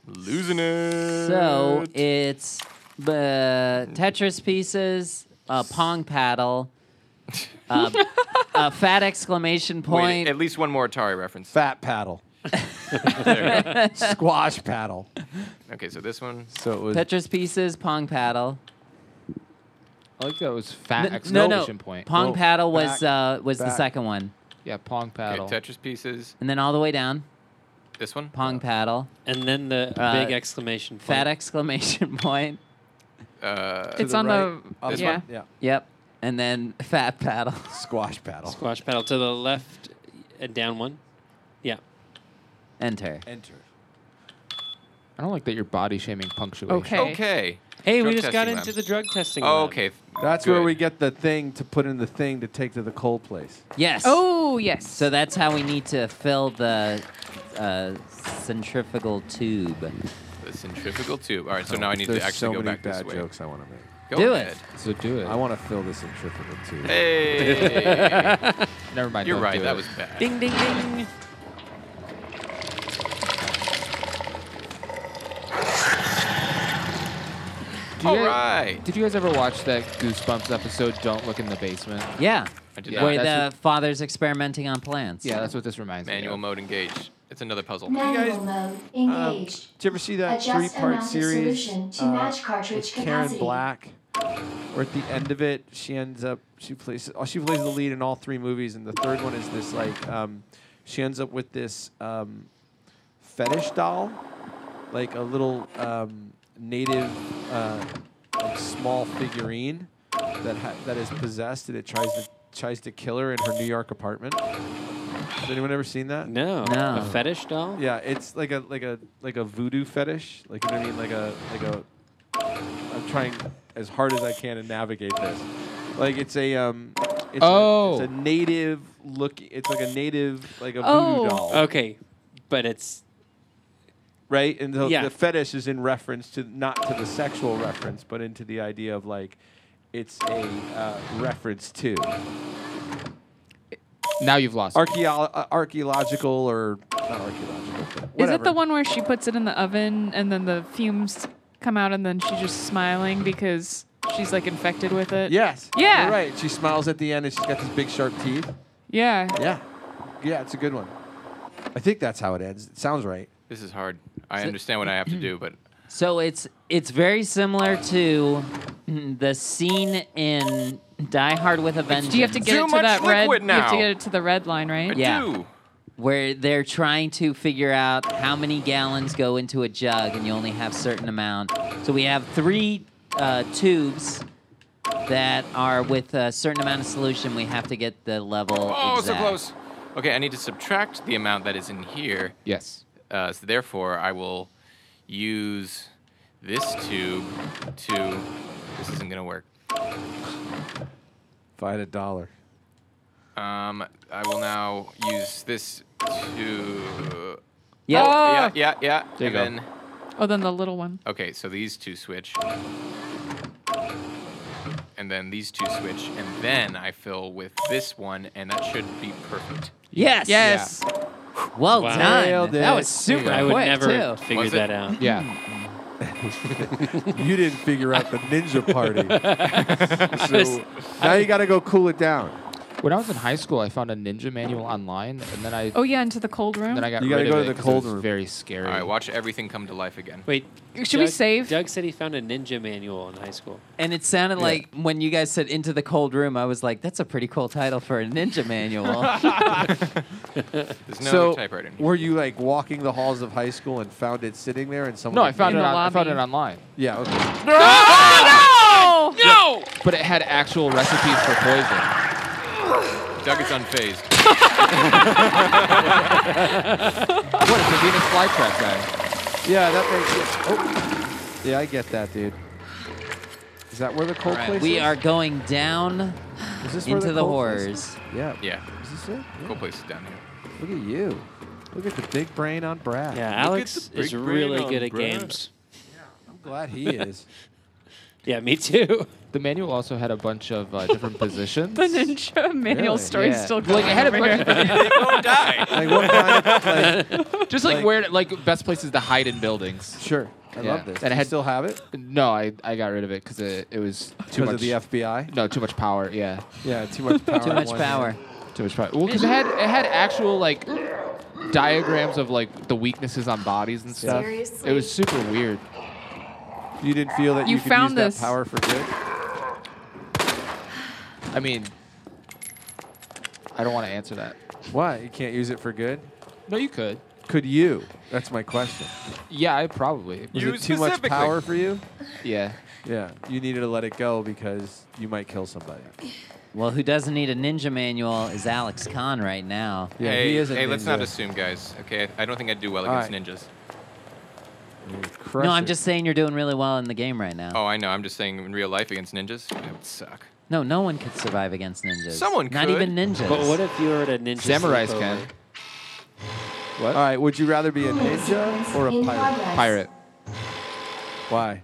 Speaker 5: losing it.
Speaker 2: So it's the Tetris pieces, a pong paddle,
Speaker 5: <laughs>
Speaker 2: a, a fat exclamation
Speaker 5: Wait,
Speaker 2: point.
Speaker 5: at least one more Atari reference.
Speaker 9: Fat
Speaker 2: <laughs>
Speaker 9: paddle.
Speaker 5: There we go.
Speaker 9: Squash paddle.
Speaker 5: okay, so this one.
Speaker 9: So it was.
Speaker 2: Tetris pieces, pong paddle.
Speaker 11: I like that was fat
Speaker 2: N- no, no.
Speaker 11: exclamation point.
Speaker 2: Pong
Speaker 9: Whoa,
Speaker 2: paddle was uh, was the
Speaker 9: back.
Speaker 2: second one,
Speaker 11: Yeah, pong paddle.
Speaker 5: Okay, Tetris pieces.
Speaker 2: and then all the way down,
Speaker 5: This one.
Speaker 2: pong paddle,
Speaker 7: And then the
Speaker 2: Uh,
Speaker 7: big exclamation point.
Speaker 2: fat exclamation <laughs> point,
Speaker 5: Uh,
Speaker 14: It's on the-
Speaker 2: This
Speaker 14: yeah.
Speaker 2: one? Yep. And then <laughs> fat paddle.
Speaker 9: Squash paddle.
Speaker 7: Squash paddle to the left and down one. Yeah.
Speaker 2: Enter.
Speaker 9: Enter.
Speaker 11: I don't like that you're body shaming punctuation.
Speaker 7: Okay. Okay. Hey, we just got into the drug
Speaker 5: Oh,
Speaker 7: testing. lab.
Speaker 9: That's where we get the thing to put in the thing to take to the cold place.
Speaker 2: Yes.
Speaker 14: Oh, yes.
Speaker 2: So that's how we need to fill the uh, centrifugal tube.
Speaker 5: The centrifugal tube. All right, so now I need
Speaker 9: Oh, There's
Speaker 5: to actually
Speaker 9: so
Speaker 5: go
Speaker 9: many
Speaker 5: back
Speaker 9: bad
Speaker 5: this way.
Speaker 9: jokes I want to make.
Speaker 5: Go
Speaker 2: Do
Speaker 5: ahead.
Speaker 2: it.
Speaker 11: Oh, So do it.
Speaker 9: I want to fill this centrifugal
Speaker 5: <laughs>
Speaker 9: too. <laughs>
Speaker 5: Hey.
Speaker 11: Never mind,
Speaker 5: You're
Speaker 11: don't
Speaker 5: right.
Speaker 11: do
Speaker 5: that
Speaker 11: it.
Speaker 5: was bad.
Speaker 7: Ding ding ding.
Speaker 11: Did you
Speaker 5: All
Speaker 11: guys-
Speaker 5: right.
Speaker 11: Did you guys ever watch that Goosebumps episode? Don't look in the basement.
Speaker 2: Yeah.
Speaker 5: I did
Speaker 11: Yeah,
Speaker 2: Where the
Speaker 11: that's
Speaker 2: father's experimenting on plants.
Speaker 11: Yeah, that's what this reminds me.
Speaker 5: Manual mode engaged. It's another puzzle.
Speaker 10: Manual mode engaged.
Speaker 9: Um, Did you ever see that
Speaker 10: Adjust
Speaker 9: three-part
Speaker 10: amount of
Speaker 9: series?
Speaker 10: solution to
Speaker 9: uh,
Speaker 10: match cartridge
Speaker 9: with Karen
Speaker 10: capacity.
Speaker 9: Black. Where at the end of it, she ends up she plays oh, she plays the lead in all three movies, and the third one is this like um, she ends up with this um, fetish doll, like a little um, native uh, like small figurine that ha- that is possessed, and it tries to tries to kill her in her New York apartment. Has anyone ever seen that?
Speaker 7: No.
Speaker 2: No.
Speaker 7: A fetish doll?
Speaker 9: Yeah, it's like a like a like a voodoo fetish. Like you know what I mean? Like a like a. I'm trying as hard as I can to navigate this. Like it's a um. It's
Speaker 11: Oh.
Speaker 9: A, it's a native look. It's like a native like a
Speaker 14: Oh.
Speaker 9: voodoo doll.
Speaker 7: Okay. But it's
Speaker 9: Right, and so
Speaker 7: Yeah.
Speaker 9: the fetish is in reference to not to the sexual reference, but into the idea of like it's a uh, reference to
Speaker 11: Now you've lost. me.
Speaker 9: archeo- uh, archaeological or not archaeological. But
Speaker 14: Is
Speaker 9: whatever.
Speaker 14: it the one where she puts it in the oven and then the fumes come out and then she's just smiling because she's like infected with it?
Speaker 9: Yes.
Speaker 14: Yeah.
Speaker 9: You're right. She smiles at the end and she's got these big sharp teeth.
Speaker 14: Yeah.
Speaker 9: Yeah. Yeah, it's a good one. I think that's how it ends. It sounds right.
Speaker 5: This is hard. I understand what I have to do, but
Speaker 2: So it's it's very similar to the scene in Die Hard with a Vengeance.
Speaker 14: Do you have to get
Speaker 5: Too
Speaker 14: it to
Speaker 5: much
Speaker 14: that red?
Speaker 5: liquid
Speaker 14: You have to
Speaker 5: now.
Speaker 14: get it to the red line, right?
Speaker 2: Yeah.
Speaker 5: do.
Speaker 2: where they're trying to figure out how many gallons go into a jug and you only have certain amount so we have three uh, tubes that are with a certain amount of solution we have to get the level
Speaker 5: Oh, so
Speaker 2: exact.
Speaker 5: close. Okay, I need to subtract the amount that is in here.
Speaker 11: Yes.
Speaker 5: Uh, so therefore, I will use this tube to. This isn't gonna work.
Speaker 9: If I had a dollar.
Speaker 5: Um, I will now use this to. oh,
Speaker 2: Yep.
Speaker 5: Yeah, yeah, yeah.
Speaker 11: Ah! There you
Speaker 5: and
Speaker 11: go.
Speaker 5: then,
Speaker 14: Oh, then the little one.
Speaker 5: okay, so these two switch. And then these two switch, and then I fill with this one, and that should be perfect.
Speaker 2: yes
Speaker 14: Yes.
Speaker 2: well
Speaker 7: Wow.
Speaker 2: done
Speaker 9: Nailed
Speaker 2: that
Speaker 9: it.
Speaker 2: was super
Speaker 7: I would
Speaker 2: quick
Speaker 7: never
Speaker 2: too
Speaker 7: figure
Speaker 5: Was it?
Speaker 7: that out.
Speaker 11: Yeah.
Speaker 9: you didn't figure out the ninja party.
Speaker 7: was-
Speaker 9: so now you got to go cool it down.
Speaker 11: When I was in high school, I found a ninja manual online, and then I
Speaker 14: Oh yeah, into the cold room.
Speaker 11: then I got
Speaker 9: You gotta
Speaker 11: rid
Speaker 9: go
Speaker 11: of
Speaker 9: to
Speaker 11: it
Speaker 9: the
Speaker 11: 'cause
Speaker 9: cold
Speaker 11: it was
Speaker 9: room.
Speaker 11: Very scary.
Speaker 5: All right, watch everything come to life again.
Speaker 7: Wait.
Speaker 14: Should we
Speaker 7: Doug-
Speaker 14: save?
Speaker 7: Doug said he found a ninja manual in high school.
Speaker 2: and it sounded
Speaker 9: Yeah.
Speaker 2: like when you guys said into the cold room i was like that's a pretty cool title for a ninja <laughs> manual
Speaker 5: There's no
Speaker 9: so
Speaker 5: typewriter.
Speaker 9: were you like walking the halls of high school and found it sitting there and someone?
Speaker 11: No, I found
Speaker 14: In
Speaker 11: it.
Speaker 14: the
Speaker 11: On, I found
Speaker 14: lobby.
Speaker 11: it online,
Speaker 9: Yeah. Okay.
Speaker 14: Oh
Speaker 7: No!
Speaker 11: but it had actual recipes for poison.
Speaker 5: Doug is unfazed.
Speaker 11: What? It's a Venus flytrap guy.
Speaker 9: Yeah, that makes it. Oh. Yeah, I get that, dude. Is that where the cold
Speaker 2: All right,
Speaker 9: place
Speaker 2: we
Speaker 9: is?
Speaker 2: are going down
Speaker 9: Is this where
Speaker 2: into the,
Speaker 9: cold place is?
Speaker 2: horrors
Speaker 9: Yeah.
Speaker 5: Yeah,
Speaker 9: Is this it? Yeah.
Speaker 5: cool place is down here.
Speaker 9: Look at you. Look at the big brain on Brad.
Speaker 7: Yeah,
Speaker 5: at
Speaker 7: Alex
Speaker 5: the
Speaker 7: is
Speaker 5: big
Speaker 7: really
Speaker 5: brain
Speaker 7: good
Speaker 5: on
Speaker 7: at
Speaker 5: Brad.
Speaker 7: games.
Speaker 9: I'm glad he is.
Speaker 7: Yeah, me too. <laughs>
Speaker 11: The manual also had a bunch of uh,
Speaker 14: <laughs>
Speaker 11: different positions.
Speaker 14: The ninja manual
Speaker 9: Really?
Speaker 14: story's
Speaker 11: Yeah.
Speaker 14: still
Speaker 11: Like,
Speaker 14: going.
Speaker 11: it had a
Speaker 14: over
Speaker 11: bunch
Speaker 14: here.
Speaker 11: of
Speaker 5: Don't die.
Speaker 9: like what
Speaker 14: <laughs>
Speaker 9: kind of-
Speaker 11: <laughs>
Speaker 9: like-
Speaker 11: Just like,
Speaker 9: Like-
Speaker 11: where, like best places to hide in buildings.
Speaker 9: Sure. I
Speaker 11: Yeah.
Speaker 9: love
Speaker 11: And
Speaker 9: this.
Speaker 11: it
Speaker 9: Do you
Speaker 11: had-
Speaker 9: still have it?
Speaker 11: No, I, I got rid of it because it, it was too
Speaker 9: Because
Speaker 11: much.
Speaker 9: of the FBI?
Speaker 11: no, too much power. Yeah,
Speaker 9: Yeah, too much power.
Speaker 2: too
Speaker 9: in
Speaker 2: much
Speaker 9: one
Speaker 2: power
Speaker 9: hand.
Speaker 11: too much power. Well, because it had it had actual like diagrams of like the weaknesses on bodies and stuff.
Speaker 16: Seriously?
Speaker 11: It was super weird.
Speaker 9: You didn't feel that you,
Speaker 14: You
Speaker 9: could
Speaker 14: found
Speaker 9: use
Speaker 14: this.
Speaker 9: that power for good?
Speaker 11: I mean, I don't want to answer that.
Speaker 9: Why? You can't use it for good?
Speaker 11: No, you could.
Speaker 9: could you? That's my question.
Speaker 11: Yeah, I probably.
Speaker 9: Was it too much power
Speaker 5: <laughs>
Speaker 9: for you?
Speaker 11: Yeah.
Speaker 9: Yeah. You needed to let it go because you might kill somebody.
Speaker 2: Well, who doesn't need a ninja manual is Alex Khan right now.
Speaker 5: hey, hey let's not assume, guys. Okay, I don't think I'd do well
Speaker 2: All
Speaker 5: against ninjas.
Speaker 2: No, I'm just saying you're doing really well in the game right now.
Speaker 5: Oh, I know. I'm just saying, in real life against ninjas, I would suck.
Speaker 2: No, no one could survive against ninjas.
Speaker 5: Someone
Speaker 2: Not
Speaker 5: could.
Speaker 2: even ninjas.
Speaker 7: But what if you're at a ninja?
Speaker 11: Samurais
Speaker 7: sleepover?
Speaker 11: can.
Speaker 9: What? All right. Would you rather be a ninja or a
Speaker 10: In
Speaker 9: pirate?
Speaker 10: progress.
Speaker 11: Pirate.
Speaker 9: Why?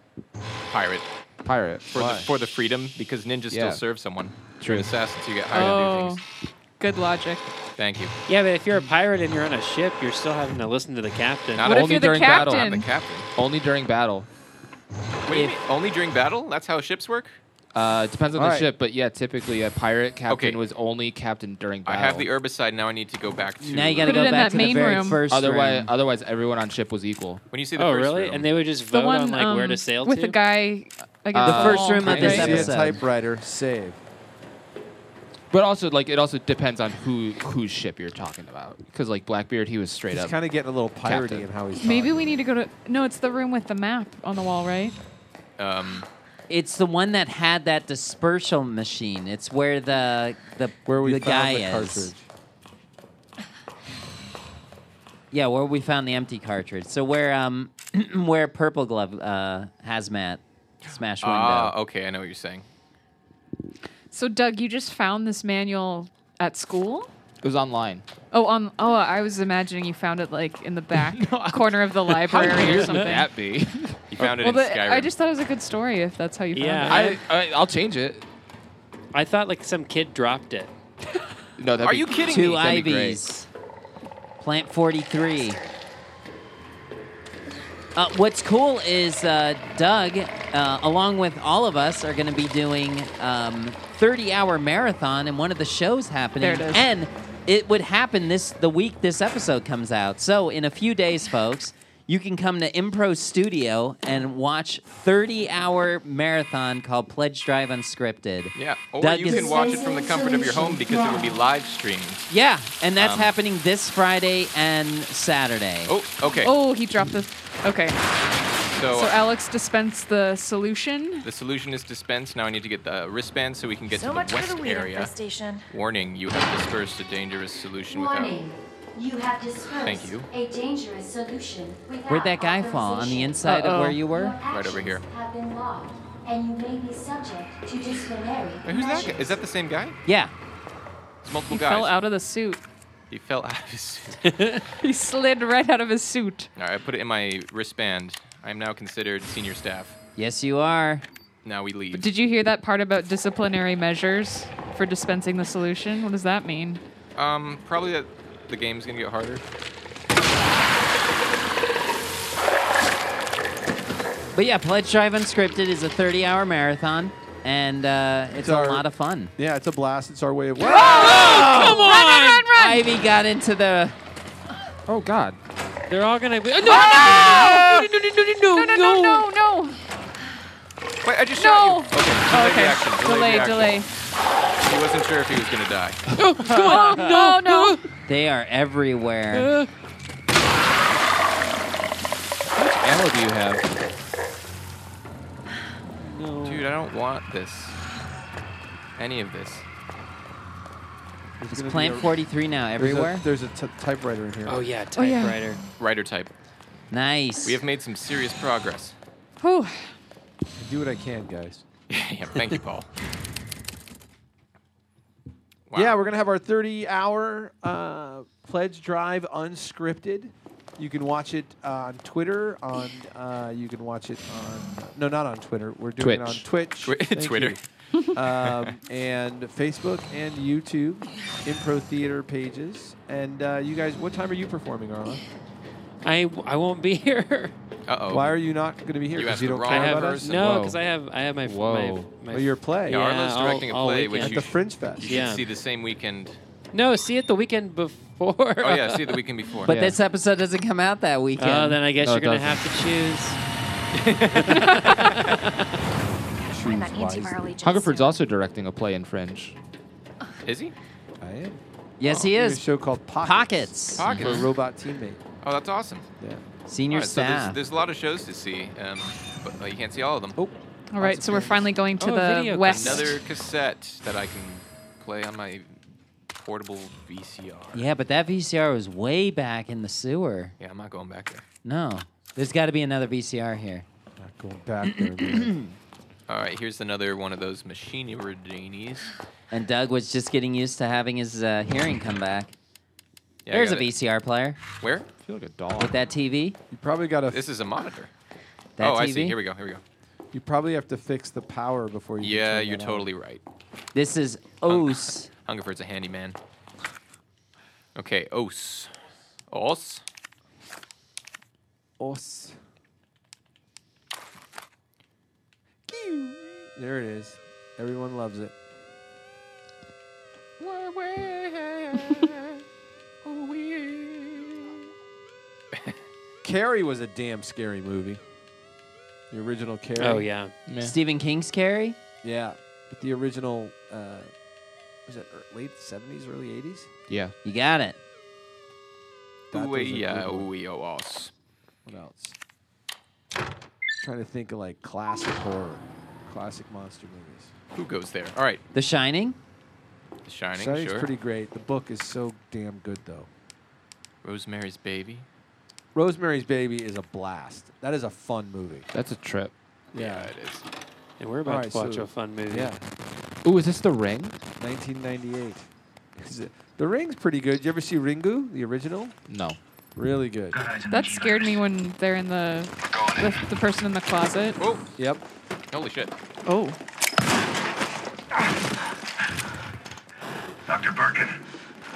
Speaker 5: Pirate.
Speaker 11: Pirate.
Speaker 5: For the, for the freedom, because ninjas still
Speaker 11: Yeah.
Speaker 5: serve someone.
Speaker 11: True.
Speaker 5: You're assassins, you get hired to do
Speaker 14: Oh,
Speaker 5: things.
Speaker 14: good logic.
Speaker 5: Thank you.
Speaker 7: Yeah, but if you're a pirate and you're on a ship, you're still having to listen to the captain.
Speaker 5: Not
Speaker 14: What if
Speaker 11: only
Speaker 14: you're the
Speaker 11: during
Speaker 5: I'm the
Speaker 14: captain?
Speaker 11: battle.
Speaker 5: captain.
Speaker 11: Only during battle.
Speaker 5: What do you mean? Only during battle? That's how ships work?
Speaker 11: Uh, it depends on
Speaker 9: All
Speaker 11: the
Speaker 9: right.
Speaker 11: ship, but yeah, typically a pirate captain
Speaker 5: Okay.
Speaker 11: was only captain during
Speaker 5: I
Speaker 11: battle.
Speaker 5: have the herbicide. Now I need to go back to.
Speaker 2: Now you gotta
Speaker 14: Put it
Speaker 2: go
Speaker 14: in
Speaker 2: back
Speaker 14: that
Speaker 2: to the
Speaker 14: main
Speaker 2: very
Speaker 14: room.
Speaker 2: first
Speaker 11: Otherwise,
Speaker 2: room.
Speaker 11: otherwise everyone on ship was equal.
Speaker 5: When you see the
Speaker 7: Oh,
Speaker 5: first
Speaker 7: really?
Speaker 5: room-
Speaker 7: And they would just
Speaker 14: The
Speaker 7: vote
Speaker 14: one
Speaker 7: on like
Speaker 14: um,
Speaker 7: where to sail
Speaker 14: with
Speaker 7: to.
Speaker 14: the guy against
Speaker 11: Uh,
Speaker 2: the first room of
Speaker 11: Can you
Speaker 2: this
Speaker 11: see a
Speaker 9: See a
Speaker 2: episode.
Speaker 9: typewriter. Save.
Speaker 11: But also, like, it also depends on who whose ship you're talking about. Because like Blackbeard, he was straight
Speaker 9: He's
Speaker 11: up.
Speaker 9: kind of getting a little piratey
Speaker 11: Captain.
Speaker 9: in how he's.
Speaker 14: Maybe
Speaker 9: talking.
Speaker 14: we need to go to. No, it's the room with the map on the wall, right?
Speaker 5: Um,
Speaker 2: It's the one that had that dispersal machine. It's where the the
Speaker 9: where we
Speaker 2: the guy
Speaker 9: found the
Speaker 2: is.
Speaker 9: cartridge.
Speaker 2: Yeah, where we found the empty cartridge. So where um <clears throat> where Purple Glove uh hazmat smash window.
Speaker 5: Ah, okay. I know what you're saying.
Speaker 14: So, Doug, you just found this manual at school?
Speaker 11: It was online.
Speaker 14: Oh, on. Oh, I was imagining you found it like in the back corner of the library or
Speaker 11: Wouldn't
Speaker 14: something.
Speaker 11: <laughs> that be?
Speaker 5: You found it
Speaker 14: Well,
Speaker 5: in
Speaker 14: but
Speaker 5: Skyrim.
Speaker 14: I just thought it was a good story if that's how you found
Speaker 7: Yeah.
Speaker 14: it.
Speaker 11: I, I I'll change it.
Speaker 7: I thought like some kid dropped it.
Speaker 11: No, that'd
Speaker 5: Are
Speaker 11: be,
Speaker 5: you kidding
Speaker 2: Two
Speaker 5: me?
Speaker 11: That'd be great.
Speaker 2: ivies. Plant 43. Uh, what's cool is uh, Doug, uh, along with all of us, are going to be doing um, 30-hour marathon in one of the shows happening.
Speaker 14: There it is.
Speaker 2: And it would happen this the week this episode comes out. So in a few days, folks, you can come to Impro Studio and watch 30-hour marathon called Pledge Drive Unscripted.
Speaker 5: Yeah. Or
Speaker 2: Doug
Speaker 5: you
Speaker 2: is-
Speaker 5: can watch it from the comfort of your home because it would be live streamed.
Speaker 2: Yeah, and that's
Speaker 5: Um,
Speaker 2: happening this Friday and Saturday.
Speaker 5: Oh, okay.
Speaker 14: Oh, he dropped the. Okay.
Speaker 5: so
Speaker 14: So
Speaker 5: uh,
Speaker 14: Alex dispensed the solution.
Speaker 5: the solution is dispensed. Now I need to get the wristband so we can get
Speaker 16: so
Speaker 5: to
Speaker 16: much
Speaker 5: the
Speaker 16: for
Speaker 5: west
Speaker 16: the weed
Speaker 5: area.
Speaker 16: infestation.
Speaker 5: Warning: You have dispersed a dangerous solution
Speaker 10: Warning.
Speaker 5: without.
Speaker 10: You have dispersed
Speaker 5: Thank you.
Speaker 10: a dangerous solution without
Speaker 2: Where'd that guy fall? On the
Speaker 10: authorization.
Speaker 2: inside of
Speaker 14: Uh-oh.
Speaker 2: where you were?
Speaker 10: Your
Speaker 5: Right over
Speaker 10: actions
Speaker 5: here.
Speaker 10: Have been logged, and you may be subject to disciplinary
Speaker 5: Wait, who's that?
Speaker 10: measures.
Speaker 5: Guy? Is that the same guy?
Speaker 2: Yeah.
Speaker 5: It's multiple
Speaker 14: He
Speaker 5: guys.
Speaker 14: fell out of the suit. <laughs>
Speaker 5: He fell out of his suit.
Speaker 14: He slid right out of his suit.
Speaker 5: All right, I put it in my wristband. I am now considered senior staff.
Speaker 2: Yes, you are.
Speaker 5: Now we leave.
Speaker 14: But did you hear that part about disciplinary measures for dispensing the solution? What does that mean?
Speaker 5: Um, probably that the game's gonna get harder.
Speaker 2: But yeah, Pledge Drive Unscripted is a 30 hour marathon, and uh, it's,
Speaker 9: It's
Speaker 2: a
Speaker 9: our-
Speaker 2: lot of fun.
Speaker 9: Yeah, it's a blast. It's our way of.
Speaker 7: Come on!
Speaker 2: Ivy got into the.
Speaker 11: Oh God.
Speaker 7: They're all gonna be. Oh, no! No! No! No! No! No!
Speaker 14: No, no, no, no.
Speaker 5: Wait, I just
Speaker 14: No.
Speaker 5: shot you. Okay.
Speaker 14: Oh,
Speaker 5: delayed reaction, delayed
Speaker 14: okay. Delay,
Speaker 5: reaction.
Speaker 14: delay.
Speaker 5: He wasn't sure if he was gonna die.
Speaker 14: Oh, no, no.
Speaker 2: They are everywhere.
Speaker 7: Uh,
Speaker 11: How much ammo do you have?
Speaker 7: no.
Speaker 5: Dude, I don't want this. Any of this.
Speaker 2: It's
Speaker 9: gonna be
Speaker 2: Plant
Speaker 9: a-
Speaker 2: 43 now
Speaker 9: There's a-
Speaker 2: everywhere.
Speaker 9: There's a, t- typewriter in here.
Speaker 7: Oh yeah,
Speaker 14: Oh, yeah.
Speaker 7: typewriter.
Speaker 5: Writer type.
Speaker 2: Nice.
Speaker 5: We have made some serious progress. <laughs>
Speaker 14: Whew.
Speaker 9: I do what I can, guys.
Speaker 5: yeah, thank you, Paul. Wow.
Speaker 9: Yeah, we're gonna have our 30-hour uh, pledge drive unscripted. You can watch it on Twitter. On uh, you can watch it on no, not on Twitter. We're doing it on Twitch,
Speaker 5: Twi-
Speaker 9: Thank
Speaker 5: Twitter.
Speaker 9: you. um, and Facebook and YouTube, Impro Theater pages. And uh, you guys, what time are you performing, Arlen?
Speaker 7: I I won't be <laughs> here.
Speaker 5: Uh oh.
Speaker 9: Why are you not going to be here?
Speaker 5: You
Speaker 9: Because
Speaker 5: asked
Speaker 9: you
Speaker 5: the
Speaker 9: don't
Speaker 5: wrong
Speaker 7: I
Speaker 9: care
Speaker 7: have
Speaker 9: about
Speaker 5: a-
Speaker 9: us.
Speaker 5: person.
Speaker 7: no,
Speaker 11: Whoa.
Speaker 7: because I have I have my f-
Speaker 11: Whoa.
Speaker 7: my, my
Speaker 9: Oh, your play
Speaker 5: Yeah, Arlo's
Speaker 7: all-
Speaker 5: directing a
Speaker 7: all
Speaker 5: play, which
Speaker 7: weekend.
Speaker 9: at
Speaker 5: you,
Speaker 9: the Fringe Fest.
Speaker 5: you
Speaker 7: Yeah.
Speaker 5: should see the same weekend.
Speaker 7: no. See it the weekend before.
Speaker 5: Oh yeah,
Speaker 7: <laughs>
Speaker 5: see it the weekend before.
Speaker 2: but
Speaker 11: Yeah.
Speaker 2: this episode doesn't come out that weekend.
Speaker 7: Oh, then I guess
Speaker 11: No,
Speaker 7: you're
Speaker 11: it
Speaker 7: gonna
Speaker 11: doesn't.
Speaker 7: have to choose.
Speaker 16: Find that antiviral agent.
Speaker 11: Hungerford's
Speaker 16: soon.
Speaker 11: also directing a play in Fringe.
Speaker 5: Is he?
Speaker 9: I am.
Speaker 2: Yes, he
Speaker 9: He did
Speaker 2: is.
Speaker 9: A show called Oh,
Speaker 2: Pockets.
Speaker 9: Pockets. For
Speaker 5: Pockets.
Speaker 9: a robot teammate.
Speaker 5: Oh, that's awesome.
Speaker 9: Yeah.
Speaker 2: Senior
Speaker 5: All right, so there's,
Speaker 2: staff.
Speaker 5: there's a lot of shows to see, um, but uh, you can't see all of them. Oh,
Speaker 14: All right, so we're finally going to
Speaker 7: Oh,
Speaker 14: the
Speaker 7: video
Speaker 14: west.
Speaker 5: Another cassette that I can play on my portable VCR.
Speaker 2: yeah, but that VCR was way back in the sewer.
Speaker 5: Yeah, I'm not going back there.
Speaker 2: No, there's got to be another VCR here.
Speaker 9: Not going back there.
Speaker 14: <clears throat>
Speaker 9: man.
Speaker 5: All right, here's another one of those machine Iridanies.
Speaker 2: And Doug was just getting used to having his uh, hearing come back.
Speaker 5: Yeah, I
Speaker 2: there's a
Speaker 5: got it.
Speaker 2: VCR player
Speaker 5: Where?
Speaker 9: I feel like a dog.
Speaker 2: with that TV.
Speaker 15: You probably got to.
Speaker 5: This is a monitor.
Speaker 2: That
Speaker 5: oh, I
Speaker 2: TV?
Speaker 5: see. Here we go. Here we go.
Speaker 15: You probably have to fix the power before you. can
Speaker 5: Yeah,
Speaker 15: turn
Speaker 5: you're
Speaker 15: that on.
Speaker 5: totally right.
Speaker 2: This is
Speaker 5: Oh.
Speaker 11: <laughs>
Speaker 2: Os.
Speaker 5: Hungerford's a handyman. Okay, os. Os.
Speaker 15: Os. There it is. Everyone loves it.
Speaker 5: Oh,
Speaker 15: Carrie was a damn scary movie. The original Carrie.
Speaker 7: Oh, yeah. Yeah.
Speaker 2: Stephen King's Carrie.
Speaker 15: Yeah, but the original uh, was it er- late '70s, early '80s?
Speaker 11: Yeah.
Speaker 2: You got it.
Speaker 15: That was a
Speaker 5: Ooey, uh,
Speaker 15: good one.
Speaker 5: ooey, oh, os.
Speaker 15: What else? trying to think of like classic horror, classic monster movies.
Speaker 5: Who goes there? All right,
Speaker 2: The Shining.
Speaker 5: The Shining,
Speaker 15: Shining's
Speaker 5: sure.
Speaker 15: pretty great. The book is so damn good though.
Speaker 5: Rosemary's Baby.
Speaker 15: Rosemary's Baby is a blast. That is a fun movie.
Speaker 11: That's a trip.
Speaker 15: Yeah.
Speaker 5: it is.
Speaker 7: And we're about
Speaker 15: Alright,
Speaker 7: to watch
Speaker 15: so-
Speaker 7: a fun movie.
Speaker 15: Yeah,
Speaker 11: Ooh, is this the ring?
Speaker 15: 1998. Is it- The Ring's pretty good. You ever see Ringu, the original?
Speaker 11: No.
Speaker 15: Really good.
Speaker 14: That scared me when they're in the the, the person in the closet.
Speaker 5: Whoa!
Speaker 15: Yep.
Speaker 5: Holy shit.
Speaker 14: Oh.
Speaker 17: Dr. Birkin,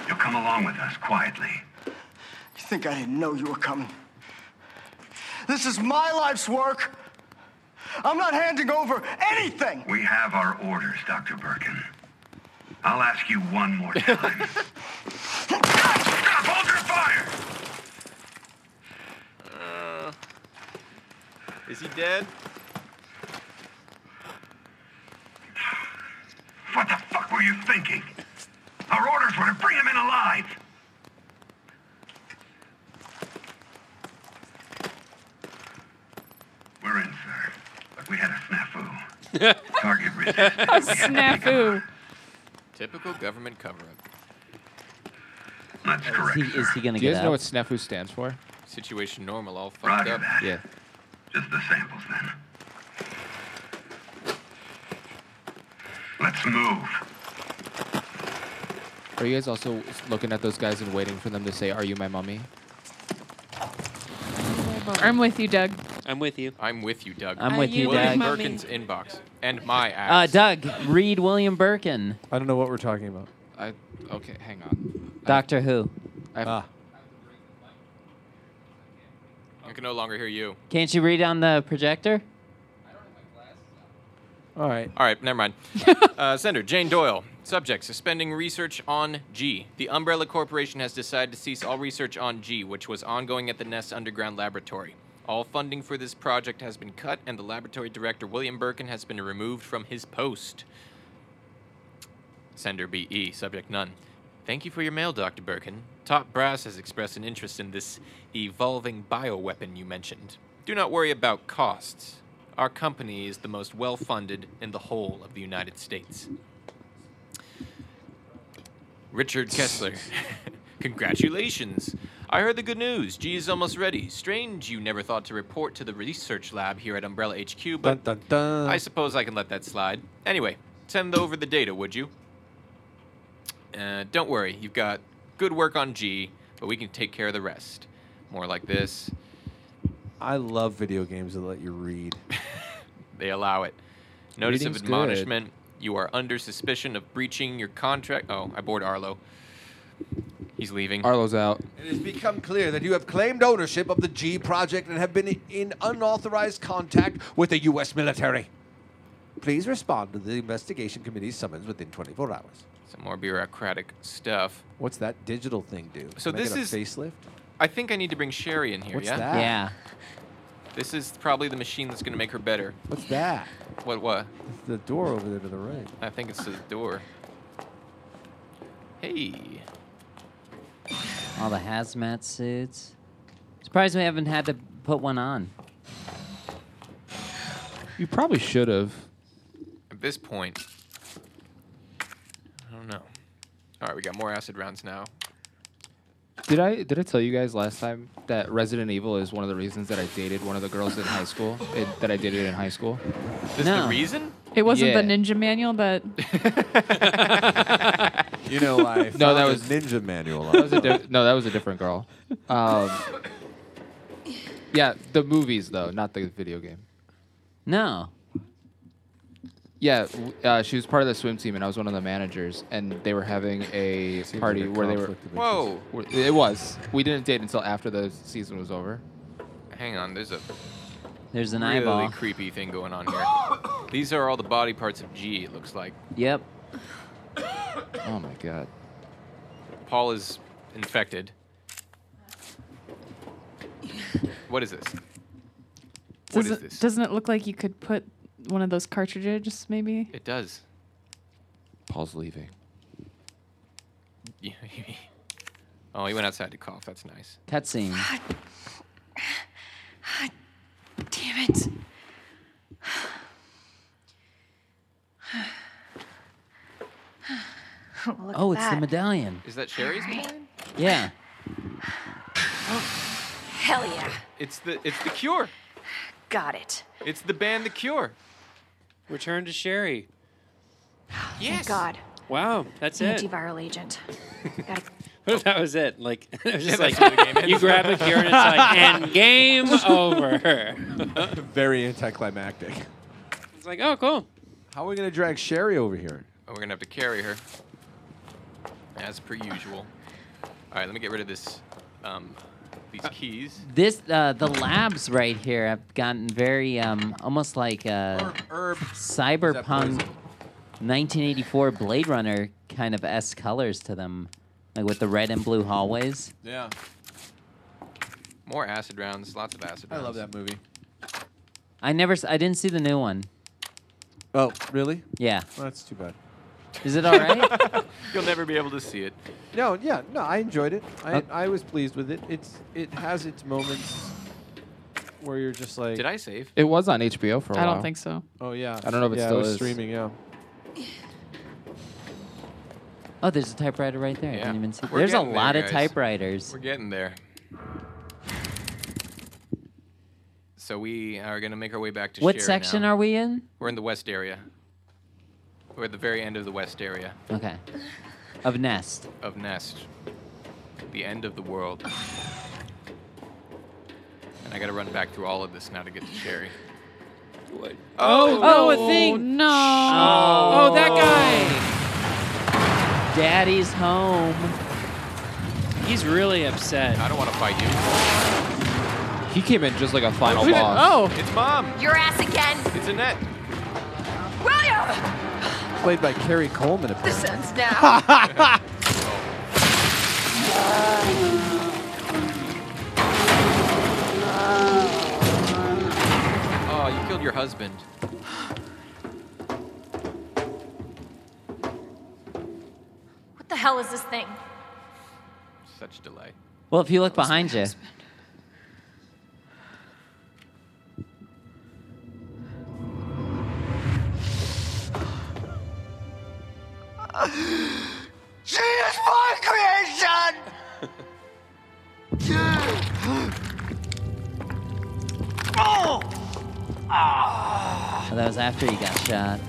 Speaker 17: you come along with us quietly.
Speaker 18: You think I didn't know you were coming? This is my life's work. I'm not handing over anything.
Speaker 17: We have our orders, Dr. Birkin. I'll ask you one
Speaker 18: <laughs>
Speaker 17: more time. Stop! Hold your fire!
Speaker 5: Uh, is he dead?
Speaker 17: What the fuck were you thinking? Our orders were to bring him in alive. We're in, sir. But we had a snafu. Target resisted.
Speaker 14: A
Speaker 17: We had to pick him
Speaker 14: snafu.
Speaker 5: Typical government cover-up.
Speaker 17: That's correct.
Speaker 2: Is he, is he gonna
Speaker 11: Do you
Speaker 2: get
Speaker 11: guys know
Speaker 2: out?
Speaker 11: what snafu stands for?
Speaker 5: Situation normal, all fucked
Speaker 17: Roger
Speaker 5: up.
Speaker 17: that.
Speaker 11: Yeah.
Speaker 17: Just the samples then. Let's move.
Speaker 11: Are you guys also looking at those guys and waiting for them to say, "Are you my mummy"?
Speaker 14: I'm with you, Doug.
Speaker 7: I'm with you.
Speaker 5: I'm with you, Doug.
Speaker 2: I'm Are with you,
Speaker 5: William
Speaker 2: Doug. Mommy?
Speaker 5: Birkin's inbox and my
Speaker 2: Uh,
Speaker 5: ass.
Speaker 2: Doug, read William Birkin,
Speaker 15: I don't know what we're talking about.
Speaker 11: I okay, hang on.
Speaker 2: Doctor Who.
Speaker 11: I,
Speaker 15: ah,
Speaker 5: I can no longer hear you.
Speaker 2: Can't you read on the projector?
Speaker 15: all right.
Speaker 5: All right, never
Speaker 2: <laughs>
Speaker 5: mind. uh, sender Jane Doyle. Subject: Suspending research on G. The Umbrella Corporation has decided to cease all research on G, which was ongoing at the Nest Underground Laboratory. All funding for this project has been cut, and the laboratory director William Birkin has been removed from his post. Sender BE. Subject: None. Thank you for your mail, Dr. Birkin. Top Brass has expressed an interest in this evolving bioweapon you mentioned. Do not worry about costs. Our company is the most well funded in the whole of the United States. Richard Kessler. <laughs> Congratulations! I heard the good news. G is almost ready. Strange you never thought to report to the research lab here at Umbrella HQ,
Speaker 15: Dun
Speaker 5: but
Speaker 15: dun dun.
Speaker 5: I suppose I can let that slide. Anyway, send over the data, would you? Uh, don't worry, you've got good work on G, but we can take care of the rest. More like this.
Speaker 15: I love video games that let you read.
Speaker 5: They allow it. Notice
Speaker 11: Reading's
Speaker 5: of
Speaker 11: good.
Speaker 5: admonishment. You are under suspicion of breaching your contract. Oh, I bored Arlo. He's leaving.
Speaker 11: Arlo's out.
Speaker 9: It has become clear that you have claimed ownership of the G project and have been in unauthorized contact with the U.S. military. Please respond to the investigation committee's summons within 24 hours.
Speaker 5: Some more bureaucratic stuff.
Speaker 15: What's that digital thing do?
Speaker 5: So
Speaker 15: Can I
Speaker 5: this
Speaker 15: get a
Speaker 5: is-
Speaker 15: facelift.
Speaker 5: I think I need to bring Sherry in here.
Speaker 15: What's
Speaker 5: yeah.
Speaker 14: Ah.
Speaker 15: that?
Speaker 2: Yeah.
Speaker 5: This is probably the machine that's gonna make her better.
Speaker 15: What's that?
Speaker 5: What? What?
Speaker 15: It's the door over there to the right.
Speaker 5: I think it's the door. Hey.
Speaker 2: All the hazmat suits. Surprised we haven't had to put one on.
Speaker 11: You probably should have.
Speaker 5: At this point, I don't know. All right, we got more acid rounds now.
Speaker 11: Did I did I tell you guys last time that Resident Evil is one of the reasons that I dated one of the girls in high school? It, that I dated in high school.
Speaker 5: This
Speaker 2: No.
Speaker 5: the reason?
Speaker 14: It wasn't
Speaker 11: Yeah.
Speaker 14: the ninja manual that.
Speaker 9: You know, <laughs> I
Speaker 11: no, that
Speaker 9: found a
Speaker 11: was
Speaker 9: Ninja Manual. <laughs>
Speaker 11: That was a di- no, that was a different girl. Um, yeah, the movies though, not the video game.
Speaker 2: <laughs> No.
Speaker 11: Yeah, w- uh, she was part of the swim team, and I was one of the managers, and they were having a
Speaker 9: like
Speaker 11: party
Speaker 9: a
Speaker 11: where they were.
Speaker 9: conflict of
Speaker 5: Whoa.
Speaker 11: where- It was. We didn't date until after the season was over.
Speaker 5: Hang on, there's a
Speaker 2: There's an
Speaker 5: really
Speaker 2: eyeball.
Speaker 5: creepy thing going on here. These are all the body parts of G. It looks like
Speaker 2: Yep.
Speaker 11: Oh my god.
Speaker 5: Paul is infected. What is this? What is
Speaker 14: doesn't,
Speaker 5: this?
Speaker 14: doesn't it look like you could put one of those cartridges, maybe?
Speaker 5: It does.
Speaker 11: Paul's leaving.
Speaker 5: <laughs> oh, he went outside to cough. That's nice.
Speaker 2: Cutscene.
Speaker 16: Damn
Speaker 10: <sighs>
Speaker 16: it. Look
Speaker 2: oh,
Speaker 16: at
Speaker 2: it's the
Speaker 16: that.
Speaker 2: medallion.
Speaker 5: Is that Sherry's medallion?
Speaker 2: Yeah.
Speaker 16: Hell yeah.
Speaker 5: It's the it's the cure.
Speaker 16: Got it.
Speaker 5: It's the band The Cure.
Speaker 7: Return to Sherry.
Speaker 16: Thank God.
Speaker 7: Wow, that's it.
Speaker 16: Antiviral agent. <laughs> Gotta
Speaker 7: What if <laughs> that was it? Like, <laughs> it was just
Speaker 5: that's
Speaker 7: like
Speaker 5: where the game ends.
Speaker 7: you grab a cure and it's like, and game over.
Speaker 9: Very <laughs> anticlimactic.
Speaker 7: It's like, oh, cool.
Speaker 9: How are we going to drag Sherry over here?
Speaker 5: Oh, we're gonna have to carry her, as per usual. All right, let me get rid of this, um,
Speaker 9: Uh,
Speaker 5: these keys.
Speaker 2: This uh, the labs right here have gotten very um, almost like uh, cyberpunk 1984 Blade Runner kind of s colors to them, like with the red and blue hallways.
Speaker 9: Yeah.
Speaker 5: More acid rounds. Lots of acid
Speaker 9: I
Speaker 5: rounds.
Speaker 9: love that movie.
Speaker 2: I never s- I didn't see the new one.
Speaker 9: Oh, really?
Speaker 2: Yeah,
Speaker 9: Well, that's too bad.
Speaker 2: is it
Speaker 5: <laughs>
Speaker 2: all right?
Speaker 5: You'll never be able to see it.
Speaker 9: No, yeah, no, I enjoyed it. I,
Speaker 2: Uh,
Speaker 9: I was pleased with it. It's it has its moments where you're just like,
Speaker 5: Did I save?
Speaker 11: It was on HBO for a
Speaker 14: I
Speaker 11: while.
Speaker 14: don't think so.
Speaker 9: oh yeah,
Speaker 11: I don't know if it
Speaker 9: yeah,
Speaker 11: still
Speaker 9: was
Speaker 11: is.
Speaker 9: streaming. Yeah,
Speaker 2: oh, there's a typewriter right there. I
Speaker 5: Yeah.
Speaker 2: didn't even see.
Speaker 5: We're
Speaker 2: There's a
Speaker 5: getting there,
Speaker 2: lot of
Speaker 5: guys.
Speaker 2: typewriters.
Speaker 5: We're getting there. So we are gonna make our way back to.
Speaker 2: What
Speaker 5: Sherry
Speaker 2: section
Speaker 5: now.
Speaker 2: are we in?
Speaker 5: We're in the west area. We're at the very end of the west area
Speaker 2: Okay, of Nest.
Speaker 5: of Nest. The end of the world. And I gotta run back through all of this now to get to Sherry.
Speaker 7: Oh, no, a thing.
Speaker 14: No.
Speaker 7: Oh, that guy.
Speaker 2: Daddy's home.
Speaker 7: He's really upset.
Speaker 5: I don't want to fight you.
Speaker 11: He came in just like a final
Speaker 5: Wait a minute.
Speaker 11: boss.
Speaker 5: It's mom.
Speaker 16: Your ass again.
Speaker 5: It's Annette.
Speaker 16: William!
Speaker 9: played by Carrie Coleman.
Speaker 16: This ends now.
Speaker 5: Oh, you killed your husband.
Speaker 16: what the hell is this thing?
Speaker 5: Such delay.
Speaker 2: Well, if you look behind you,
Speaker 18: She is my
Speaker 17: <laughs>
Speaker 18: creation! <gasps> oh! Ah.
Speaker 2: oh, that was after you got shot.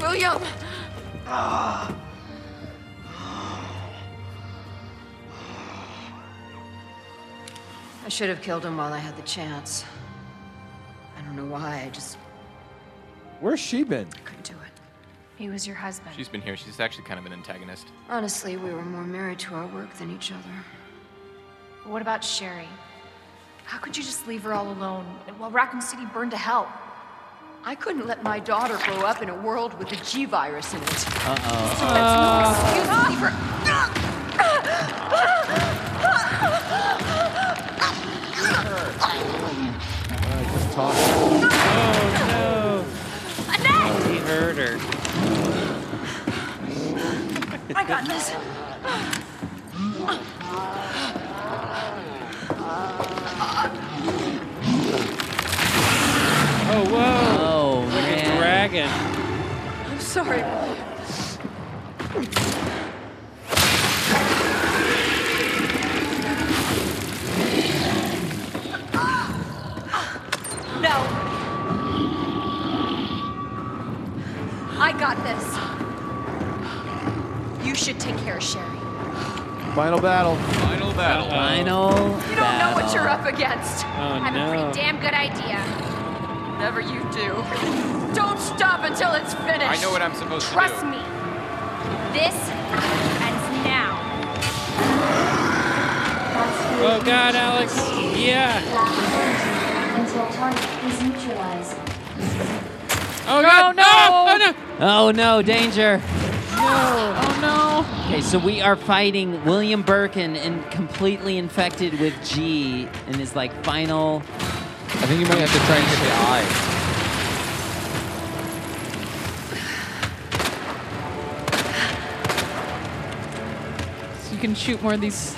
Speaker 16: William!
Speaker 19: I should have killed him while I had the chance. I don't know why, I just
Speaker 9: Where's she been?
Speaker 19: couldn't do it. He was your husband.
Speaker 5: She's been here. She's actually kind of an antagonist.
Speaker 19: Honestly, we were more married to our work than each other.
Speaker 16: But What about Sherry? How could you just leave her all alone while Raccoon City burned to hell?
Speaker 19: I couldn't let my daughter grow up in a world with a G virus in it.
Speaker 2: Uh oh.
Speaker 19: Excuse me, leave her. <gasps>
Speaker 9: Just talking.
Speaker 7: Oh, <laughs>
Speaker 16: Annette!
Speaker 7: no. He hurt her.
Speaker 16: I got this.
Speaker 7: Oh, whoa.
Speaker 2: Oh, man.
Speaker 7: Dragon.
Speaker 16: I'm sorry. No. I got this. You should take care of Sherry.
Speaker 9: Final battle.
Speaker 5: Final battle.
Speaker 2: Final
Speaker 16: You don't know what you're up against.
Speaker 2: Oh,
Speaker 16: I have a
Speaker 2: no.
Speaker 16: pretty damn good idea. Whatever you do, don't stop until it's finished.
Speaker 5: I know what I'm supposed to
Speaker 16: Trust
Speaker 5: do.
Speaker 16: me. This ends now.
Speaker 7: Oh, God, Alex. Yeah.
Speaker 10: Until target is neutralized.
Speaker 7: Oh, God.
Speaker 14: no.
Speaker 7: Oh, no.
Speaker 2: Oh no, danger!
Speaker 14: Oh no.
Speaker 2: Okay, so we are fighting William Birkin and completely infected with G in his like final.
Speaker 14: oh!
Speaker 11: I think you might have to try and hit the eye.
Speaker 14: So you can shoot more of these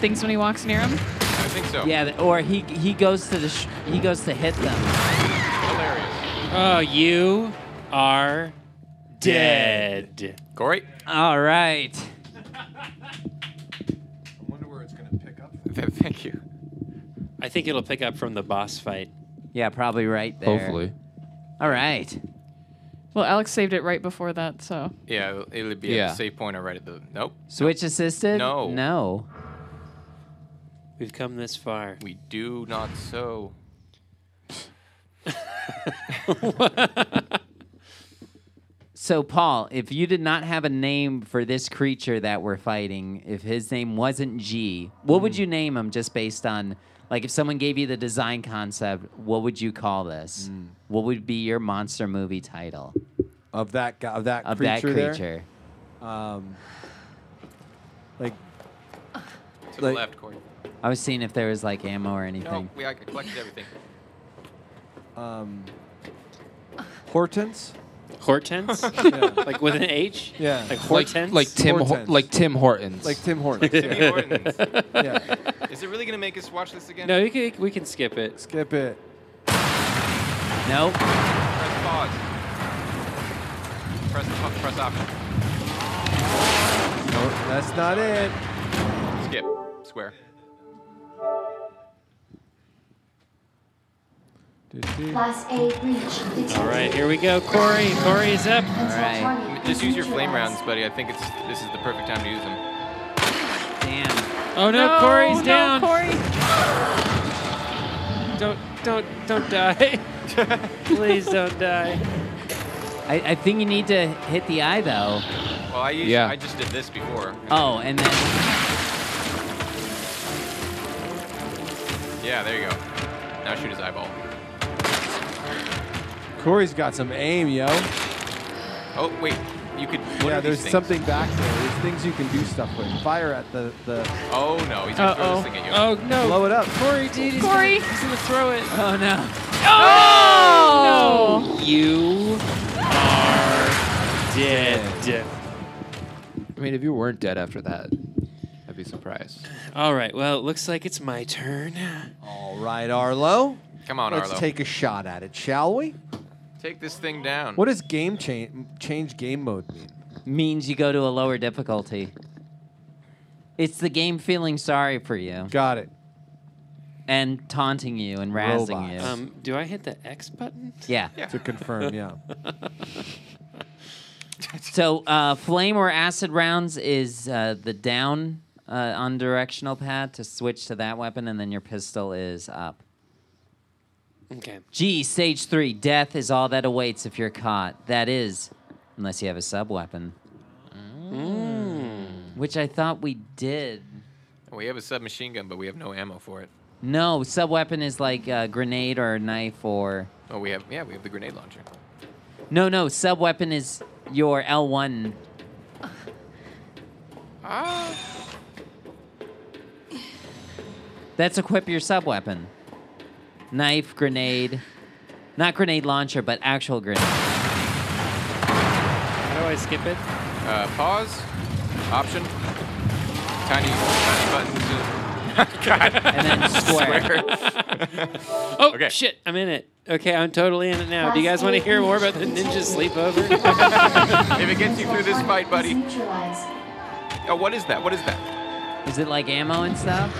Speaker 14: things when he walks near him.
Speaker 5: I think so.
Speaker 2: Yeah, th- or he he goes to the sh- he goes to hit them.
Speaker 7: Oh, you are dead.
Speaker 5: Corey?
Speaker 2: All right.
Speaker 5: Thank you.
Speaker 7: I think it'll pick up from the boss fight.
Speaker 2: Yeah, probably right there.
Speaker 11: Hopefully.
Speaker 2: All right.
Speaker 14: Well, Alex saved it right before that, so.
Speaker 5: Yeah, it'll- it'll be at
Speaker 2: Yeah.
Speaker 5: the save point or right at the. Nope.
Speaker 2: Switch assisted.
Speaker 5: No.
Speaker 2: No.
Speaker 7: We've come this far.
Speaker 5: We do not so.
Speaker 2: So Paul, if you did not have a name for this creature that we're fighting, if his name wasn't G, what would you name him just based on like if someone gave you the design concept, what would you call this? What would be your monster movie title
Speaker 9: Of that guy, of that
Speaker 2: of that
Speaker 9: creature there?
Speaker 2: creature?
Speaker 9: Um, like
Speaker 5: To the
Speaker 9: Like-
Speaker 5: left, Corey.
Speaker 2: I was seeing if there was like ammo or
Speaker 5: No,
Speaker 2: anything.
Speaker 5: we I collected everything.
Speaker 9: um, Hortense.
Speaker 7: <laughs> Hortense? Like with an H?
Speaker 9: Yeah.
Speaker 7: Like
Speaker 11: Like,
Speaker 7: Hortense?
Speaker 11: like Tim, Hor-
Speaker 9: Hortense.
Speaker 11: like Tim Hortons.
Speaker 9: Like Tim Hortons.
Speaker 5: <laughs>
Speaker 7: Like Timmy
Speaker 9: yeah.
Speaker 7: Hortons.
Speaker 9: Yeah.
Speaker 5: Is it really going to make us watch this again?
Speaker 7: No, we can, we can skip it.
Speaker 9: Skip it.
Speaker 2: Nope.
Speaker 5: Press pause. Press, pu- press option.
Speaker 9: No, that's not it.
Speaker 5: Skip. Square.
Speaker 10: Class A breach detected.
Speaker 7: All right, here we go. Corey. Corey is up.
Speaker 10: Until
Speaker 2: right.
Speaker 10: target
Speaker 5: Just
Speaker 10: is
Speaker 5: use your flame
Speaker 10: neutralized.
Speaker 5: rounds, buddy. I think it's this is the perfect time to use them.
Speaker 2: Damn.
Speaker 7: Oh, no. Corey's
Speaker 14: no,
Speaker 7: down.
Speaker 14: Corey.
Speaker 7: Don't, don't, don't <laughs> die. Please don't die.
Speaker 2: I, I think you need to hit the eye though.
Speaker 5: Well, I used,
Speaker 11: Yeah.
Speaker 5: I just did this before.
Speaker 2: Oh, and then <laughs>
Speaker 5: Yeah, there you go. Now shoot his eyeball.
Speaker 9: Corey's got some aim, yo.
Speaker 5: Oh wait, you could. What
Speaker 9: yeah,
Speaker 5: are
Speaker 9: there's
Speaker 5: these things?
Speaker 9: something back there. There's things you can do stuff with. Fire at the the.
Speaker 5: Oh no, he's gonna throw
Speaker 7: Uh-oh.
Speaker 5: this thing at you.
Speaker 7: Oh, no.
Speaker 9: Blow it up.
Speaker 7: Corey, dude. He's
Speaker 14: Corey.
Speaker 7: Gonna, he's going to throw it.
Speaker 2: oh no.
Speaker 14: Oh!
Speaker 7: You are dead.
Speaker 11: I mean, if you weren't dead after that, I'd be surprised.
Speaker 7: All right. Well, it looks like it's my turn.
Speaker 9: All right, Arlo.
Speaker 5: Come on,
Speaker 9: Let's
Speaker 5: Arlo.
Speaker 9: take a shot at it, shall we?
Speaker 5: Take this thing down.
Speaker 9: What does game change change game mode mean?
Speaker 2: Means you go to a lower difficulty. It's the game feeling sorry for you
Speaker 9: Got it.
Speaker 2: and taunting you and razzing
Speaker 9: Robots.
Speaker 2: you.
Speaker 7: Um, do I hit the X button?
Speaker 2: yeah.
Speaker 5: <laughs>
Speaker 9: To confirm, yeah.
Speaker 2: So uh, flame or acid rounds is uh, the down uh, on directional pad to switch to that weapon, and then your pistol is up.
Speaker 7: Okay.
Speaker 2: G stage three death is all that awaits if you're caught. That is, unless you have a sub weapon, which I thought we did.
Speaker 5: We have a submachine gun, but we have no ammo for it.
Speaker 2: No, sub weapon is like a grenade or a knife or
Speaker 5: Oh, we have. Yeah, we have the grenade launcher.
Speaker 2: no, no. Sub weapon is your L one. That's equip your sub weapon. Knife, grenade, not grenade launcher, but actual grenade.
Speaker 7: How do I skip it?
Speaker 5: Uh, pause. Option. Tiny, tiny buttons.
Speaker 7: God.
Speaker 5: And then square.
Speaker 7: oh shit! I'm in it. Okay, I'm totally in it now. Do you guys want to hear more about the ninja sleepover?
Speaker 5: if it gets you through this fight, buddy. Oh, what is that? What is that?
Speaker 2: Is it like ammo and stuff?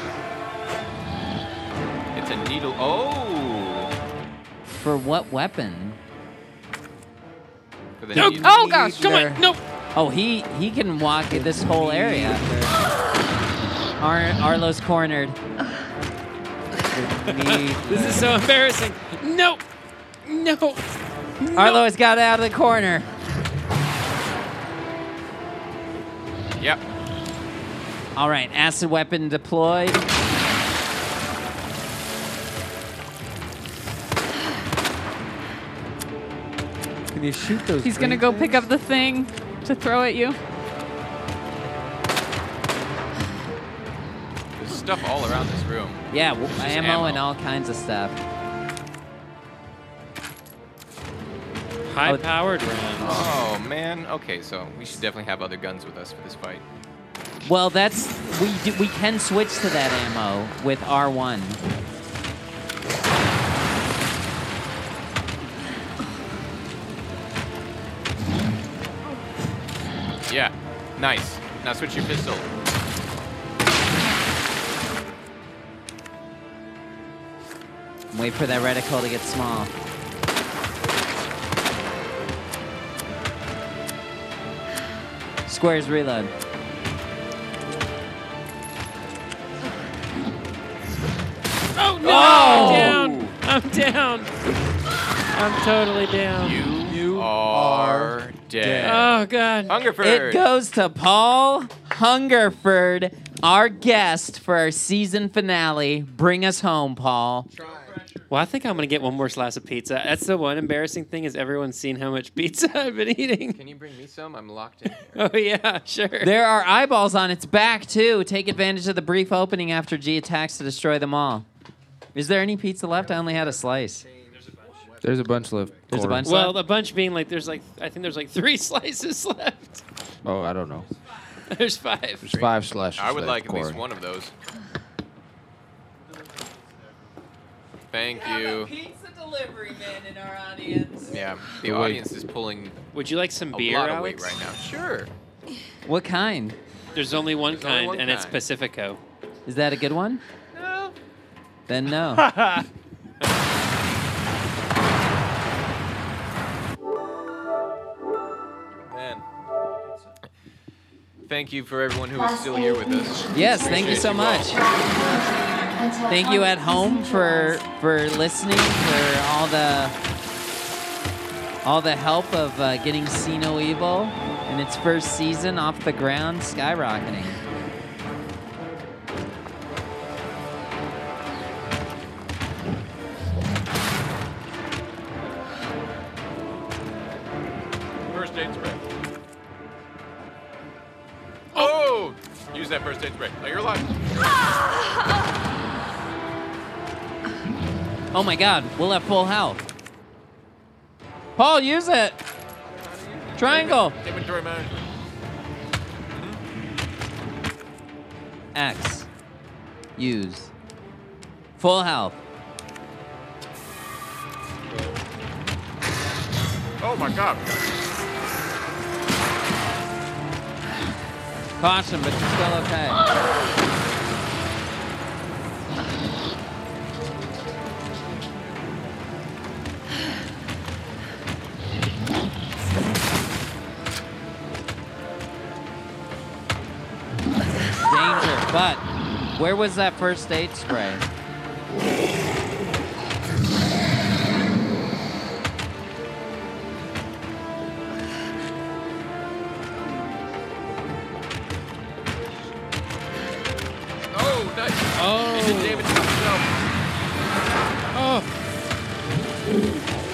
Speaker 5: It's a needle. Oh.
Speaker 2: For what weapon?
Speaker 5: For the
Speaker 2: Did
Speaker 5: needle.
Speaker 2: you
Speaker 14: <laughs> Oh, gosh,
Speaker 2: need
Speaker 14: come on,
Speaker 2: their-
Speaker 14: no.
Speaker 2: Oh, he he can walk this whole area. Ar- Arlo's cornered.
Speaker 7: this is so embarrassing. No, no.
Speaker 2: Arlo has got out of the corner.
Speaker 5: Yep.
Speaker 2: All right, acid weapon deployed.
Speaker 9: Can you shoot those?
Speaker 14: He's gonna
Speaker 9: green
Speaker 14: go
Speaker 9: things?
Speaker 14: pick up the thing to throw at you.
Speaker 5: There's stuff all around this room.
Speaker 2: Yeah, w-
Speaker 5: Just
Speaker 2: ammo,
Speaker 5: ammo.
Speaker 2: and all kinds of stuff.
Speaker 7: High-powered rounds.
Speaker 5: Oh man. Okay, so we should definitely have other guns with us for this fight.
Speaker 2: Well, that's we do, we can switch to that ammo with R1.
Speaker 5: Yeah. Nice. Now switch your pistol.
Speaker 2: Wait for that reticle to get small. Squares reload.
Speaker 7: Oh no!
Speaker 2: Oh!
Speaker 7: I'm down. I'm down. I'm totally down.
Speaker 5: You, are dead.
Speaker 7: Oh god.
Speaker 5: Hungerford.
Speaker 2: It goes to Paul Hungerford, our guest for our season finale. Bring us home, Paul.
Speaker 7: Well, I think I'm gonna get one more slice of pizza. That's the one embarrassing thing is everyone's seen how much pizza <laughs> I've been eating.
Speaker 5: Can you bring me some? I'm locked <laughs> in.
Speaker 7: Oh yeah, sure.
Speaker 2: There are eyeballs on its back too. Take advantage of the brief opening after G attacks to destroy them all. Is there any pizza left? I only had a slice.
Speaker 11: There's a bunch left.
Speaker 2: There's a
Speaker 11: Corey.
Speaker 2: bunch
Speaker 7: Well, a bunch being like there's like I think there's like three <laughs> slices left. <laughs>
Speaker 11: Oh, I don't know.
Speaker 7: There's five.
Speaker 11: There's five slashes.
Speaker 5: I would
Speaker 11: left,
Speaker 5: like at least
Speaker 11: Corey.
Speaker 5: one of those. Thank you.
Speaker 2: Pizza delivery man in our audience.
Speaker 5: Yeah, the
Speaker 11: The weight.
Speaker 5: audience is pulling
Speaker 7: Would you like some
Speaker 5: a
Speaker 7: beer,
Speaker 5: lot of
Speaker 7: Alex?
Speaker 5: weight right now. Sure.
Speaker 2: What kind?
Speaker 7: There's only one
Speaker 5: only
Speaker 7: kind,
Speaker 5: one
Speaker 7: and it's
Speaker 5: kind.
Speaker 7: Pacifico.
Speaker 2: Is that a good one?
Speaker 5: No.
Speaker 2: Then no.
Speaker 7: That's
Speaker 5: Man. Thank you for everyone who is still here with us.
Speaker 2: Yes, thank you so
Speaker 5: Appreciate
Speaker 2: much.
Speaker 5: you all.
Speaker 2: Thank you at home for for listening for all the all the help of uh, getting See No Evil in its first season off the ground, skyrocketing.
Speaker 5: First aid spray. Oh! Use that first aid spray. Now you're alive.
Speaker 2: Oh my God, we'll have full health. Paul, use it. Triangle.
Speaker 5: Inventory management.
Speaker 2: X. Use. Full health.
Speaker 5: Oh my god.
Speaker 2: Caution, but you're still okay. Danger, but where was that first aid spray?
Speaker 5: Oh, nice.
Speaker 7: Oh.
Speaker 5: It did damage to itself.
Speaker 7: Oh. <gasps>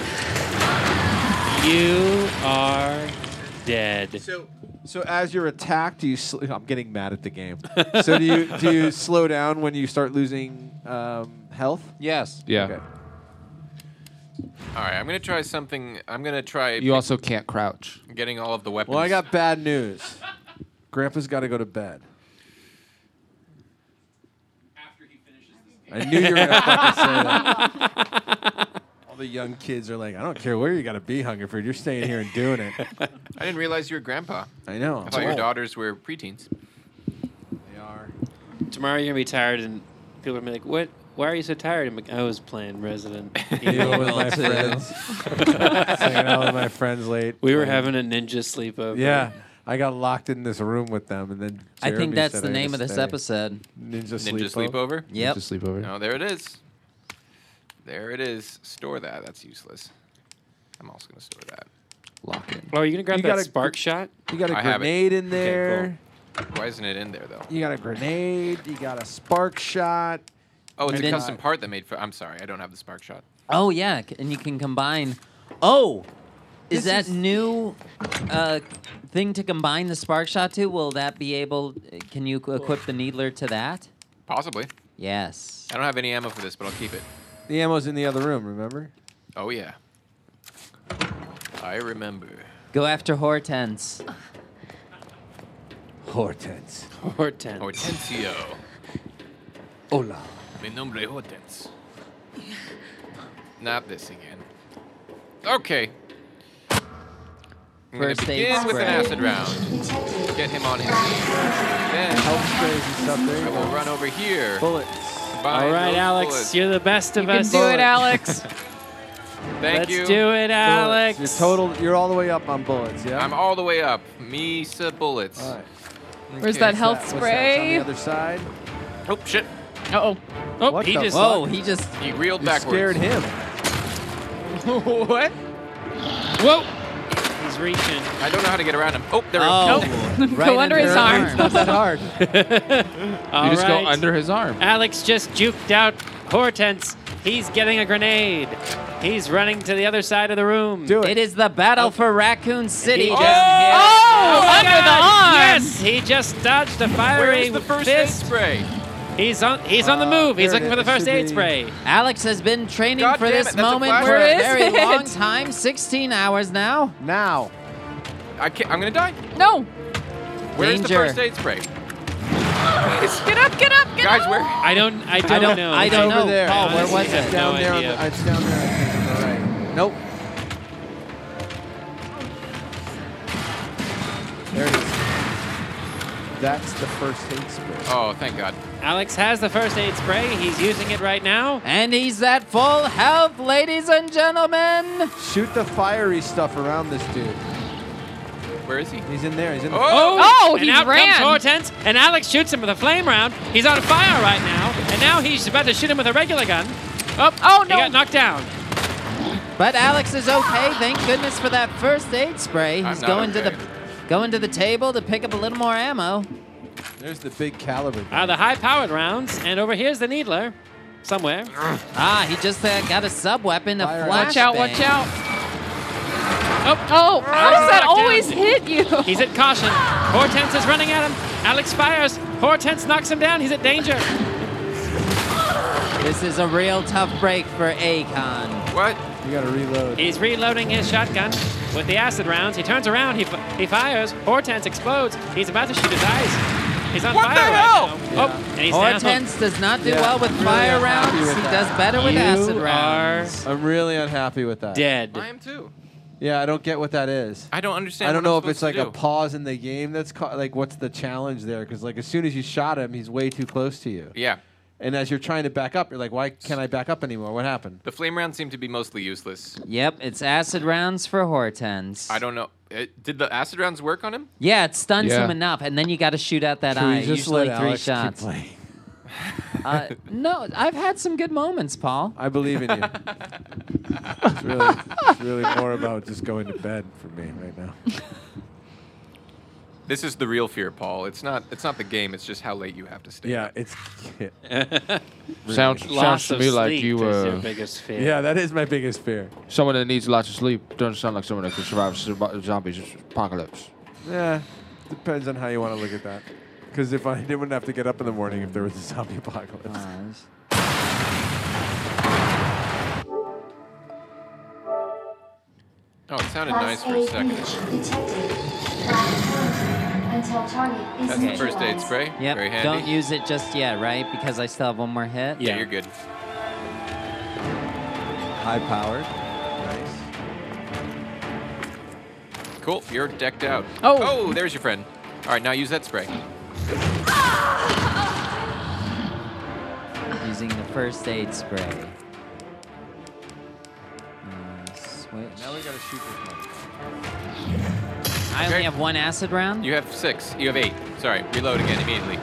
Speaker 7: You are dead.
Speaker 5: So,
Speaker 9: So as you're attacked, do you? Sl- I'm getting mad at the
Speaker 5: <laughs>
Speaker 9: game. so do you do you slow down when you start losing um, health?
Speaker 2: Yes.
Speaker 11: Yeah.
Speaker 9: Okay.
Speaker 5: all right, I'm gonna try something. I'm gonna try
Speaker 11: You also can't crouch.
Speaker 5: getting all of the weapons.
Speaker 9: Well, I got bad news. Grandpa's got to go to bed. I knew you were going to fucking say that. <laughs> All the young kids are like, I don't care where you got to be, Hungerford. You're staying here and doing it.
Speaker 5: I didn't realize you were grandpa.
Speaker 9: <laughs> I know.
Speaker 5: I thought your
Speaker 9: Oh.
Speaker 5: daughters were preteens.
Speaker 9: They are.
Speaker 7: Tomorrow you're gonna be tired, and people are gonna be like, "What? Why are you so tired?" I'm like, "I was
Speaker 5: <laughs>
Speaker 7: playing Resident
Speaker 9: Evil with my friends. <laughs> Hanging out with my friends late.
Speaker 7: We were
Speaker 9: Playing-
Speaker 7: having a ninja sleepover.
Speaker 9: Yeah. I got locked in this room with them, and then
Speaker 2: I think
Speaker 9: Jeremy
Speaker 2: that's
Speaker 9: said
Speaker 2: the
Speaker 9: I
Speaker 2: name
Speaker 9: could
Speaker 2: of this
Speaker 9: stay.
Speaker 2: episode.
Speaker 9: Ninja,
Speaker 5: Ninja
Speaker 9: Sleepover.
Speaker 5: sleepover.
Speaker 2: Yep.
Speaker 11: Ninja sleepover.
Speaker 5: No, there it is. There it is. Store that. That's useless. I'm also gonna store that.
Speaker 9: Lock it.
Speaker 7: Oh, are you gonna grab
Speaker 9: You
Speaker 7: that
Speaker 9: got a
Speaker 7: spark
Speaker 9: gr-
Speaker 7: shot?
Speaker 9: You got a
Speaker 5: I have it.
Speaker 9: grenade in
Speaker 5: Okay, cool.
Speaker 9: there.
Speaker 5: Why isn't it in there though?
Speaker 9: You got a grenade. You got a spark shot.
Speaker 5: Oh, it's
Speaker 2: And
Speaker 5: a
Speaker 2: then-
Speaker 5: custom part that made. For, I'm sorry, I don't have the spark shot.
Speaker 2: Oh yeah, c- and you can combine. Oh, is
Speaker 5: This
Speaker 2: that
Speaker 5: is-
Speaker 2: new uh, thing to combine the spark shot to? Will that be able? uh, Can you equip the needler to that?
Speaker 5: Possibly.
Speaker 2: Yes.
Speaker 5: I don't have any ammo for this, but I'll keep it.
Speaker 9: The ammo's in the other room. Remember?
Speaker 5: Oh yeah. I remember.
Speaker 2: Go after Hortense.
Speaker 9: Hortense.
Speaker 7: Hortense.
Speaker 5: Hortensio.
Speaker 9: Hola.
Speaker 5: Mi nombre Hortense. Not this again. Okay. I'm gonna
Speaker 2: First aid
Speaker 5: begin with an
Speaker 2: spray.
Speaker 5: acid round. Get him on his feet. Then I will run over here.
Speaker 9: Bullets.
Speaker 7: All right, Alex, you're the best of
Speaker 14: You can
Speaker 7: us.
Speaker 14: do it, Alex.
Speaker 5: Thank
Speaker 7: Let's
Speaker 5: you.
Speaker 7: do it, Alex.
Speaker 9: You're total. You're all the way up on bullets. Yeah.
Speaker 5: I'm all the way up. Misa bullets.
Speaker 9: All right.
Speaker 14: Where's that
Speaker 5: Okay.
Speaker 14: health
Speaker 9: What's that? It's on
Speaker 14: spray?
Speaker 9: the other side.
Speaker 5: Oh shit!
Speaker 14: Uh oh.
Speaker 7: Oh,
Speaker 9: What
Speaker 7: he
Speaker 9: the
Speaker 7: just.
Speaker 9: fuck?
Speaker 2: Oh, he just.
Speaker 5: He reeled
Speaker 9: You
Speaker 5: backwards.
Speaker 9: scared him.
Speaker 7: what? Whoa! He's reaching.
Speaker 5: I don't know how to get around him. Oh, there.
Speaker 2: Oh, right
Speaker 14: <laughs> Go under his arm.
Speaker 9: It's not
Speaker 7: <laughs>
Speaker 9: that hard.
Speaker 7: All
Speaker 11: you just
Speaker 7: right.
Speaker 11: go under his arm.
Speaker 7: Alex just juked out Hortense. He's getting a grenade. He's running to the other side of the room. Oh,
Speaker 9: Do it.
Speaker 2: It is the battle for Raccoon City.
Speaker 7: He
Speaker 2: Oh,
Speaker 7: just hit- oh my
Speaker 14: under the
Speaker 7: God,
Speaker 14: arm.
Speaker 7: Yes, he just dodged a fiery
Speaker 5: Where's the first aid
Speaker 7: fist.
Speaker 5: spray?
Speaker 7: He's on. He's on the
Speaker 9: Uh,
Speaker 7: move. He's
Speaker 9: there
Speaker 7: looking for
Speaker 9: it
Speaker 7: the
Speaker 9: is. It
Speaker 7: first
Speaker 9: should
Speaker 7: aid
Speaker 9: be-
Speaker 7: spray.
Speaker 2: Alex has been training
Speaker 5: God
Speaker 2: for
Speaker 5: damn it,
Speaker 2: this
Speaker 5: that's a
Speaker 2: moment
Speaker 5: flashlight.
Speaker 2: for
Speaker 14: Where
Speaker 2: a
Speaker 14: is
Speaker 2: very
Speaker 14: it?
Speaker 2: long time 16 hours now.
Speaker 9: Now.
Speaker 5: I can't, I'm gonna die.
Speaker 14: No.
Speaker 5: Where's the
Speaker 2: Danger.
Speaker 5: first aid spray?
Speaker 14: Get up, get up, get
Speaker 5: Guys,
Speaker 14: up.
Speaker 5: where?
Speaker 7: I don't. I don't,
Speaker 2: I don't.
Speaker 7: know.
Speaker 2: I don't
Speaker 9: Over
Speaker 2: know.
Speaker 9: there.
Speaker 2: Paul, where
Speaker 7: honestly
Speaker 2: was
Speaker 7: have
Speaker 2: it?
Speaker 7: no
Speaker 9: down there. On
Speaker 7: idea.
Speaker 9: the, it's down there. I think, on the right. Nope. There it is. That's the first aid spray.
Speaker 5: Oh, thank God.
Speaker 7: Alex has the first aid spray. He's using it right now.
Speaker 2: And he's at full health, ladies and gentlemen.
Speaker 9: Shoot the fiery stuff around this dude.
Speaker 5: Where is he?
Speaker 9: He's in there. He's in. The,
Speaker 5: Oh!
Speaker 14: Oh,
Speaker 7: and
Speaker 14: he
Speaker 7: out
Speaker 14: ran.
Speaker 7: comes Hortense, and Alex shoots him with a flame round. He's on fire right now, and now he's about to shoot him with a regular gun. Oh,
Speaker 14: Oh, no.
Speaker 7: He got knocked down.
Speaker 2: But Alex is okay. Thank goodness for that first aid spray.
Speaker 5: I'm
Speaker 2: He's
Speaker 5: not
Speaker 2: going to
Speaker 5: okay.
Speaker 2: the going to the table to pick up a little more ammo.
Speaker 9: there's the big caliber.
Speaker 7: Uh, the high-powered rounds, and over here's the needler, somewhere.
Speaker 2: Ah, he just uh, got a sub weapon, a
Speaker 9: Fire.
Speaker 2: flash.
Speaker 14: Watch out, watch out. Oh, how does that
Speaker 7: Knocked
Speaker 14: always
Speaker 7: down.
Speaker 14: hit you?
Speaker 7: He's at caution. Hortense is running at him. Alex fires. Hortense knocks him down. He's at danger.
Speaker 2: This is a real tough break for Akon.
Speaker 5: What?
Speaker 9: You gotta reload.
Speaker 7: He's reloading his shotgun with the acid rounds. He turns around. He, f- he fires. Hortense explodes. He's about to shoot his eyes. He's on
Speaker 5: What
Speaker 7: fire
Speaker 5: the
Speaker 7: right
Speaker 5: hell?
Speaker 7: now.
Speaker 9: Yeah.
Speaker 7: Oh, and he's down.
Speaker 2: Hortense does not do
Speaker 9: Yeah,
Speaker 2: well with
Speaker 9: I'm really
Speaker 2: fire rounds.
Speaker 9: unhappy with
Speaker 2: he
Speaker 9: that.
Speaker 2: does better with
Speaker 7: You
Speaker 2: acid
Speaker 7: are-
Speaker 2: rounds.
Speaker 9: I'm really unhappy with that.
Speaker 7: Dead.
Speaker 5: I am too.
Speaker 9: Yeah, I don't get what that is.
Speaker 5: I don't understand.
Speaker 9: I don't
Speaker 5: what I'm
Speaker 9: know if it's like
Speaker 5: supposed
Speaker 9: a
Speaker 5: to
Speaker 9: pause in the game that's caught. Like, what's the challenge there? Because like as soon as you shot him, he's way too close to you.
Speaker 5: do. Yeah.
Speaker 9: And as you're trying to back up, you're like, why can't I back up anymore? What happened?
Speaker 5: The flame rounds seem to be mostly useless.
Speaker 2: Yep, it's acid rounds for Hortense.
Speaker 5: I don't know. It, did the acid rounds work on him?
Speaker 2: Yeah, it stuns
Speaker 11: Yeah.
Speaker 2: him enough, and then you got to shoot out that
Speaker 9: Should we
Speaker 2: eye. Usually three
Speaker 9: Alex keep
Speaker 2: shots.
Speaker 9: playing?
Speaker 2: Uh, no, I've had some good moments, Paul.
Speaker 9: <laughs> I believe in you. it's, really, it's really more about just going to bed for me right now.
Speaker 5: This is the real fear, Paul. It's not. It's not the game. It's just how late you have to stay.
Speaker 9: Yeah,
Speaker 5: up.
Speaker 9: it's
Speaker 11: Sounds sounds
Speaker 7: Loss
Speaker 11: to
Speaker 7: of
Speaker 11: me like
Speaker 7: sleep
Speaker 11: you
Speaker 7: is their
Speaker 11: uh,
Speaker 7: biggest fear.
Speaker 9: yeah, that is my biggest fear.
Speaker 11: someone that needs lots of sleep. Doesn't sound like someone that could survive survi- zombies apocalypse.
Speaker 9: Yeah, depends on how you want to look at that. Because if I <laughs> didn't have to get up in the morning if there was a zombie apocalypse.
Speaker 7: Ah,
Speaker 5: Oh, it sounded nice
Speaker 10: Class
Speaker 5: for a
Speaker 10: A
Speaker 5: second. Oh,
Speaker 10: breach detected. Black current. uh, until target is
Speaker 5: That's the first aid spray.
Speaker 2: Yep.
Speaker 5: Very handy.
Speaker 2: Don't use it just yet, right? Because I still have one more hit.
Speaker 5: yeah, you're good.
Speaker 9: High powered. Nice.
Speaker 5: Cool. You're decked out.
Speaker 14: Oh.
Speaker 5: Oh, there's your friend. All right, now use that spray.
Speaker 2: Using the first aid spray. Uh, switch.
Speaker 9: Now we gotta shoot this one.
Speaker 2: I only have one acid round.
Speaker 5: You have six. You have eight. Sorry. Reload again immediately.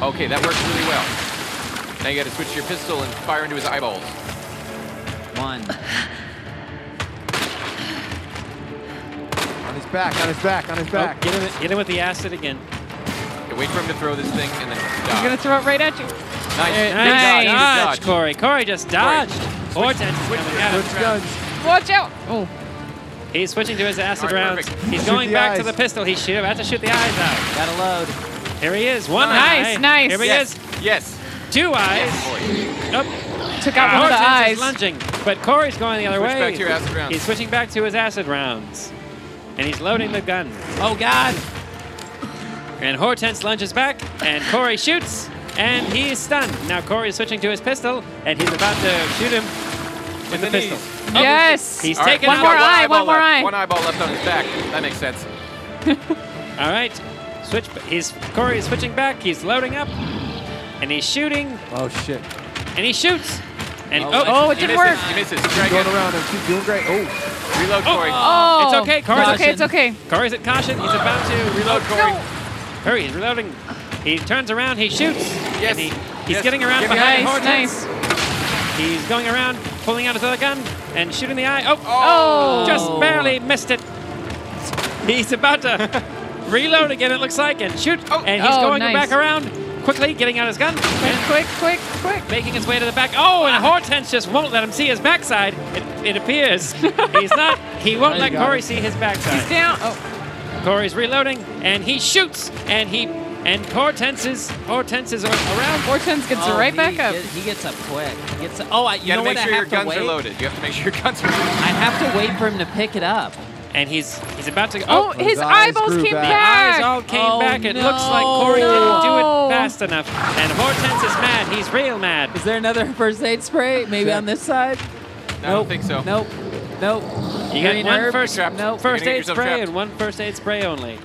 Speaker 5: Okay, that works really well. Now you got to switch your pistol and fire into his eyeballs. <laughs>
Speaker 2: One.
Speaker 9: On his back, on his back, on his
Speaker 7: Oh,
Speaker 9: back.
Speaker 7: get, him, get him with the acid again.
Speaker 5: Okay, wait for him to throw this thing and then dodge.
Speaker 14: I'm gonna throw it right at you.
Speaker 5: Nice.
Speaker 7: Nice.
Speaker 5: Good
Speaker 7: Dodge,
Speaker 5: dodge.
Speaker 7: Corey. Corey just dodged. Vortex is coming at him.
Speaker 14: Watch out! Oh,
Speaker 7: He's switching to his acid
Speaker 5: All right,
Speaker 7: rounds.
Speaker 5: perfect.
Speaker 7: He's
Speaker 5: Shoot
Speaker 7: going
Speaker 5: the
Speaker 7: back to
Speaker 5: eyes.
Speaker 7: the pistol. He's shoot, about to shoot the eyes out.
Speaker 2: Gotta load.
Speaker 7: Here he is. One
Speaker 14: Nice,
Speaker 7: eye.
Speaker 14: nice.
Speaker 7: Here he
Speaker 14: Yes.
Speaker 7: is.
Speaker 5: Yes.
Speaker 7: Two eyes. Nope.
Speaker 14: Took out one of the
Speaker 7: Hortense
Speaker 14: eyes.
Speaker 7: Is lunging, but Corey's going the other
Speaker 5: Switch
Speaker 7: way.
Speaker 5: back to your acid rounds.
Speaker 7: He's switching back to his acid rounds, and he's loading the gun.
Speaker 2: Oh God!
Speaker 7: And Hortense lunges back, and Corey shoots, and he's stunned. Now Corey is switching to his pistol, and he's about to shoot him with the,
Speaker 5: knees.
Speaker 7: pistol. Oh.
Speaker 14: yes.
Speaker 7: He's
Speaker 5: All right,
Speaker 7: taking
Speaker 5: he's
Speaker 7: out-
Speaker 5: got
Speaker 14: more eye, one
Speaker 5: eyeball
Speaker 14: more
Speaker 5: left.
Speaker 14: eye.
Speaker 5: One eyeball left on his back. That makes sense.
Speaker 7: All right, switch. He's Corey is switching back. He's loading up, and he's shooting,
Speaker 9: Oh shit.
Speaker 7: and he shoots, and
Speaker 14: Oh,
Speaker 7: oh,
Speaker 14: oh, it
Speaker 5: He
Speaker 14: didn't
Speaker 5: misses.
Speaker 14: work.
Speaker 5: He misses.
Speaker 9: Keep
Speaker 5: Drag
Speaker 9: going
Speaker 5: it.
Speaker 9: around. I'm keep doing great. Oh,
Speaker 5: Reload, Corey.
Speaker 14: Oh,
Speaker 7: It's okay, Corey's
Speaker 14: It's okay. It's okay.
Speaker 7: Corey's at caution. He's about to reload.
Speaker 5: Oh,
Speaker 7: Corey, hurry! He's reloading. He turns around. He shoots.
Speaker 5: Yes.
Speaker 7: And he, he's
Speaker 5: Yes.
Speaker 7: getting around
Speaker 5: Give me
Speaker 7: behind
Speaker 14: Nice,
Speaker 7: Hortense.
Speaker 14: nice.
Speaker 7: He's going around, pulling out his other gun, and shooting the eye. Oh,
Speaker 14: Oh.
Speaker 7: just barely missed it. He's about to <laughs> reload again, it looks like, and shoot. Oh, and he's
Speaker 14: Oh,
Speaker 7: going
Speaker 14: nice.
Speaker 7: back around quickly, getting out his gun, and
Speaker 14: Quick, quick, quick.
Speaker 7: making his way to the back. Oh, and Hortense just won't let him see his backside, it,
Speaker 14: <laughs>
Speaker 7: it appears. he's not, he won't
Speaker 11: you
Speaker 7: let
Speaker 11: got
Speaker 7: Corey
Speaker 11: it.
Speaker 7: see his backside.
Speaker 14: Down. Oh,
Speaker 7: Corey's reloading, and he shoots, and he, and Hortense is, Hortense is around.
Speaker 14: Hortense gets
Speaker 2: Oh,
Speaker 14: right
Speaker 2: he
Speaker 14: back up.
Speaker 2: get- he gets up quick. He gets. Up. Oh, I, you,
Speaker 5: You,
Speaker 2: know
Speaker 5: gotta
Speaker 2: what?
Speaker 5: make sure
Speaker 2: I
Speaker 5: your
Speaker 2: have to
Speaker 5: guns
Speaker 2: wait.
Speaker 5: are loaded. You have to make sure your guns are
Speaker 2: I
Speaker 5: loaded.
Speaker 2: have to wait for him to pick it up.
Speaker 7: And he's, he's about to go.
Speaker 14: Oh,
Speaker 9: those
Speaker 14: his
Speaker 9: eyes
Speaker 14: eyeballs
Speaker 9: grew
Speaker 14: came
Speaker 9: back.
Speaker 14: back.
Speaker 7: eyes all came
Speaker 2: Oh,
Speaker 7: back. It looks like
Speaker 2: no.
Speaker 7: Corey didn't do
Speaker 14: No.
Speaker 7: it fast enough. And Hortense is mad. He's real mad.
Speaker 2: Is there another <laughs> first aid spray? Maybe
Speaker 9: Check.
Speaker 2: on this side?
Speaker 5: No, I don't think so.
Speaker 2: Nope. Nope.
Speaker 7: You got
Speaker 2: Green
Speaker 7: one
Speaker 2: herb?
Speaker 7: first,
Speaker 5: Trapped.
Speaker 7: no,
Speaker 5: You're
Speaker 7: first
Speaker 5: gonna get
Speaker 7: aid
Speaker 5: yourself
Speaker 7: spray
Speaker 5: trapped.
Speaker 7: and one first aid spray only.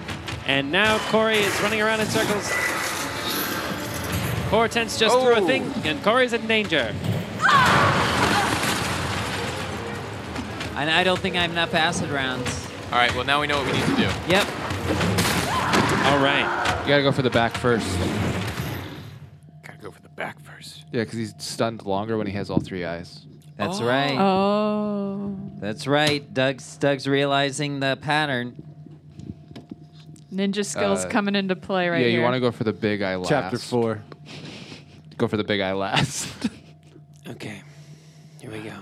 Speaker 7: And now Corey is running around in circles. Hortense just threw a
Speaker 5: Oh.
Speaker 7: thing, and Corey's in danger.
Speaker 2: And I don't think I have enough acid rounds.
Speaker 5: All right. Well, now we know what we need to do.
Speaker 2: Yep.
Speaker 7: All right.
Speaker 11: You gotta go for the back first.
Speaker 5: Gotta go for the back first.
Speaker 11: Yeah, because he's stunned longer when he has all three eyes.
Speaker 2: That's
Speaker 5: Oh.
Speaker 2: right.
Speaker 14: Oh,
Speaker 2: That's right. Doug's Doug's realizing the pattern.
Speaker 14: ninja skills
Speaker 11: Uh,
Speaker 14: coming into play right
Speaker 11: yeah,
Speaker 14: here.
Speaker 11: you want to go for the big eye last.
Speaker 9: chapter four.
Speaker 11: Go for the big eye last. <laughs>
Speaker 7: Okay. Here we go.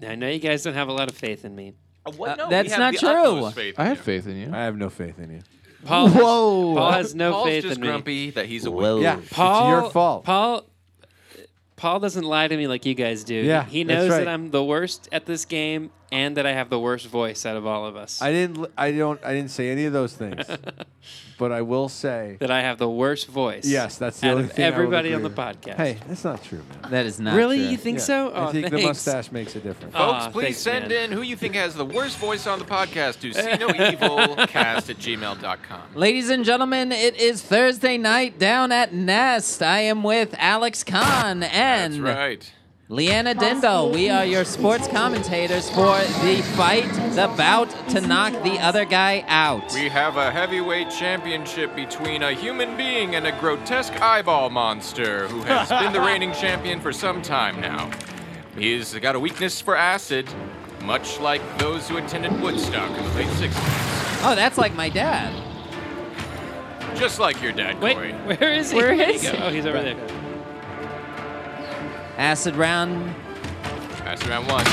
Speaker 7: now, I know you guys don't have a lot of faith in me.
Speaker 2: Uh, that's not true.
Speaker 11: I have faith in you.
Speaker 9: I have no faith in you.
Speaker 7: Paul,
Speaker 11: Whoa.
Speaker 7: Paul has no
Speaker 5: Paul's
Speaker 7: faith
Speaker 5: just
Speaker 7: in me.
Speaker 5: grumpy that he's a
Speaker 9: Whoa.
Speaker 5: wimp.
Speaker 9: Yeah.
Speaker 7: Oh. Paul,
Speaker 9: it's your fault.
Speaker 7: Paul, Paul doesn't lie to me like you guys do.
Speaker 9: Yeah,
Speaker 7: he
Speaker 9: that's
Speaker 7: knows
Speaker 9: right.
Speaker 7: that I'm the worst at this game and that I have the worst voice out of all of us.
Speaker 9: I didn't. l- I don't. I didn't say any of
Speaker 7: <laughs>
Speaker 9: those things. but I will say.
Speaker 7: that I have the worst voice.
Speaker 9: Yes, that's the
Speaker 7: out
Speaker 9: only
Speaker 7: of
Speaker 9: thing I would
Speaker 7: everybody on
Speaker 9: agree
Speaker 7: the
Speaker 9: with.
Speaker 7: podcast.
Speaker 9: Hey, that's not true, man.
Speaker 2: That is not
Speaker 7: really?
Speaker 2: true.
Speaker 7: You think
Speaker 9: Yeah,
Speaker 7: so? Oh,
Speaker 9: I think
Speaker 7: thanks.
Speaker 9: the mustache makes a difference.
Speaker 7: Oh,
Speaker 5: Folks, please
Speaker 7: thanks,
Speaker 5: send
Speaker 7: man.
Speaker 5: in who you think has the worst voice on the podcast to cnoevilcast at gmail.com.
Speaker 2: Ladies and gentlemen, it is Thursday night down at Nest. I am with Alex Kahn
Speaker 5: That's
Speaker 2: and
Speaker 5: right.
Speaker 2: Leanna Dindal. We are your sports commentators for the fight about to knock the other guy out.
Speaker 5: We have a heavyweight championship between a human being and a grotesque eyeball monster who has been the reigning champion for some time now. He's got a weakness for acid, much like those who attended Woodstock in the late 60s.
Speaker 2: Oh, that's like my dad.
Speaker 5: Just like your dad,
Speaker 7: Wait,
Speaker 5: Corey.
Speaker 7: where is he?
Speaker 14: Where
Speaker 7: Where'd
Speaker 14: is
Speaker 7: go?
Speaker 14: he?
Speaker 7: Oh, he's over there.
Speaker 2: Acid round.
Speaker 5: That's round one.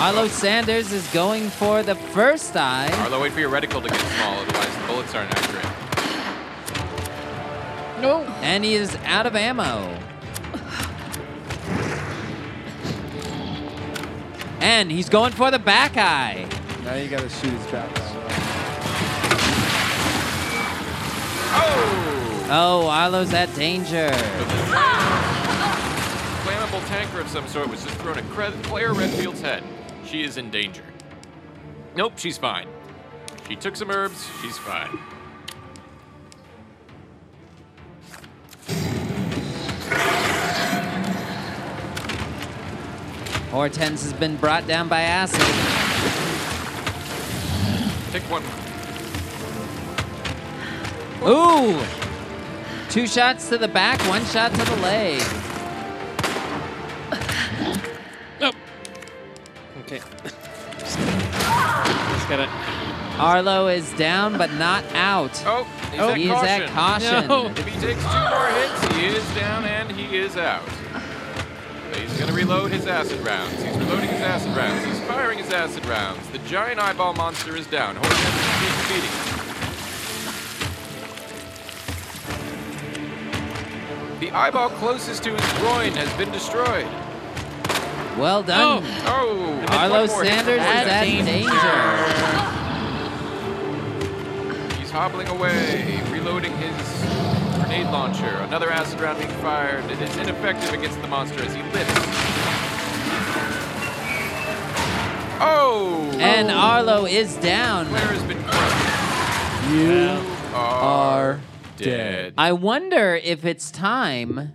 Speaker 2: Arlo Sanders is going for the first eye.
Speaker 5: Arlo, wait for your reticle to get small, otherwise the bullets aren't accurate.
Speaker 14: No.
Speaker 2: And he is out of ammo. And he's going for the back eye.
Speaker 9: Now you got to shoot his back.
Speaker 2: Oh, Arlo's at danger.
Speaker 5: Flammable tanker of some sort was just thrown at Cre- Claire Redfield's head. She is in danger. Nope, she's fine. She took some herbs. She's fine.
Speaker 2: Hortense has been brought down by acid.
Speaker 5: Pick one.
Speaker 2: Ooh! Two shots to the back, one shot to the leg.
Speaker 7: Okay. <laughs> Just gotta.
Speaker 2: Arlo is down but not out.
Speaker 5: Oh, he's at
Speaker 2: he is at caution.
Speaker 5: No. If he takes two more hits, he is down and he is out. But He's gonna reload his acid rounds. He's reloading his acid rounds. He's firing his acid rounds. The giant eyeball monster is down. Hortense is being defeated. The eyeball closest to his groin has been destroyed.
Speaker 2: Well done.
Speaker 5: Oh,
Speaker 2: Arlo
Speaker 5: one more hit.
Speaker 2: Sanders is at danger.
Speaker 5: He's hobbling away, reloading his grenade launcher. Another acid round being fired. It is ineffective against the monster as he lifts. Oh!
Speaker 2: And Arlo is down.
Speaker 5: You
Speaker 2: are
Speaker 5: dead.
Speaker 2: I wonder if it's time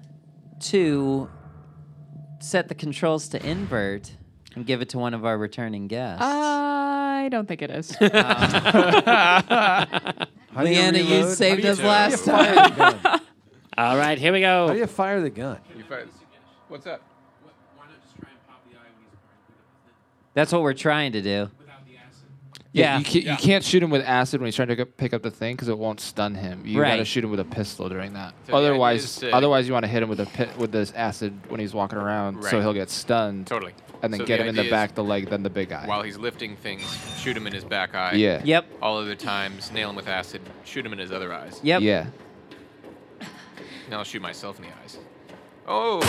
Speaker 2: to set the controls to invert and give it to one of our returning guests.
Speaker 14: I don't think it is.
Speaker 9: How do you
Speaker 2: Leanna, you
Speaker 9: reload?
Speaker 2: saved
Speaker 9: How
Speaker 2: us
Speaker 9: do you-
Speaker 2: last
Speaker 9: how do you fire
Speaker 2: time.
Speaker 9: the gun?
Speaker 7: All right, here we
Speaker 9: How
Speaker 7: go.
Speaker 9: do you fire
Speaker 2: <laughs>
Speaker 9: the gun?
Speaker 5: You fired. What's up?
Speaker 2: That's what we're trying to do.
Speaker 11: you, can't, you can't shoot him with acid when he's trying to go- pick up the thing because it won't stun him. You gotta
Speaker 2: Right.
Speaker 11: shoot him with a pistol during that.
Speaker 5: So the idea is
Speaker 11: otherwise,
Speaker 5: to-
Speaker 11: otherwise you want to hit him with a pit with this acid when he's walking around, so
Speaker 5: Right.
Speaker 11: he'll get stunned.
Speaker 5: Totally.
Speaker 11: And then
Speaker 5: So
Speaker 11: get
Speaker 5: the
Speaker 11: him in the
Speaker 5: idea
Speaker 11: back,
Speaker 5: is-
Speaker 11: the leg, then the big guy.
Speaker 5: While he's lifting things, shoot him in his back eye.
Speaker 11: Yeah.
Speaker 2: Yep.
Speaker 5: All other times, nail him with acid, shoot him in his other eyes.
Speaker 2: Yep.
Speaker 11: Yeah.
Speaker 5: <laughs> Now I'll shoot myself in the eyes. Oh!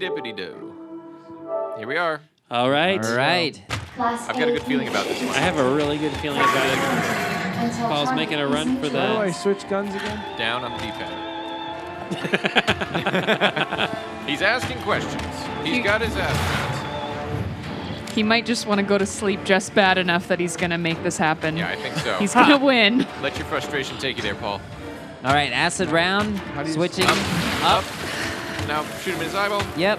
Speaker 5: Dippity do. Here we are.
Speaker 7: All right.
Speaker 2: All right.
Speaker 10: Class
Speaker 5: I've got a good feeling about this one.
Speaker 7: I have a really good feeling about it.
Speaker 10: Until
Speaker 7: Paul's
Speaker 10: target
Speaker 7: making a
Speaker 10: is
Speaker 7: run for
Speaker 9: How do Oh, I
Speaker 7: the.
Speaker 9: switch guns again?
Speaker 2: <laughs>
Speaker 5: Down on the <laughs> D-pad. He's asking questions. He's got his ass.
Speaker 14: he might just want to go to sleep just bad enough that he's going to make this happen.
Speaker 5: Yeah, I think so.
Speaker 14: He's going to win.
Speaker 5: Let your frustration take you there, Paul.
Speaker 2: All right, acid round, switching up.
Speaker 5: Now shoot him in his eyeball.
Speaker 2: Yep.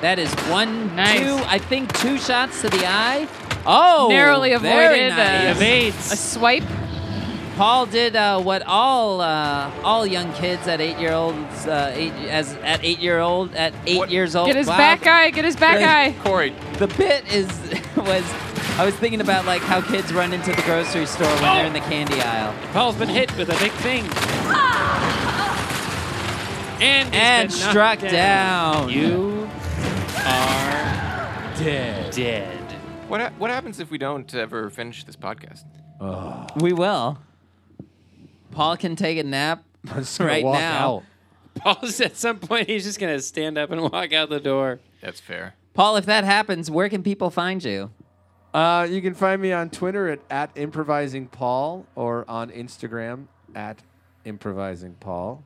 Speaker 2: That is one,
Speaker 14: Nice.
Speaker 2: two, I think two shots to the eye. Oh,
Speaker 14: Narrowly
Speaker 2: very
Speaker 14: avoided uh,
Speaker 2: nice.
Speaker 14: a,
Speaker 7: Evades.
Speaker 14: a swipe.
Speaker 2: Paul did uh, what all uh, all young kids at eight year olds uh, eight, as at eight year old at eight years old.
Speaker 14: Get his
Speaker 2: wow.
Speaker 14: back eye. Get his back eye.
Speaker 5: Corey,
Speaker 2: The bit is <laughs> was I was thinking about like how kids run into the grocery store when they're in the candy aisle.
Speaker 7: Paul's been hit with a big thing. And he's
Speaker 2: And
Speaker 7: been knocked
Speaker 2: struck down.
Speaker 7: You are dead. Dead.
Speaker 5: what ha- what happens if we don't ever finish this podcast?
Speaker 2: We will. Paul can take a nap
Speaker 9: gonna
Speaker 2: right
Speaker 9: walk
Speaker 2: now.
Speaker 9: out.
Speaker 7: Paul's at some point he's just gonna stand up and walk out the door.
Speaker 5: That's fair.
Speaker 2: Paul, if that happens, where can people find you?
Speaker 9: Uh, you can find me on Twitter at, at improvising Paul or on Instagram at improvising Paul.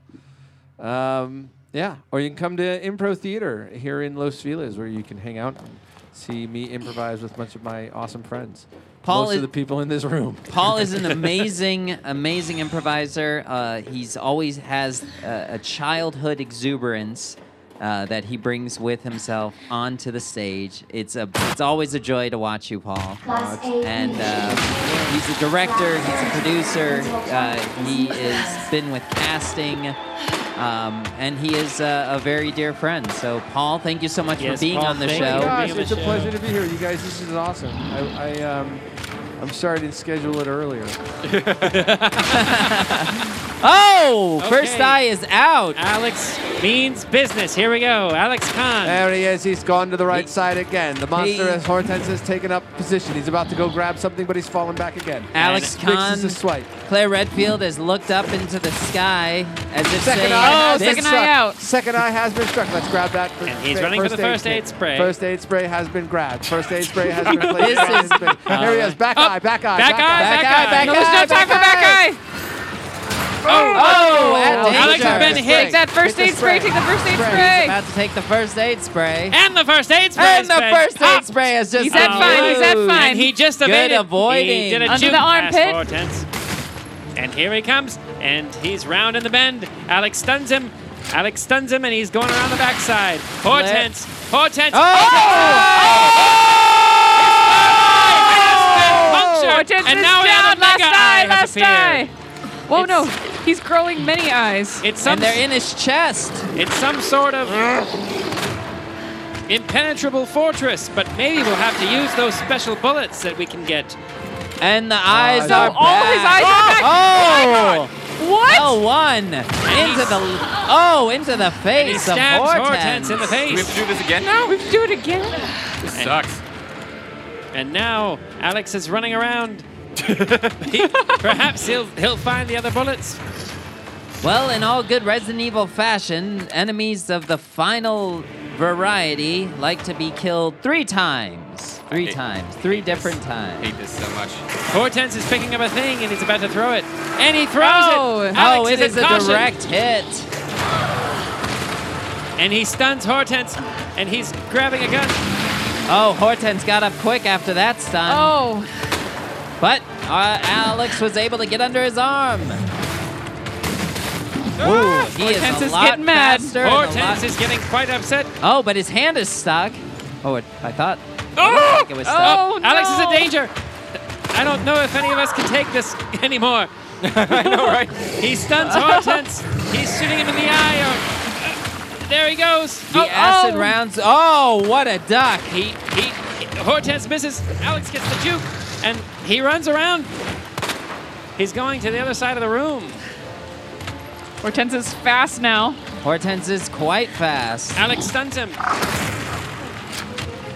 Speaker 9: Um, yeah, or you can come to Impro Theater here in Los Feliz where you can hang out and see me improvise with a bunch of my awesome friends.
Speaker 2: Paul
Speaker 9: Most
Speaker 2: is-
Speaker 9: of the people in this room.
Speaker 2: Paul is an
Speaker 7: <laughs>
Speaker 2: amazing, amazing improviser. Uh, he's always has a, a childhood exuberance uh, that he brings with himself onto the stage. It's a, it's always a joy to watch you, Paul.
Speaker 10: Class A
Speaker 2: And uh, he's a director. He's a producer. Uh, he has been with casting. Um, and he is uh, a very dear friend. So, Paul, thank you so much
Speaker 7: Yes,
Speaker 2: for being
Speaker 7: Paul,
Speaker 2: on the
Speaker 7: thank you.
Speaker 2: show.
Speaker 9: Gosh,
Speaker 7: Being on
Speaker 9: it's
Speaker 7: the
Speaker 9: a
Speaker 7: show.
Speaker 9: pleasure to be here, you guys. This is awesome. I, I um, I'm sorry I didn't schedule it earlier.
Speaker 2: Oh, first eye is out.
Speaker 7: Alex means business. Here we go. Alex Khan.
Speaker 15: There he is. He's gone to the right side again. The monster, as Hortense, has taken up position. He's about to go grab something, but he's fallen back again.
Speaker 2: Alex
Speaker 15: Fixes
Speaker 2: Khan.
Speaker 15: his swipe.
Speaker 2: Claire Redfield has looked up into the sky as if
Speaker 15: Second
Speaker 2: saying,
Speaker 15: eye. has
Speaker 2: "This-
Speaker 15: been struck. Second eye has been struck. Let's grab that. For,
Speaker 7: he's running for the first aid
Speaker 15: kit.
Speaker 7: spray.
Speaker 15: First aid spray has been grabbed. First aid spray has been placed.
Speaker 12: This
Speaker 15: First aid
Speaker 12: is-
Speaker 15: spray. Here he is. Back eye. Back eye.
Speaker 12: Back eye, back eye.
Speaker 15: Back
Speaker 12: No,
Speaker 15: eye.
Speaker 12: there's no time
Speaker 15: back
Speaker 12: for back
Speaker 15: eye.
Speaker 2: Oh,
Speaker 15: Oh,
Speaker 2: that's
Speaker 7: Alex has
Speaker 2: dangerous.
Speaker 7: been hit. Take that
Speaker 14: first aid spray, take the first aid spray.
Speaker 2: He's about to take the first aid spray.
Speaker 7: And the first aid spray.
Speaker 2: And the
Speaker 7: has been
Speaker 2: first aid
Speaker 7: popped.
Speaker 2: spray has just
Speaker 14: He's at
Speaker 2: been
Speaker 14: fine, he's at
Speaker 2: used.
Speaker 14: fine.
Speaker 7: And he just
Speaker 2: Good
Speaker 7: evaded. He
Speaker 2: avoiding.
Speaker 7: did a
Speaker 14: Under
Speaker 7: juke
Speaker 14: the
Speaker 7: pass
Speaker 14: armpit.
Speaker 7: for Hortense. And here he comes, and he's round in the bend. Alex stuns him. Alex stuns him, and he's going around the backside. Hortense. Hortense. Oh!
Speaker 14: Hortense
Speaker 7: Oh! and
Speaker 14: is
Speaker 7: now
Speaker 14: down,
Speaker 7: another
Speaker 14: last
Speaker 7: mega eye
Speaker 14: eye, last
Speaker 7: has appeared.
Speaker 14: eye. Whoa, no, he's growing many eyes.
Speaker 7: It's some,
Speaker 2: his chest.
Speaker 7: It's some sort of impenetrable fortress, but maybe we'll have to use those special bullets that we can get.
Speaker 2: And the eyes
Speaker 7: so
Speaker 2: are
Speaker 7: all of his eyes are back.
Speaker 2: Oh!
Speaker 14: What?
Speaker 2: L1 into the oh into the face
Speaker 7: he
Speaker 2: of
Speaker 7: stabs
Speaker 2: Hortense.
Speaker 7: Hortense in the face.
Speaker 5: We have to do this again now?
Speaker 14: No, we have to do it again.
Speaker 5: This sucks.
Speaker 7: And now Alex is running
Speaker 2: <laughs>
Speaker 7: around. He- perhaps he'll he'll find the other bullets.
Speaker 2: Well, in all good Resident Evil fashion, enemies of the final variety like to be killed three times. Three
Speaker 5: hate-
Speaker 2: times. Three different times.
Speaker 5: hate this so much.
Speaker 7: Hortense is picking up a thing and he's about to throw it, and he throws
Speaker 2: Oh,
Speaker 7: it. Alex
Speaker 2: oh, it is
Speaker 7: in
Speaker 2: a
Speaker 7: caution.
Speaker 2: direct hit.
Speaker 7: And he stuns Hortense, and he's grabbing a gun.
Speaker 2: Oh, Hortense got up quick after that stun.
Speaker 14: Oh,
Speaker 2: But uh, Alex was able to get under his arm. Ooh, he is
Speaker 7: Hortense
Speaker 2: a
Speaker 7: is
Speaker 2: lot
Speaker 7: getting mad.
Speaker 2: faster and a
Speaker 7: Hortense
Speaker 2: lot-
Speaker 7: is getting quite upset.
Speaker 2: Oh, but his hand is stuck. Oh, it, I thought.
Speaker 7: Oh!
Speaker 2: It was stuck.
Speaker 7: Oh, Alex is in danger. I don't know if any of us can take this <laughs> anymore. I know, right? he stuns Hortense. He's shooting him in the eye. Or, uh, there he goes.
Speaker 2: The acid rounds. Oh, what a duck!
Speaker 7: He, he, Hortense misses. Alex gets the juke, and he runs around. He's going to the other side of the room.
Speaker 14: Hortense is fast now.
Speaker 2: Hortense is quite fast.
Speaker 7: Alex stuns him.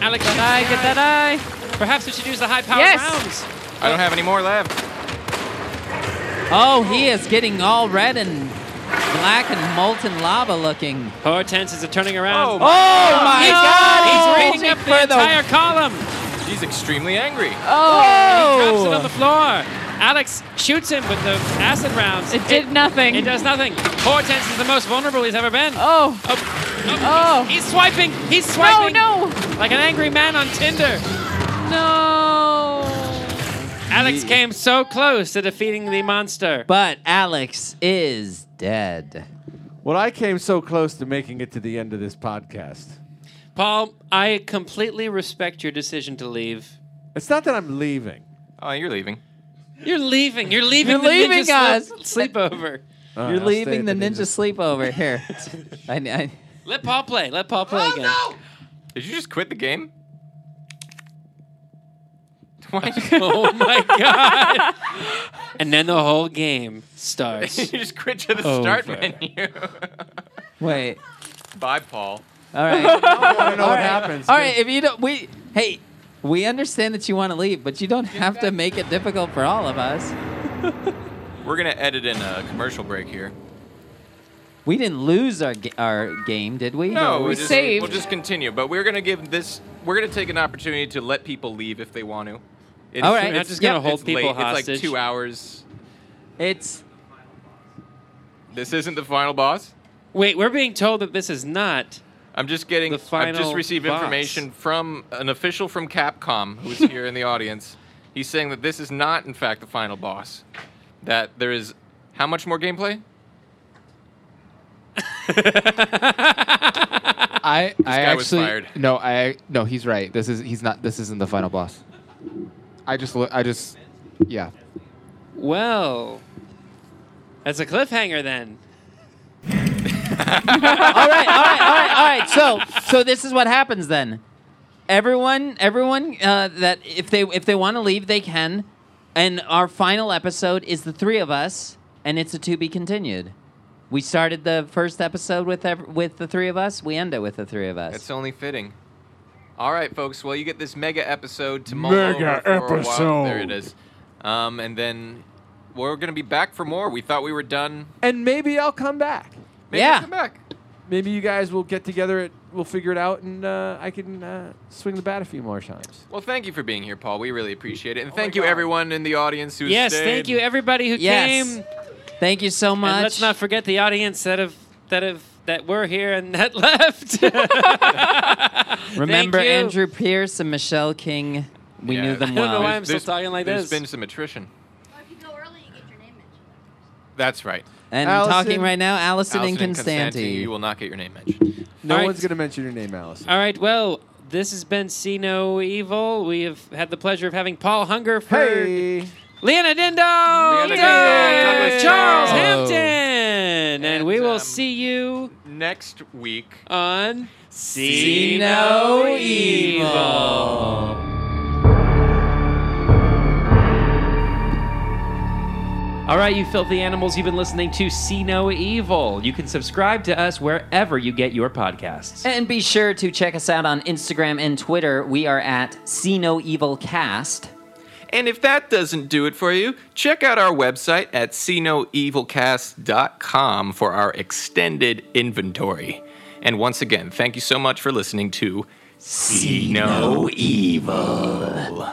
Speaker 7: Alex,
Speaker 14: That eye, get that eye.
Speaker 7: Perhaps we should use the high power
Speaker 14: Yes.
Speaker 7: rounds.
Speaker 5: I don't have any more left.
Speaker 2: Oh, he is getting all red and black and molten lava looking.
Speaker 7: Hortense is turning around.
Speaker 2: Oh my
Speaker 7: he's,
Speaker 2: God!
Speaker 7: He's reaching up the
Speaker 2: for the-
Speaker 7: entire column.
Speaker 5: He's extremely angry.
Speaker 7: He drops it
Speaker 2: Oh!
Speaker 7: on the floor. Alex shoots him with the acid rounds.
Speaker 14: It did nothing.
Speaker 7: It does nothing. Hortense is the most vulnerable he's ever been.
Speaker 14: Oh,
Speaker 7: Oh, oh, He's, he's swiping. He's
Speaker 14: no,
Speaker 7: swiping.
Speaker 14: no,
Speaker 7: Like an angry man on Tinder.
Speaker 14: no.
Speaker 7: Alex came so close to defeating the monster.
Speaker 2: But Alex is dead.
Speaker 15: Well, I came so close to making it to the end of this podcast.
Speaker 7: Paul, I completely respect your decision to leave.
Speaker 15: It's not that I'm leaving.
Speaker 5: Oh, you're leaving.
Speaker 7: You're leaving. You're leaving.
Speaker 2: You're
Speaker 7: the ninja
Speaker 2: leaving
Speaker 7: slip-
Speaker 2: us.
Speaker 7: sleepover.
Speaker 15: All right,
Speaker 2: You're
Speaker 15: I'll stay
Speaker 2: leaving
Speaker 15: at
Speaker 2: the ninja, sleepover here. I, I,
Speaker 7: Let Paul play. Let Paul play again.
Speaker 5: Did you just quit the game? <laughs> Why?
Speaker 7: oh my god! and then the whole game starts.
Speaker 5: you <laughs> just quit to the
Speaker 14: Oh,
Speaker 5: start
Speaker 7: Over.
Speaker 5: menu. <laughs>
Speaker 2: wait.
Speaker 5: Bye, Paul.
Speaker 2: All right.
Speaker 15: I want to know
Speaker 2: All
Speaker 15: what
Speaker 2: right.
Speaker 15: happens.
Speaker 2: All right. If you don't, we hey, we understand that you want to leave, but you don't have to make it difficult for all of us.
Speaker 5: We're gonna edit in a commercial break here.
Speaker 2: We didn't lose our ga- our game, did we?
Speaker 5: No,
Speaker 14: we
Speaker 5: just,
Speaker 14: saved.
Speaker 5: We'll just continue, but we're gonna give this. We're gonna take an opportunity to let people leave if they want to. It's,
Speaker 2: All right. We're
Speaker 7: not just gonna
Speaker 5: it's
Speaker 7: hold people
Speaker 5: late. It's like
Speaker 7: hostage.
Speaker 5: two hours.
Speaker 2: It's
Speaker 5: This isn't the final boss.
Speaker 7: Wait, we're being told that this is not.
Speaker 5: I'm just getting.
Speaker 7: The
Speaker 5: I've
Speaker 7: final
Speaker 5: just received
Speaker 7: boss.
Speaker 5: information from an official from Capcom who's here in the audience. He's saying that this is not, in fact, the final boss. That there is how much more gameplay?
Speaker 11: I I
Speaker 5: guy was
Speaker 11: actually
Speaker 5: fired.
Speaker 11: no I no he's right. This is he's not. This isn't the final boss. I just look. I just yeah.
Speaker 7: Well, that's a cliffhanger then.
Speaker 2: all right, all right, all right, all right. So, so this is what happens then. Everyone, everyone uh, that if they if they want to leave, they can. And our final episode is the three of us and it's a to be continued. We started the first episode with ev- with the three of us. We end it with the three of us.
Speaker 5: It's only fitting. All right, folks. Well, you get this mega episode tomorrow.
Speaker 2: Mega episode.
Speaker 5: There it is. Um, and then we're gonna be back for more. We thought we were done.
Speaker 15: And maybe I'll come back.
Speaker 5: Maybe Yeah. come back.
Speaker 15: Maybe you guys will get together. At, we'll figure it out, and uh, I can uh, swing the bat a few more times.
Speaker 5: Well, thank you for being here, Paul. We really appreciate it, and thank you everyone in the audience who
Speaker 7: Yes,
Speaker 5: stayed.
Speaker 7: thank you everybody who
Speaker 2: Yes.
Speaker 7: came.
Speaker 2: Thank you so much.
Speaker 7: And let's not forget the audience that have that have that were here and that <laughs> left.
Speaker 2: <laughs> Remember
Speaker 7: Thank you.
Speaker 2: Andrew Pierce and Michelle King. We
Speaker 5: Yeah.
Speaker 2: knew them
Speaker 7: <laughs> I
Speaker 2: well.
Speaker 7: don't know why I'm
Speaker 5: There's-
Speaker 7: still talking like
Speaker 5: there's
Speaker 7: this.
Speaker 5: been some attrition. That's right.
Speaker 2: And
Speaker 15: Allison-
Speaker 2: talking right now, Allison,
Speaker 5: Allison
Speaker 2: and Constanti.
Speaker 5: You will not get your name mentioned.
Speaker 15: No
Speaker 7: All right.
Speaker 15: one's going to mention your name, Alice.
Speaker 7: All right, well, this has been See No Evil. We have had the pleasure of having Paul Hungerford,
Speaker 15: Hey.
Speaker 7: Leona Dindo,
Speaker 5: Leona
Speaker 7: Yay!
Speaker 5: Dindo, Douglas
Speaker 7: Charles
Speaker 5: Charles.
Speaker 7: Hampton, and, we will see you
Speaker 5: Next week.
Speaker 7: on
Speaker 5: See No Evil.
Speaker 20: All right, you filthy animals, you've been listening to See No Evil. You can subscribe to us wherever you get your podcasts.
Speaker 2: And be sure to check us out on Instagram and Twitter. We are at See No Evil Cast.
Speaker 5: And if that doesn't do it for you, check out our website at cnoevilcast.com for our extended inventory. And once again, thank you so much for listening to See No Evil.